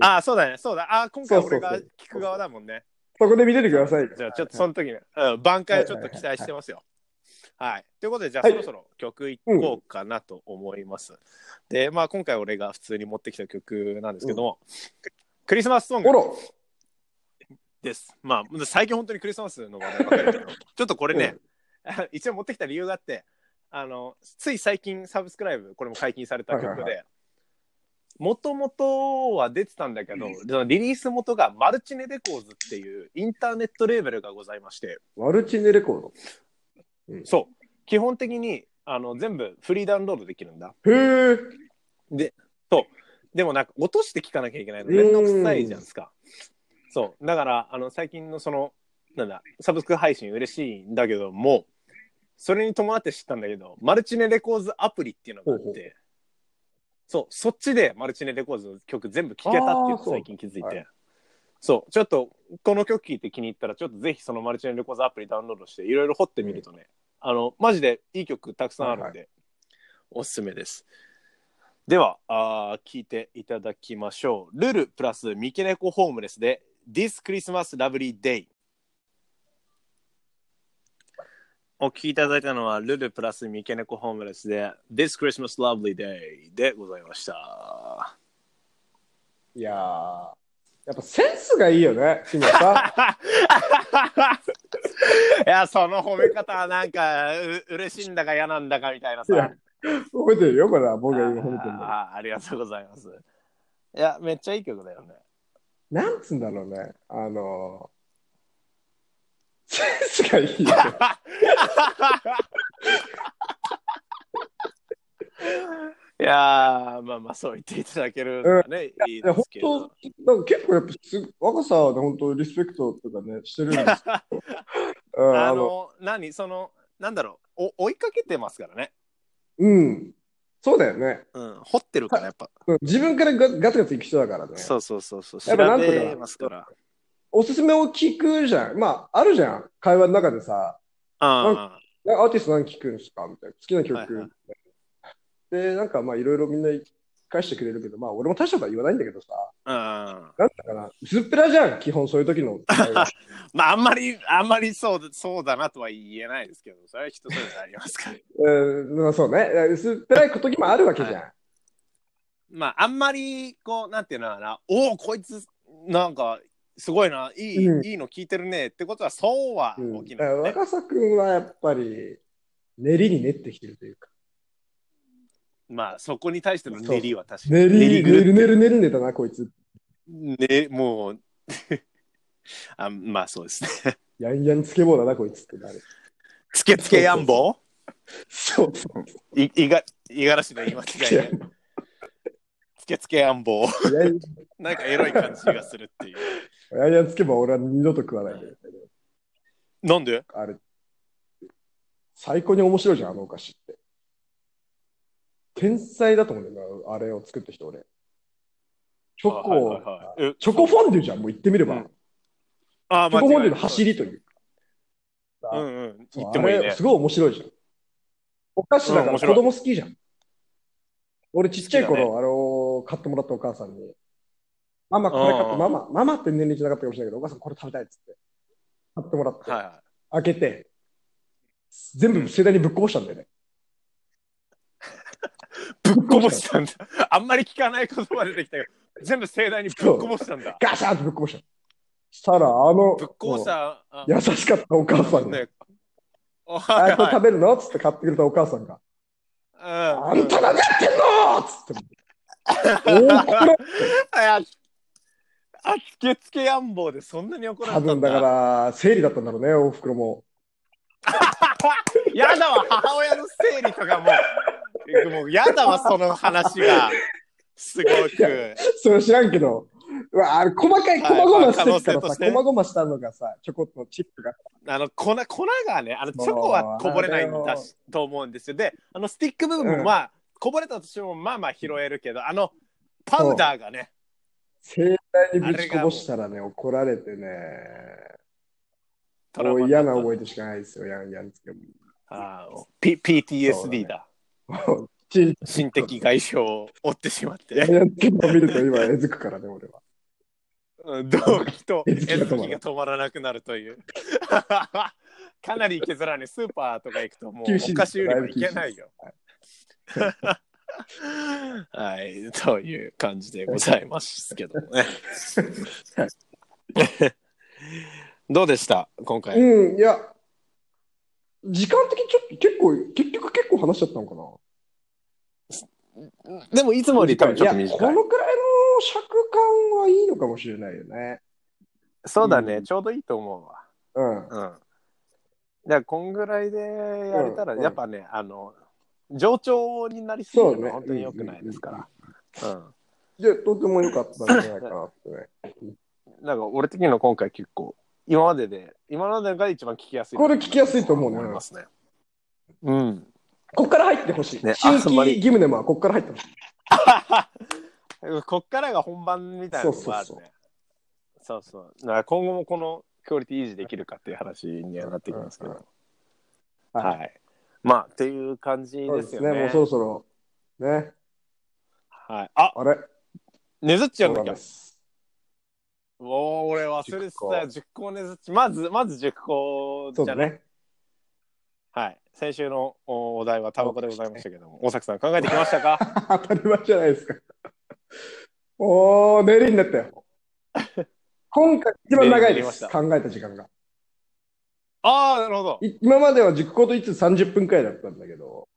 Speaker 1: ああ、そうだね。そうだ。ああ、今回俺が
Speaker 2: そう
Speaker 1: 聞
Speaker 2: そうそう
Speaker 1: く側だもんね。
Speaker 2: そこで見ててくださいよ。
Speaker 1: じゃあ、ちょっとその時ね、うん、挽回をちょっと期待してますよ。はい。ということで、じゃあ、
Speaker 2: はい
Speaker 1: そろそろ曲いこうかなと思います。で、まあ、今回俺が普通に持ってきた曲なんですけども、クリスマスソング
Speaker 2: おろ
Speaker 1: です。まあ、最近本当にクリスマスの話題ばっかり だけど、ちょっとこれね、 一応持ってきた理由があって、あの、つい最近サブスクライブ、これも解禁された
Speaker 2: はい
Speaker 1: 曲
Speaker 2: は
Speaker 1: で、もともとは出てたんだけど、そのリリース元がマルチネレコーズっていうインターネットレーベルがございまして、
Speaker 2: マルチネレコー
Speaker 1: そう、基本的にあの全部フリーダウンロードできるんだ。
Speaker 2: ド。へえ。
Speaker 1: でもなんか落として聞かなきゃいけないのめんどくさいじゃないですか。そう。だから、あの、最近のその、なんだ、サブスク配信嬉しいんだけども、それに伴って知ったんだけど、マルチネレコーズアプリっていうのがあって、
Speaker 2: ほうほ
Speaker 1: そう、そっちでマルチネレコーズの曲全部聴けたっていう
Speaker 2: あー
Speaker 1: の
Speaker 2: そう
Speaker 1: 最近気づいて、
Speaker 2: はい
Speaker 1: そう、ちょっとこの曲聴いて気に入ったら、ちょっとぜひそのマルチネレコーズアプリダウンロードして、いろいろ掘ってみるとね、あの、マジでいい曲たくさんあるんで、おすすめです。では、あー聞いていただきましょう。ルルプラスミケネコホームレスで This Christmas Lovely Day。お聞きいただいたのはルルプラスミケネコホームレスで This Christmas Lovely Day でございました。
Speaker 2: いやー、やっぱセンスがいいよね、志村さ。
Speaker 1: いや、その褒め方はなんかう嬉しいんだか嫌なんだかみたいなん さ
Speaker 2: い。や、褒めてるよ、これは。僕が今褒めてるんだ
Speaker 1: あーありがとうございます。いや、めっちゃいい曲だよね。
Speaker 2: けど。なんつうんだろうね、あのー、センスがいいよね。
Speaker 1: いやー、まあまあ、そう言っていただけるのはね、いい
Speaker 2: い
Speaker 1: で
Speaker 2: や、
Speaker 1: す
Speaker 2: 本
Speaker 1: け
Speaker 2: 当
Speaker 1: ど。、
Speaker 2: なんか結構やっぱすぐ、若さはね、本当リスペクトとかね、してるん ですけど、うん、
Speaker 1: あ
Speaker 2: あの、
Speaker 1: の、何、その、なんだろう、お追いかけてますからね。
Speaker 2: うん、そうだよね。
Speaker 1: うん、掘ってるから、やっぱ。
Speaker 2: うん自分からガガツガツ行く人だからね。
Speaker 1: そうそうそうそう。
Speaker 2: や
Speaker 1: 調
Speaker 2: っぱなんとか
Speaker 1: べますから。
Speaker 2: おすすめを聞くじゃん。まあ、あるじゃん。会話の中でさ、
Speaker 1: あ
Speaker 2: なアーティスト何聞くんですかみたいな。好きな曲。
Speaker 1: はいはい
Speaker 2: で、なんかまあ、いろいろみんな返してくれるけど、まあ、俺も大したことは言わないんだけどさ、
Speaker 1: あ、うん。
Speaker 2: なんだかな、薄っぺらじゃん、基本そういう時の。
Speaker 1: まあ、あんまり、あんまりそうだ、そうだなとは言えないですけど、それは人それぞれありますから。
Speaker 2: えーまあそうね。薄っぺらい時もあるわけじゃん。
Speaker 1: まあ、あんまり、こう、なんていうのかな、おお、こいつ、なんか、すごいな、いい、
Speaker 2: うん
Speaker 1: いいの聞いてるねってことは、そうは
Speaker 2: うん、
Speaker 1: 起き
Speaker 2: だ
Speaker 1: ない、
Speaker 2: から若狭くんはやっぱり、練りに練ってきてるというか。
Speaker 1: まあ、そこに対しての練りは確か
Speaker 2: 練
Speaker 1: に。練
Speaker 2: り、練
Speaker 1: りぐ
Speaker 2: る練る練るねだな、こいつ。
Speaker 1: る。ね、もう あ、まあ、そうですね。
Speaker 2: やんやんつけ棒だな、こいつってなる。
Speaker 1: つけつけやんぼ
Speaker 2: そうそ
Speaker 1: いいが、いがらしの言い間違いで。つけつけやんぼ
Speaker 2: う。やん
Speaker 1: なんかエロい感じがするっていう。
Speaker 2: やんやんつけ棒俺は二度と食わないけど。
Speaker 1: なんで
Speaker 2: あれ、最高に面白いじゃん、あのお菓子って。天才だと思うんだよな、あれを作った人、俺。チョ
Speaker 1: あ
Speaker 2: コ
Speaker 1: はい、はいはいえ
Speaker 2: チョコフォンデュじゃん、もう言ってみれば。
Speaker 1: うん
Speaker 2: チ
Speaker 1: あ、
Speaker 2: ョコフォンデュの走
Speaker 1: り。
Speaker 2: りというか。
Speaker 1: うんうん。
Speaker 2: そう
Speaker 1: 言ってもいい
Speaker 2: あれ
Speaker 1: ね
Speaker 2: す。ごい面白いじゃん。お菓子だか
Speaker 1: うん
Speaker 2: ら
Speaker 1: 面
Speaker 2: 子
Speaker 1: 白い
Speaker 2: 供好きじゃん。俺ちっちゃい
Speaker 1: 好きだ
Speaker 2: 頃、あの、買ってもらったお母さんに、ママこれ買
Speaker 1: う
Speaker 2: って、
Speaker 1: ん
Speaker 2: ママ、ママって年齢じゃなかったかもしれないけど、お母さんこれ食べたいっつって、買ってもらって、
Speaker 1: はいはい。
Speaker 2: 開けて、全部盛大にぶっこぼしたんだよね。
Speaker 1: ぶっこぼしたんだ。あんまり聞かない言葉出てきたけど、全部盛大にぶっこぼしたんだ。
Speaker 2: ガシャーってぶっこぼした。したら、あの、
Speaker 1: ぶっこぼした。あ
Speaker 2: 優しかったお母さんが、
Speaker 1: ねお
Speaker 2: あ
Speaker 1: は
Speaker 2: れ
Speaker 1: い
Speaker 2: これ
Speaker 1: はい
Speaker 2: 食べるのっつって買ってくれたお母さんが、あ
Speaker 1: うん
Speaker 2: んた何やってんのっつって。大これ
Speaker 1: いやあつけつけやんぼうでそんなに怒ら
Speaker 2: 多
Speaker 1: れた
Speaker 2: 分
Speaker 1: ん
Speaker 2: だ
Speaker 1: だ
Speaker 2: から、生理だったんだろうね、お袋も。
Speaker 1: やだわ母親の生理とかもうもうやだわその話がすご
Speaker 2: いや
Speaker 1: く
Speaker 2: それ知らんけど、うわあれ細かい、
Speaker 1: はい
Speaker 2: 細々してるから
Speaker 1: 可能性と
Speaker 2: さ、
Speaker 1: して
Speaker 2: 細々したのがさ、チョコのチップが。
Speaker 1: あの粉粉がねあのチョコはこぼれないんだしと思うんですよであのスティック部分もまあ、こぼれたとしてもまあまあ拾えるけどあのパウダーがね
Speaker 2: 盛大にぶちこぼしたらね、怒られてね、
Speaker 1: トラウ
Speaker 2: も
Speaker 1: マ
Speaker 2: う
Speaker 1: にな
Speaker 2: 嫌
Speaker 1: った
Speaker 2: な思い出しかないですよ、やんやんつけも。
Speaker 1: あー P- PTSD だ
Speaker 2: ちん
Speaker 1: 心的外傷を負ってしまって
Speaker 2: やんやんつけも見ると今、えずくからね、俺は。
Speaker 1: うん動機 と
Speaker 2: え
Speaker 1: エ
Speaker 2: ずきが止まらない
Speaker 1: ネルギーが止まらなくなるという。 かなりいけづらね、スーパーとか行くともう
Speaker 2: 厳しい
Speaker 1: お
Speaker 2: で
Speaker 1: 菓
Speaker 2: す
Speaker 1: 子売りはいけないよ。はい、という感じでございますけどもね。 どうでした今回。
Speaker 2: うん、いや、時間的にちょっと結構、結局結構話しちゃったのかな。
Speaker 1: でもいつもより多分ちょっと
Speaker 2: いや、
Speaker 1: 短
Speaker 2: こ
Speaker 1: い。
Speaker 2: のくらいの尺感はいいのかもしれないよね。
Speaker 1: そうだね、
Speaker 2: うん
Speaker 1: ちょうどいいと思うわ。
Speaker 2: うん。
Speaker 1: うん。じゃあ、こんぐらいでやれたら、
Speaker 2: うん
Speaker 1: やっぱね、あの、上調になりすぎ
Speaker 2: そ
Speaker 1: る
Speaker 2: う
Speaker 1: の
Speaker 2: ね
Speaker 1: は本当に良くないですから。うん
Speaker 2: で、とても良かったんじゃないかなってね。
Speaker 1: なんか俺的には今回結構今までで、今までの中で一番聞きやすい。
Speaker 2: これ聞きやすいと思うね
Speaker 1: 思いますね。うん。
Speaker 2: こっから入ってほしい。
Speaker 1: ね
Speaker 2: 新
Speaker 1: あんまり
Speaker 2: 規ギムネマはこっから入ってほしい。
Speaker 1: こっからが本番みたいなのがあるね。そうそう。だから今後もこのクオリティ維持できるかっていう話にはなってきますけ
Speaker 2: うん
Speaker 1: ど。
Speaker 2: うん
Speaker 1: はい。まあ、っていう感じ
Speaker 2: そう
Speaker 1: ですよ
Speaker 2: もう
Speaker 1: ね
Speaker 2: そ。ろそろ。ね。
Speaker 1: はい。あ、
Speaker 2: あれ
Speaker 1: ねずっちやん
Speaker 2: そ
Speaker 1: なきゃ
Speaker 2: うなんで。す
Speaker 1: おー、俺忘れてた。熟考ねずっち。まず、まず熟考
Speaker 2: そう
Speaker 1: じゃ
Speaker 2: だ
Speaker 1: ない。
Speaker 2: ね。
Speaker 1: はい。先週のおお題はタバコでございましたけども、大崎さん考えてきましたか
Speaker 2: 当たり前じゃないですか。おー、練りになっ たよ。今回一番長いで。
Speaker 1: 練りになりますした
Speaker 2: 考えた時間が。
Speaker 1: ああ、なるほど。
Speaker 2: い今までは10個といつ30分くらいだったんだけど、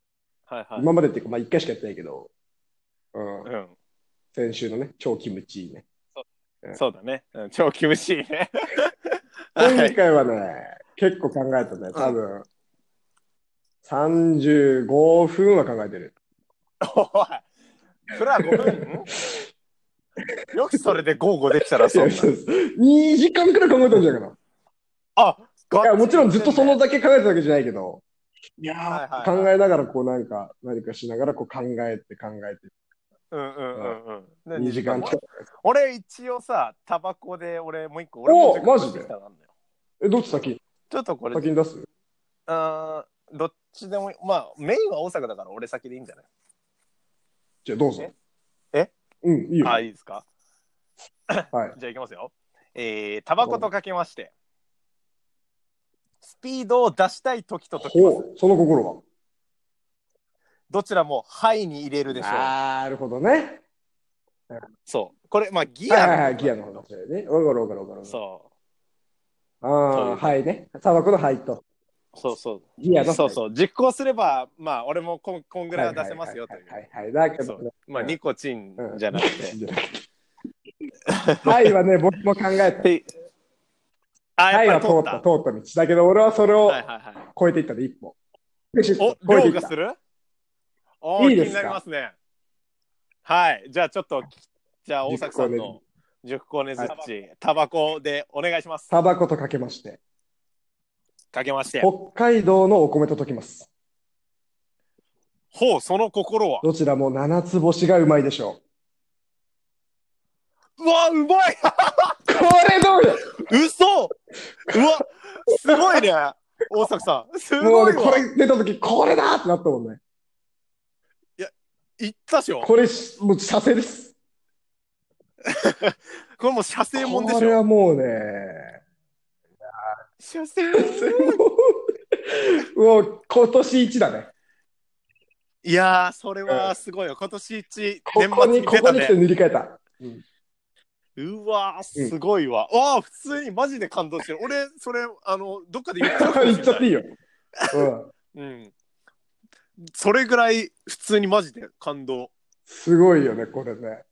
Speaker 1: はいはい。
Speaker 2: 今までっていうか、まあ1回しかやってないけど、うん、
Speaker 1: うん。
Speaker 2: 先週のね、超キムチね。
Speaker 1: そうだね。うん超厳しいね。は
Speaker 2: 今
Speaker 1: い。
Speaker 2: 回はね、結構考えたね。多分、35分は考えてる。
Speaker 1: おい。プラ5分よくそれで豪語できたらそん
Speaker 2: い
Speaker 1: な
Speaker 2: や。そうです2時間くらい考えたんじゃな いかな。
Speaker 1: あ、
Speaker 2: いや、もちろんずっとそのだけ考えてたわけじゃないけど、いやー、
Speaker 1: はいはいはい
Speaker 2: 考えながらこうなんか、何かしながらこう考えて考えて、
Speaker 1: うんうんうんうん。
Speaker 2: 2時間近く。
Speaker 1: 俺一応さ、タバコで俺もう一個。
Speaker 2: お
Speaker 1: 俺もう一個
Speaker 2: マジ
Speaker 1: 持っ
Speaker 2: で
Speaker 1: てきたのあんのよ
Speaker 2: え、どっち先
Speaker 1: ちょっとこれ、
Speaker 2: 先に出す
Speaker 1: あーどっちでもいい。まあ、メインは大阪だから俺先でいいんじゃない
Speaker 2: じゃあどうぞ。
Speaker 1: え
Speaker 2: うん、いいよ。
Speaker 1: あ、
Speaker 2: はい。
Speaker 1: いいですか じゃあいきますよ。えー、タバコとかけまして、スピードを出したい時と解き
Speaker 2: ほ
Speaker 1: ます。
Speaker 2: う、その心は。
Speaker 1: どちらも肺に入れるでしょう。
Speaker 2: あー、なるほどね。
Speaker 1: そう。これ、まあ、ギ
Speaker 2: はい
Speaker 1: アの
Speaker 2: はいはい、ギアの話だよね。わかるわかるわかる。
Speaker 1: そ
Speaker 2: ああ、はいね。タバコの灰と。
Speaker 1: う。そうそう。
Speaker 2: ギアの灰
Speaker 1: そうそう。実行すれば、まあ、俺もこんこんぐらいは出せますよと。
Speaker 2: はいいうはいはいはいはい。だけ
Speaker 1: そ
Speaker 2: ど
Speaker 1: う、まあ、
Speaker 2: うん
Speaker 1: ニコチンじゃなくて。
Speaker 2: はいはね、僕も考 えた。
Speaker 1: であ、
Speaker 2: はい
Speaker 1: や
Speaker 2: は
Speaker 1: っぱり
Speaker 2: 通
Speaker 1: 通
Speaker 2: っ、
Speaker 1: ったた。
Speaker 2: 通った道。だけど俺はそれを
Speaker 1: はいはいはい。
Speaker 2: 超えていったで、一歩。
Speaker 1: お、
Speaker 2: 超えて
Speaker 1: 量
Speaker 2: いっ
Speaker 1: が
Speaker 2: た
Speaker 1: す。るおー
Speaker 2: いいで
Speaker 1: 気
Speaker 2: す
Speaker 1: に
Speaker 2: か
Speaker 1: なりますね。はい。じゃあ、ちょっと、じゃあ、大阪さん
Speaker 2: 熟考ね
Speaker 1: の熟考ねずっち、タバコでお願いします。
Speaker 2: タバコとかけまして、
Speaker 1: かけまして。
Speaker 2: 北海道のお米と溶きます。
Speaker 1: ほう、その心は。
Speaker 2: どちらも七つ星がうまいでしょ。
Speaker 1: うわ、うまいう
Speaker 2: これどうよ
Speaker 1: 嘘うわすごいね大作さんす
Speaker 2: も
Speaker 1: ご
Speaker 2: う
Speaker 1: い
Speaker 2: ね、こ
Speaker 1: わ
Speaker 2: れ出た時、これだってなったもんね。
Speaker 1: 言ったでしょこ
Speaker 2: これし、もう射精です。
Speaker 1: れもう射精もんで
Speaker 2: こ
Speaker 1: し
Speaker 2: れ
Speaker 1: ょ
Speaker 2: はも うね、
Speaker 1: 射精
Speaker 2: もう今年一だね。
Speaker 1: いやーそれはすごいよ今年一
Speaker 2: こ
Speaker 1: 年
Speaker 2: こ
Speaker 1: 末
Speaker 2: に、
Speaker 1: に
Speaker 2: こ
Speaker 1: 出
Speaker 2: こ
Speaker 1: た
Speaker 2: に来
Speaker 1: ね
Speaker 2: て塗り替えた。
Speaker 1: うわーすごいわ、わあ普通にマジで感動してる俺それあのどっかで言っちゃうかもしれ
Speaker 2: 言
Speaker 1: な
Speaker 2: っちゃっていいよ。うん。
Speaker 1: うんそれぐらい普通にマジで感動
Speaker 2: すごいよね、これね。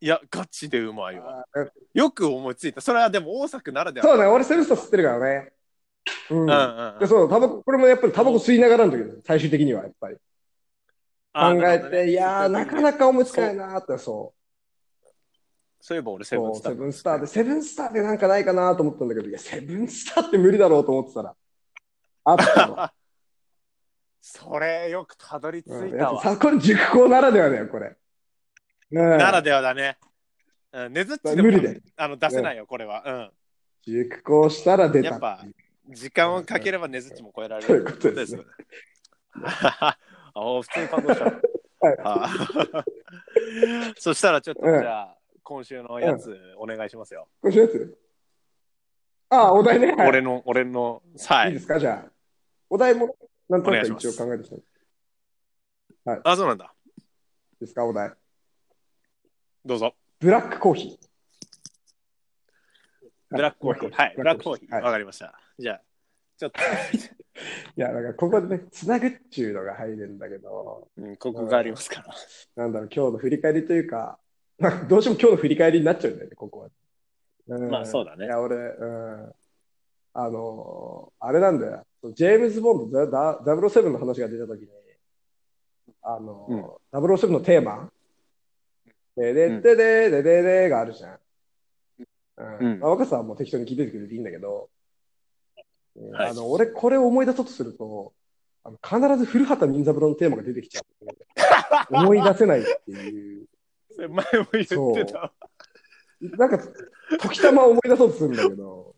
Speaker 1: いやガチでうまいわよく思いついたそれはでも大作ならでは
Speaker 2: そうね、俺セブスタ吸ってるからね。うん。
Speaker 1: うんうんう
Speaker 2: で
Speaker 1: ん
Speaker 2: そう、タバコ、これもやっぱりタバコ吸いながらの時だね最終的にはやっぱり。
Speaker 1: あー
Speaker 2: 考
Speaker 1: な
Speaker 2: え
Speaker 1: るほ
Speaker 2: て、
Speaker 1: どね
Speaker 2: いやー、なかなか思いつかないなーって、そ
Speaker 1: そういえば俺
Speaker 2: う。
Speaker 1: セブンスター
Speaker 2: そうセブンスターで、セブンスターでなんかないかなーと思ったんだけど、いや、セブンスターって無理だろうと思ってたら、あったの
Speaker 1: それよくたどり着
Speaker 2: うん。
Speaker 1: い
Speaker 2: や
Speaker 1: た
Speaker 2: っぱ
Speaker 1: わ。
Speaker 2: さこれ、熟考ならではだよ、これ。うん
Speaker 1: ならではだね。うんねずっちでも
Speaker 2: 無理だよ
Speaker 1: あの出せないよ、これは。
Speaker 2: 熟考したら
Speaker 1: う
Speaker 2: 出
Speaker 1: ん。や
Speaker 2: た
Speaker 1: っ。ぱ、時間をかければねずっちも超えられ
Speaker 2: そうい
Speaker 1: る
Speaker 2: う。ことですね。
Speaker 1: あ普通に感動した。あーそしたらちょっとじ
Speaker 2: うん
Speaker 1: ゃあ、今週のやつお願いしますよ。
Speaker 2: これ、やつああ、お題ね。、
Speaker 1: 俺の、俺の、はい
Speaker 2: い
Speaker 1: い
Speaker 2: で。すか、じゃあ。お題も、なんとな
Speaker 1: お願い
Speaker 2: く
Speaker 1: します
Speaker 2: 一応考えてきたん
Speaker 1: あ、そうなんだ。
Speaker 2: ですか、お題。
Speaker 1: どうぞ。
Speaker 2: ブラックコーヒー。
Speaker 1: ブラックコーヒー。はい、ブラックコーヒー。
Speaker 2: はい
Speaker 1: わかりました。じゃあ、ちょっと、
Speaker 2: いや、だからここでね、つなぐっちゅうのが入るんだけど、
Speaker 1: うんここがありますから。
Speaker 2: なんだろう、今日の振り返りというか、なんかどうしても今日の振り返りになっちゃうんだよね、ここは。うん
Speaker 1: まあそうだね
Speaker 2: いや、俺、うん。あのーあれなんだよ。ジェームズ・ボンド、ダダ007の話が出たときに、あのー、007のテーマ、でででででででがあるじゃん。う
Speaker 1: うん
Speaker 2: んまあ、若さんはもう適当に聞いててくれていいんだけど、うん
Speaker 1: はい
Speaker 2: あの俺、これ思い出そうとすると、あの必ず古畑任三郎のテーマが出てきちゃうので。 思い出せないっていう。
Speaker 1: 前も言ってた。
Speaker 2: なんか、時たま思い出そうとするんだけど、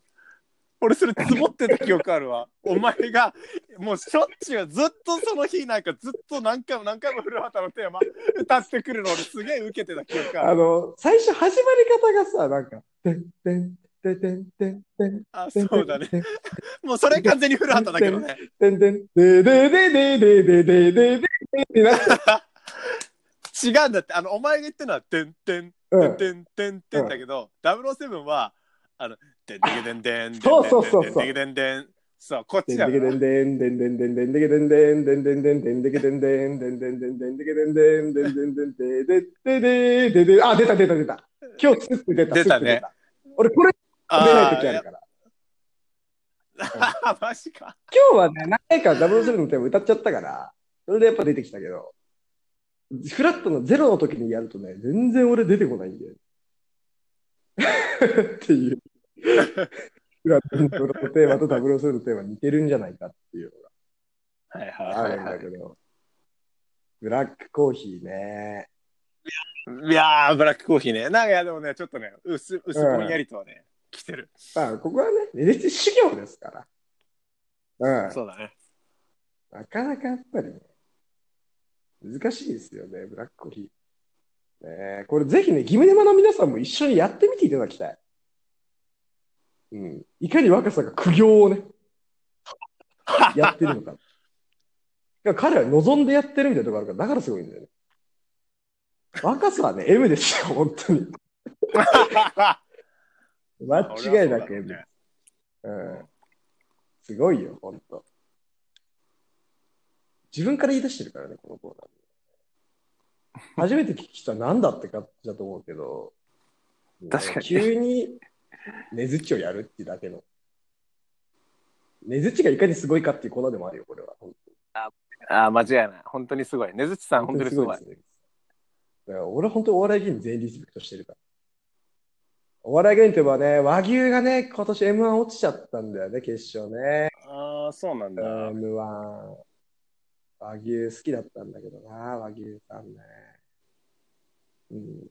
Speaker 1: 俺それ積もってた記憶あるわ。お前がもうしょっちゅうずっとその日なんかずっと何回も何回も古畑のテーマ歌ってくるの俺すげえ受けてた記憶あ
Speaker 2: あ
Speaker 1: る。
Speaker 2: の、最初始まり方がさ、なんか、てんてんてんてんてんてん
Speaker 1: あ
Speaker 2: てん
Speaker 1: そうだね。
Speaker 2: てん
Speaker 1: もうそれ完全に古畑だけどね。
Speaker 2: てんてんででででででででででなって
Speaker 1: 違うんだってあのお前が言ってるのは「てんてん
Speaker 2: う
Speaker 1: て
Speaker 2: ん
Speaker 1: んてんてんてん」だけど、007はあの「てんてけてんてん」
Speaker 2: そうそうそうそう
Speaker 1: てんてけてんてんそうこっ
Speaker 2: で
Speaker 1: ち
Speaker 2: ん
Speaker 1: だか
Speaker 2: でけで
Speaker 1: ら
Speaker 2: んでんでんでんでんでんでけでんでんでんでんでんでんでけでんでんでんでんでんでんでけでんでんでんでんでんでんででででであ出た出た出た今日スッて出た
Speaker 1: 出たね
Speaker 2: スッて俺これ出
Speaker 1: あ
Speaker 2: ない時ある
Speaker 1: ー
Speaker 2: から
Speaker 1: あーマジか
Speaker 2: 今日はね何回かダブルセブンのテーマ歌っちゃったからそれでやっぱ出てきたけどフラットのゼロの時にやるとね全然俺出てこないんだよ っていうフラットのゼロのテーマとダブルセブンのテーマ似てるんじゃないかっていう
Speaker 1: はい
Speaker 2: のがあるんだけどブラックコーヒーね
Speaker 1: いやーブラックコーヒーねなんかいやでもねちょっとね薄薄ぼんやりとはね、来てる
Speaker 2: まあここはね練り修行ですからうん
Speaker 1: そうだね
Speaker 2: なかなかやっぱりね、難しいですよね、ブラックコーヒー。ねえこれぜひね、ギムネマの皆さんも一緒にやってみていただきたい。うん。いかに若さが苦行をね、やってるのか。いや彼は望んでやってるみたいなところあるから、だからすごいんだよね。若さはね、M ですよ、本当に。間違いなく M です。うん。すごいよ、ほんと。自分から言い出してるからね、このコーナー。初めて聞きた何だって感じだと思うけど、
Speaker 1: 確かに
Speaker 2: 急に根づちをやるってだけの。根づちがいかにすごいかっていうコーナーでもあるよ、これは。本
Speaker 1: あー間違いない本当にすごい根津さん本当にすごい
Speaker 2: ですね。だから俺本当お笑い芸人全員リスペクトしてるから。お笑い芸人といえばね、和牛がね、今年 M1 落ちちゃったんだよね、決勝ね。
Speaker 1: ああそうなんだ、
Speaker 2: M1。和牛好きだったんだけどな、和牛さんね。うん。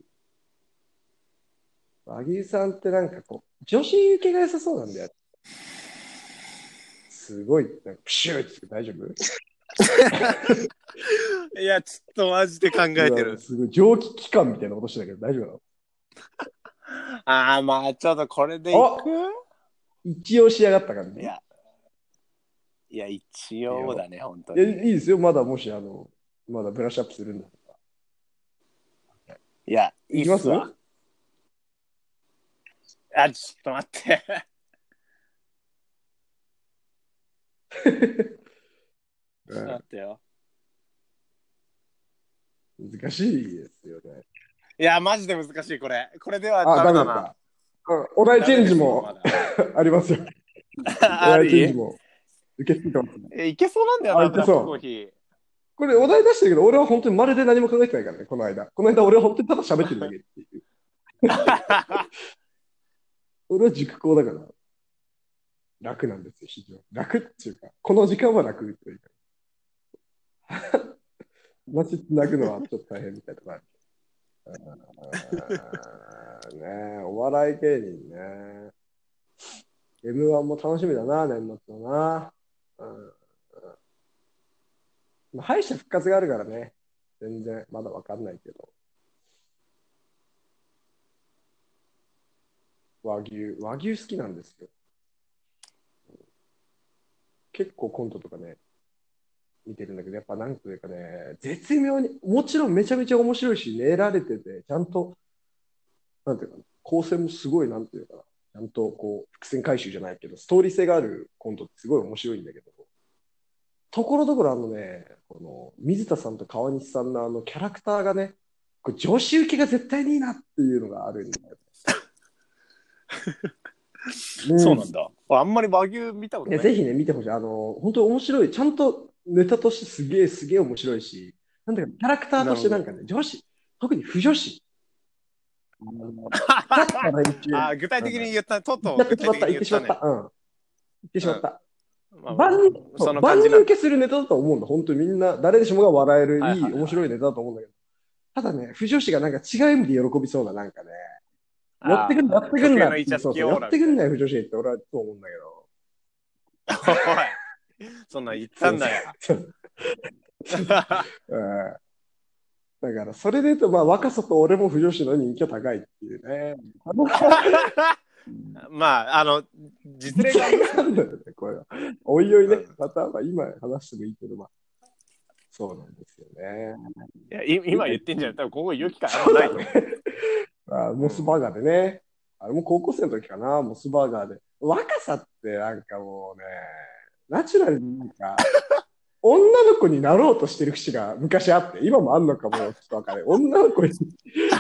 Speaker 2: 和牛さんってなんかこう、女子受けが良さそうなんだよ。すごい、なんかプシューって言って大丈夫
Speaker 1: いやちょっとマジで考えてる
Speaker 2: すごい、蒸気機関みたいなことしてたけど大丈夫なの
Speaker 1: ああまあちょっとこれでいく
Speaker 2: 一応仕上がった感じ。
Speaker 1: いやいや一応だね本当
Speaker 2: いやい
Speaker 1: に
Speaker 2: いですよ、まだもし、あの、まだブラッシュアップするんだったら。
Speaker 1: いやいい
Speaker 2: い
Speaker 1: っ
Speaker 2: きます
Speaker 1: わあちょっと待ってちょっと待ってよ
Speaker 2: 難しいですよね。
Speaker 1: いやマジで難しいこれこれではダ
Speaker 2: あ、ダ
Speaker 1: メ
Speaker 2: メだ
Speaker 1: だ
Speaker 2: っ
Speaker 1: な
Speaker 2: た。うんお題チェンジも
Speaker 1: ダメです
Speaker 2: ありますよ。
Speaker 1: まだ あ
Speaker 2: お題チェン
Speaker 1: り
Speaker 2: ジも受け付けてますね。
Speaker 1: えいけそうなんだよ
Speaker 2: あ
Speaker 1: ないブ
Speaker 2: け
Speaker 1: ラッ
Speaker 2: そう
Speaker 1: クコーヒー
Speaker 2: これお題出してるけど、俺は本当にまるで何も考えてないからね、この間。この間俺は本当にただ喋ってるだけっていう。俺は塾講だから、楽なんですよ、非常に。楽っていうか、この時間は楽というか。 街つなぐのはちょっと大変みたいなのがある。あーねえお笑い芸人ね。M1 も楽しみだな、年末だな。うんまあ、敗者復活があるからね、全然まだわかんないけど。和牛、和牛好きなんですよ。結構コントとかね、見てるんだけど、やっぱなんというかね、絶妙に、もちろんめちゃめちゃ面白いし、練られてて、ちゃんと、なんていうかな、構成もすごい、なんていうかな、ちゃんとこう、伏線回収じゃないけど、ストーリー性があるコントってすごい面白いんだけど、ところどころあのね、この水田さんと川西さんのあのキャラクターがね、これ女子受けが絶対にいいなっていうのがあるんだ よね。
Speaker 1: そうなんだあんまり和牛見たこと
Speaker 2: い
Speaker 1: な
Speaker 2: や
Speaker 1: い
Speaker 2: ぜひね、見てほしい。あの、本当面白い。ちゃんとネタとしてすげえ、すげ え面白いし、なんだかキャラクターとしてなんかね、女子、特に不女子だから一応
Speaker 1: あー具体的に言った、とっと
Speaker 2: やっ
Speaker 1: 具
Speaker 2: てしま
Speaker 1: 体
Speaker 2: っ
Speaker 1: 的
Speaker 2: た、
Speaker 1: に
Speaker 2: 言っ
Speaker 1: 言
Speaker 2: て
Speaker 1: ったね
Speaker 2: しまった。。うん。言ってしまった。
Speaker 1: まあまあ
Speaker 2: 万人、
Speaker 1: そ
Speaker 2: そう
Speaker 1: の
Speaker 2: 万
Speaker 1: 感じ
Speaker 2: 人
Speaker 1: なん
Speaker 2: 受
Speaker 1: だ
Speaker 2: けするネタだと思うんだ。本当にみんな、誰でしもが笑える、いい、
Speaker 1: はいはいはい
Speaker 2: 面白いネタだと思うんだけど。ただね、不条氏がなんか違う意味で喜びそうな、なんかね。やってくんな、やってくんな
Speaker 1: あー特有のイチャつ
Speaker 2: そうそう
Speaker 1: きオ
Speaker 2: や
Speaker 1: ーラ
Speaker 2: ってくんなよ、不条氏って俺はそう思うんだけど。
Speaker 1: おいそんなん言ったんだ よ。
Speaker 2: うん。だから、それで言うと、まあ、若さと俺も不条氏の人気が高いっていうね。あの
Speaker 1: まあ、あの、実例が、
Speaker 2: なんだよね、これは。おいおいね
Speaker 1: うん、
Speaker 2: また、まあ、今話してもいいけど、まあ、そうなんですよね。
Speaker 1: いやい今言ってんじゃん。多分ここ余きからないと思う。
Speaker 2: あモスバーガーでね。あれも高校生の時かな、モスバーガーで。若さってなんかもうね、ナチュラルになんか、女の子になろうとしてる節が昔あって、今もあんのかもちょっとわかんない。女の子に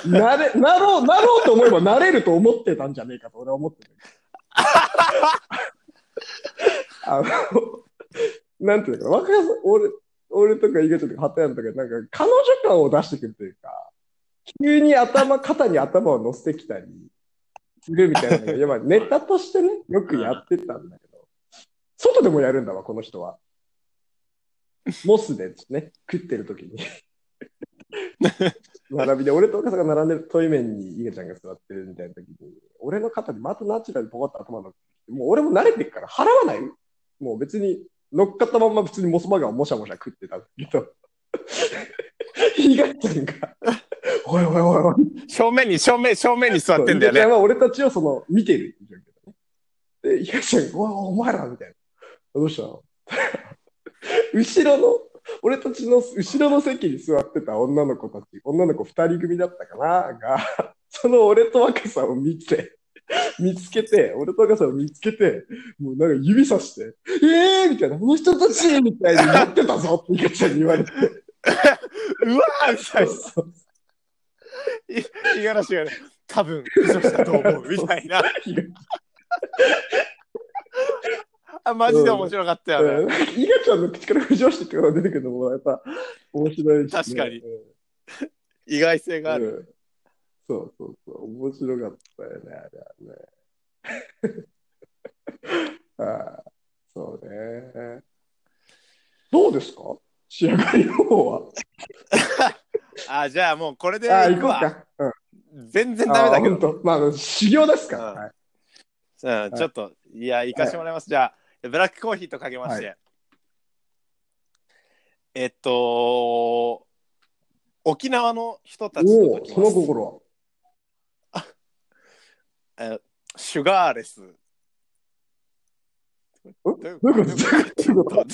Speaker 2: なれ、なろう、なろうと思えばなれると思ってたんじゃねえかと俺は思ってる。あの、なんていうのかな、若さ、俺、俺とか井口とか鳩山とか、なんか彼女感を出してくるというか、急に頭、肩に頭を乗せてきたりするみたいなのが、やっぱネタとしてね、よくやってたんだけど、外でもやるんだわ、この人は。モスでね、食ってる時に。並びで、俺とお母さんが並んでる遠い面にイゲちゃんが座ってるみたいな時に、俺の肩にまたナチュラルにポコッと頭乗ってきて、もう俺も慣れてるから払わないもう別に乗っかったまんま普通にモスバーガーをもしゃもしゃ食ってたんだけど、イゲちゃんが、おいおいおいおい、
Speaker 1: 正面に、正面、正面に座ってんだよ
Speaker 2: そうイカちゃん
Speaker 1: ね。
Speaker 2: は俺たちをその、見てるっていう状況だね。で、イカちゃんが、うわ、お前らみたいな。どうしたの 後ろの、俺たちの後ろの席に座ってた女の子たち、女の子二人組だったかなが、その俺と若さを見て、見つけて、俺と若さを見つけて、もうなんか指さして、えーみたいな、この人たちみたいになってたぞってイカちゃんに言 われて。
Speaker 1: うわーみたいな。五十嵐がね、多分、嘘したと思う、みたいな。あ、マジで面白かったよね。
Speaker 2: うんイガちゃんの口から浮上してってことが出てくるのもやっぱ面白いし、
Speaker 1: 確かに
Speaker 2: うん
Speaker 1: 意外性がある。
Speaker 2: うんそうそうそう、面白かったよね、あれはね。 ああ、そうね。どうですか仕上がりの方は。
Speaker 1: あ、じゃあもうこれで
Speaker 2: ああ、行
Speaker 1: 行
Speaker 2: こ
Speaker 1: く
Speaker 2: う
Speaker 1: わ。
Speaker 2: か。うん、
Speaker 1: 全然ダメだけ
Speaker 2: ああ
Speaker 1: ど。
Speaker 2: ほんとまあ、修行ですか
Speaker 1: う
Speaker 2: ら。
Speaker 1: ん
Speaker 2: はい
Speaker 1: うん、ちょっと、いや、行かしてもらいます。じゃあ、ブラックコーヒーとかけまして。えっと、沖縄の人たちと
Speaker 2: お
Speaker 1: 解
Speaker 2: お、
Speaker 1: き
Speaker 2: そ
Speaker 1: ま
Speaker 2: の
Speaker 1: す
Speaker 2: 心は。
Speaker 1: シュガーレス。
Speaker 2: どういうことど
Speaker 1: どう
Speaker 2: ういうこと
Speaker 1: いうことかっ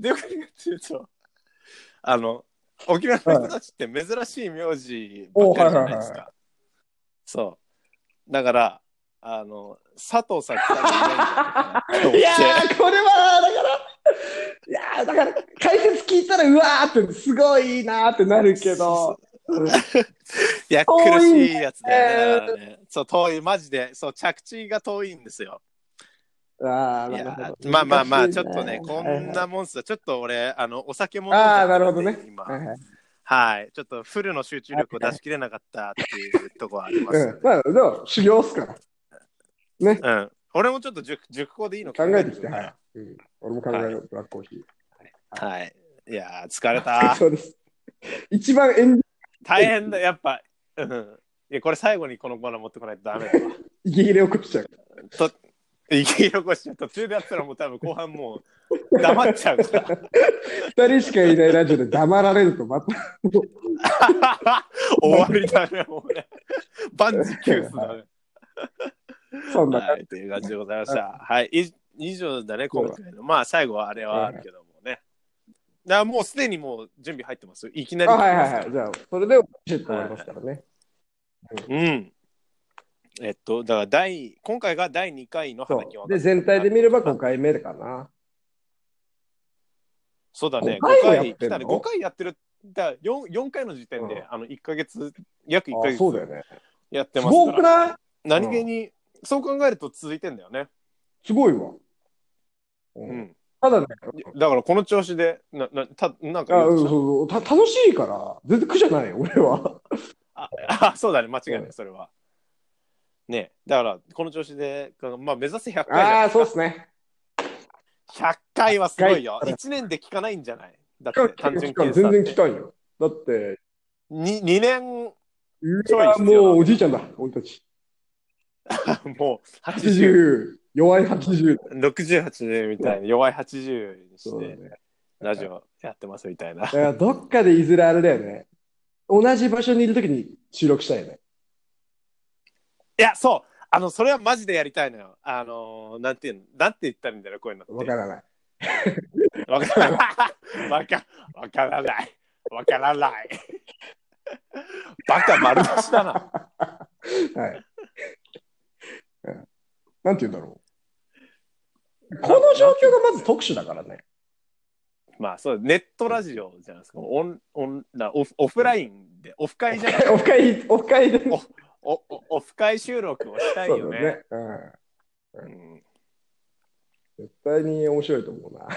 Speaker 1: ていうと、あの、沖縄の人たちって珍しい名字ばっかりじゃないです
Speaker 2: はいおはいはいはい
Speaker 1: か。そう。だから、あの、佐藤さん来たらいないんじゃないかなと思って
Speaker 2: いやー、これは、だから、いやー、だから、解説聞いたら、うわーって、すごいなーってなるけど、うん
Speaker 1: いや、
Speaker 2: 遠い
Speaker 1: 苦しいやつだよねだからね。そう、遠い、マジで。そう、着地が遠いんですよ。
Speaker 2: あー
Speaker 1: い
Speaker 2: なる
Speaker 1: や
Speaker 2: ほど
Speaker 1: まあまあまあ、
Speaker 2: 難し
Speaker 1: ち
Speaker 2: い
Speaker 1: ょっとね、こんなモンスター、ちょっと俺、あの、お酒も飲んじゃったん
Speaker 2: あ
Speaker 1: で
Speaker 2: あー、なるほどね。
Speaker 1: 今
Speaker 2: はいはい
Speaker 1: はい、ちょっとフルの集中力を出し切れなかったっていうとこはあります、
Speaker 2: うん、まあ、でも、修行っすから。
Speaker 1: うん。俺もちょっと熟熟考でいいの
Speaker 2: 考えてきて、
Speaker 1: は
Speaker 2: はいい。。うん、俺も考えよう、ブラックコーヒー。
Speaker 1: はい。いやー、疲れ た。
Speaker 2: そうです。一番演
Speaker 1: 大変だ、やっぱ。うん。いや、これ最後にこのコーナー持ってこないとダ メだわ。
Speaker 2: じ、息切れ起こしちゃう。
Speaker 1: と、息起こしちゃう途中でやったらもう多分後半もう 黙っちゃうから。
Speaker 2: 二人しかいないラジオで黙られると、また、
Speaker 1: 終わりだね、もうね。万事休すだね。
Speaker 2: そんな
Speaker 1: は
Speaker 2: 感
Speaker 1: い、という感じでございました。はい、い以上だね、今回の。まあ、最後はあれはあるけどもね。だからもうすでにもう準備入ってますよ。いきな
Speaker 2: じ。
Speaker 1: り来
Speaker 2: あ、
Speaker 1: てますか
Speaker 2: はいはい
Speaker 1: ら
Speaker 2: はい。じゃあ、それで、シュッと終わりますからね。
Speaker 1: うん。えっと、だから第、今回が第2回の花木
Speaker 2: そ
Speaker 1: は
Speaker 2: う。で、全体で見れば5回目かな。
Speaker 1: そうだね、
Speaker 2: 五回
Speaker 1: 5
Speaker 2: も
Speaker 1: 回
Speaker 2: やってん
Speaker 1: 来たね5回やって
Speaker 2: の
Speaker 1: る。だ 4, 四回の時点で、
Speaker 2: うん
Speaker 1: あの1か月、約1か
Speaker 2: あそうだ
Speaker 1: 月
Speaker 2: よね。
Speaker 1: やって
Speaker 2: す
Speaker 1: ます
Speaker 2: ご
Speaker 1: か
Speaker 2: く
Speaker 1: ら。
Speaker 2: ない
Speaker 1: 何気に、そう考えると続いてんだよね。
Speaker 2: すごいわ。う
Speaker 1: うんん。
Speaker 2: ただね、
Speaker 1: だからこの調子で、な、な、た、なんか
Speaker 2: あ
Speaker 1: 言う
Speaker 2: うんそ
Speaker 1: と
Speaker 2: う
Speaker 1: さ、
Speaker 2: そうた楽しいから、全然苦じゃないよ、俺は。
Speaker 1: あそうだね、間違いない、それは。ねだから、この調子で、まあ、目指せ100回じゃ
Speaker 2: あ
Speaker 1: ない
Speaker 2: あ、そうっすね。
Speaker 1: 100回はすごいよ。1年で聞かないんじゃないだって、単純
Speaker 2: 期間
Speaker 1: 計算
Speaker 2: 全
Speaker 1: で
Speaker 2: 然期間よ。だって、
Speaker 1: 2, 2年、
Speaker 2: う
Speaker 1: ちょい
Speaker 2: わ
Speaker 1: 必要だ
Speaker 2: もうおじいちゃんだ、俺たち。
Speaker 1: もう80、
Speaker 2: 80、弱い80。
Speaker 1: 68でみたいな、弱い80に
Speaker 2: そ
Speaker 1: し
Speaker 2: うだね
Speaker 1: て、。ラジオやってますみたいな
Speaker 2: だ。からどっかでいずれあれだよね。同じ場所にいるときに収録したいよね。
Speaker 1: いや、そう。あの、それはマジでやりたいのよ。あのー、なんていうの、なんて言ったらいいんだろう、こういうのって。
Speaker 2: わからない。
Speaker 1: わからない。わか、わからない。わからない。バカ丸出しだな。
Speaker 2: はい。うんなんて言うんだろう。この状況がまず特殊だからね。
Speaker 1: まあ、そう、ネットラジオじゃないですか。オン、オン、なオフオフラインで、オフ会じゃない
Speaker 2: オフ会、オフ会で。
Speaker 1: おおおオフ会収録をしたい
Speaker 2: そう
Speaker 1: よ
Speaker 2: だ
Speaker 1: ね。
Speaker 2: ね。うん
Speaker 1: うん
Speaker 2: 絶対に面白いと思うな。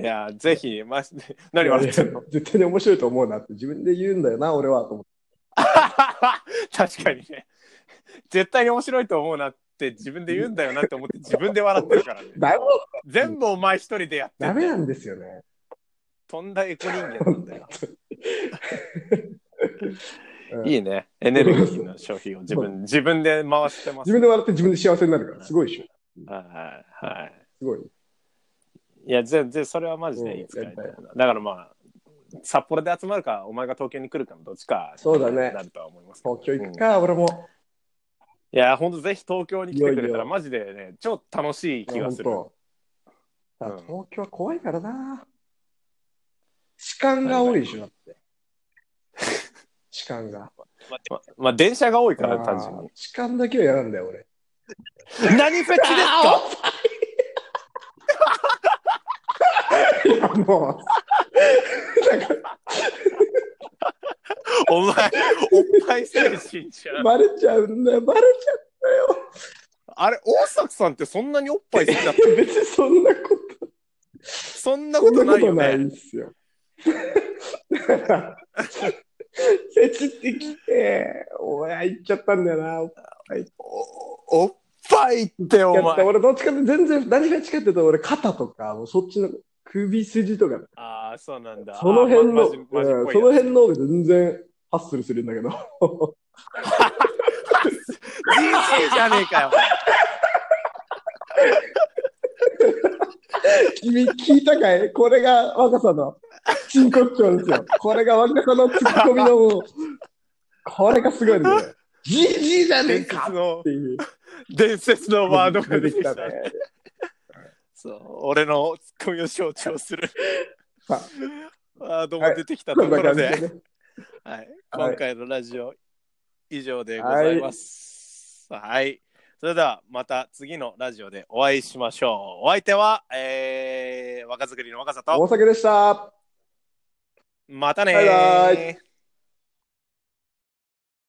Speaker 1: いや、ぜひ、マジで、何笑ってんの
Speaker 2: 絶対に面白いと思うなって自分で言うんだよな、俺は。と思って
Speaker 1: 確かにね。絶対に面白いと思うなって自分で言うんだよなって思って自分で笑ってるからね。
Speaker 2: だめ
Speaker 1: 全部お前一人でやって
Speaker 2: ダ
Speaker 1: ん
Speaker 2: メ
Speaker 1: だよ
Speaker 2: なんですよね。
Speaker 1: とんだエコ人間なんだよ。
Speaker 2: うん
Speaker 1: いいね。エネルギーの消費を自分自分で回してます。
Speaker 2: 自分で笑って自分で幸せになるから、すごいでしょ。
Speaker 1: はいはいは
Speaker 2: すごい。
Speaker 1: い。いや、全然それはマジでいつかやりたいな。だからまあ、札幌で集まるか、お前が東京に来るかのどっちか
Speaker 2: そうだね
Speaker 1: なるとは思いますけど。
Speaker 2: 東京行くか、俺も。
Speaker 1: いや、ほんとぜひ東京に来てく
Speaker 2: い
Speaker 1: れ
Speaker 2: よ
Speaker 1: た
Speaker 2: い
Speaker 1: ら
Speaker 2: よ
Speaker 1: マジでね、超楽しい気がする。
Speaker 2: 本
Speaker 1: う
Speaker 2: 当
Speaker 1: ん
Speaker 2: あ東京は怖いからな。痴漢が多いでしょ、だって。痴漢が。
Speaker 1: ままあ、電車が多いから、
Speaker 2: あー
Speaker 1: 単純に。
Speaker 2: 痴漢だけは嫌なんだよ、俺。
Speaker 1: 何フェチですか
Speaker 2: いや、もう。なんか、
Speaker 1: お前、おっぱい精神じゃん。
Speaker 2: バレちゃうんだよ、バレちゃうん
Speaker 1: あれ、大作さんってそんなにおっぱい好きだった
Speaker 2: だよ。 別にそんなこと。
Speaker 1: そんなことないよ
Speaker 2: そ
Speaker 1: ね。
Speaker 2: んなことないですよ。 フェチってきて、お前行っちゃったんだよな。
Speaker 1: おっぱいってお
Speaker 2: やっぱ
Speaker 1: 前。
Speaker 2: 俺どっちかって全然、何が違ってたと俺肩とか、もうそっちの首筋とか、
Speaker 1: ああ、そうなんだ。
Speaker 2: その辺の、
Speaker 1: あーまマジマジっ
Speaker 2: うん
Speaker 1: ぽい
Speaker 2: そ
Speaker 1: やつ
Speaker 2: の辺の方が全然ハッスルするんだけど。
Speaker 1: じじいじゃねえかよ。
Speaker 2: 君聞いたかいこれが若さの真骨頂ですよ。これが若さのツッコミのもう、これがすごいんだよ。じいじいじゃねえ
Speaker 1: 伝
Speaker 2: か
Speaker 1: 説
Speaker 2: っ
Speaker 1: の、
Speaker 2: ていう。
Speaker 1: 伝説のワードが
Speaker 2: 出
Speaker 1: 出て
Speaker 2: てき
Speaker 1: き
Speaker 2: た
Speaker 1: た
Speaker 2: ね
Speaker 1: ね。。そう、俺のツッコミを象徴する
Speaker 2: さ。
Speaker 1: ワードも出てきたと
Speaker 2: そん
Speaker 1: こ
Speaker 2: な
Speaker 1: ろ
Speaker 2: 感じ
Speaker 1: で、
Speaker 2: でね。
Speaker 1: はい、
Speaker 2: はい
Speaker 1: 今回のラジオ以上でございます。はい、それではまた次のラジオでお会いしましょう。お相手は、えー、若作りの若さ
Speaker 2: 大
Speaker 1: と、
Speaker 2: 阪でした。
Speaker 1: またねー
Speaker 2: バイバイ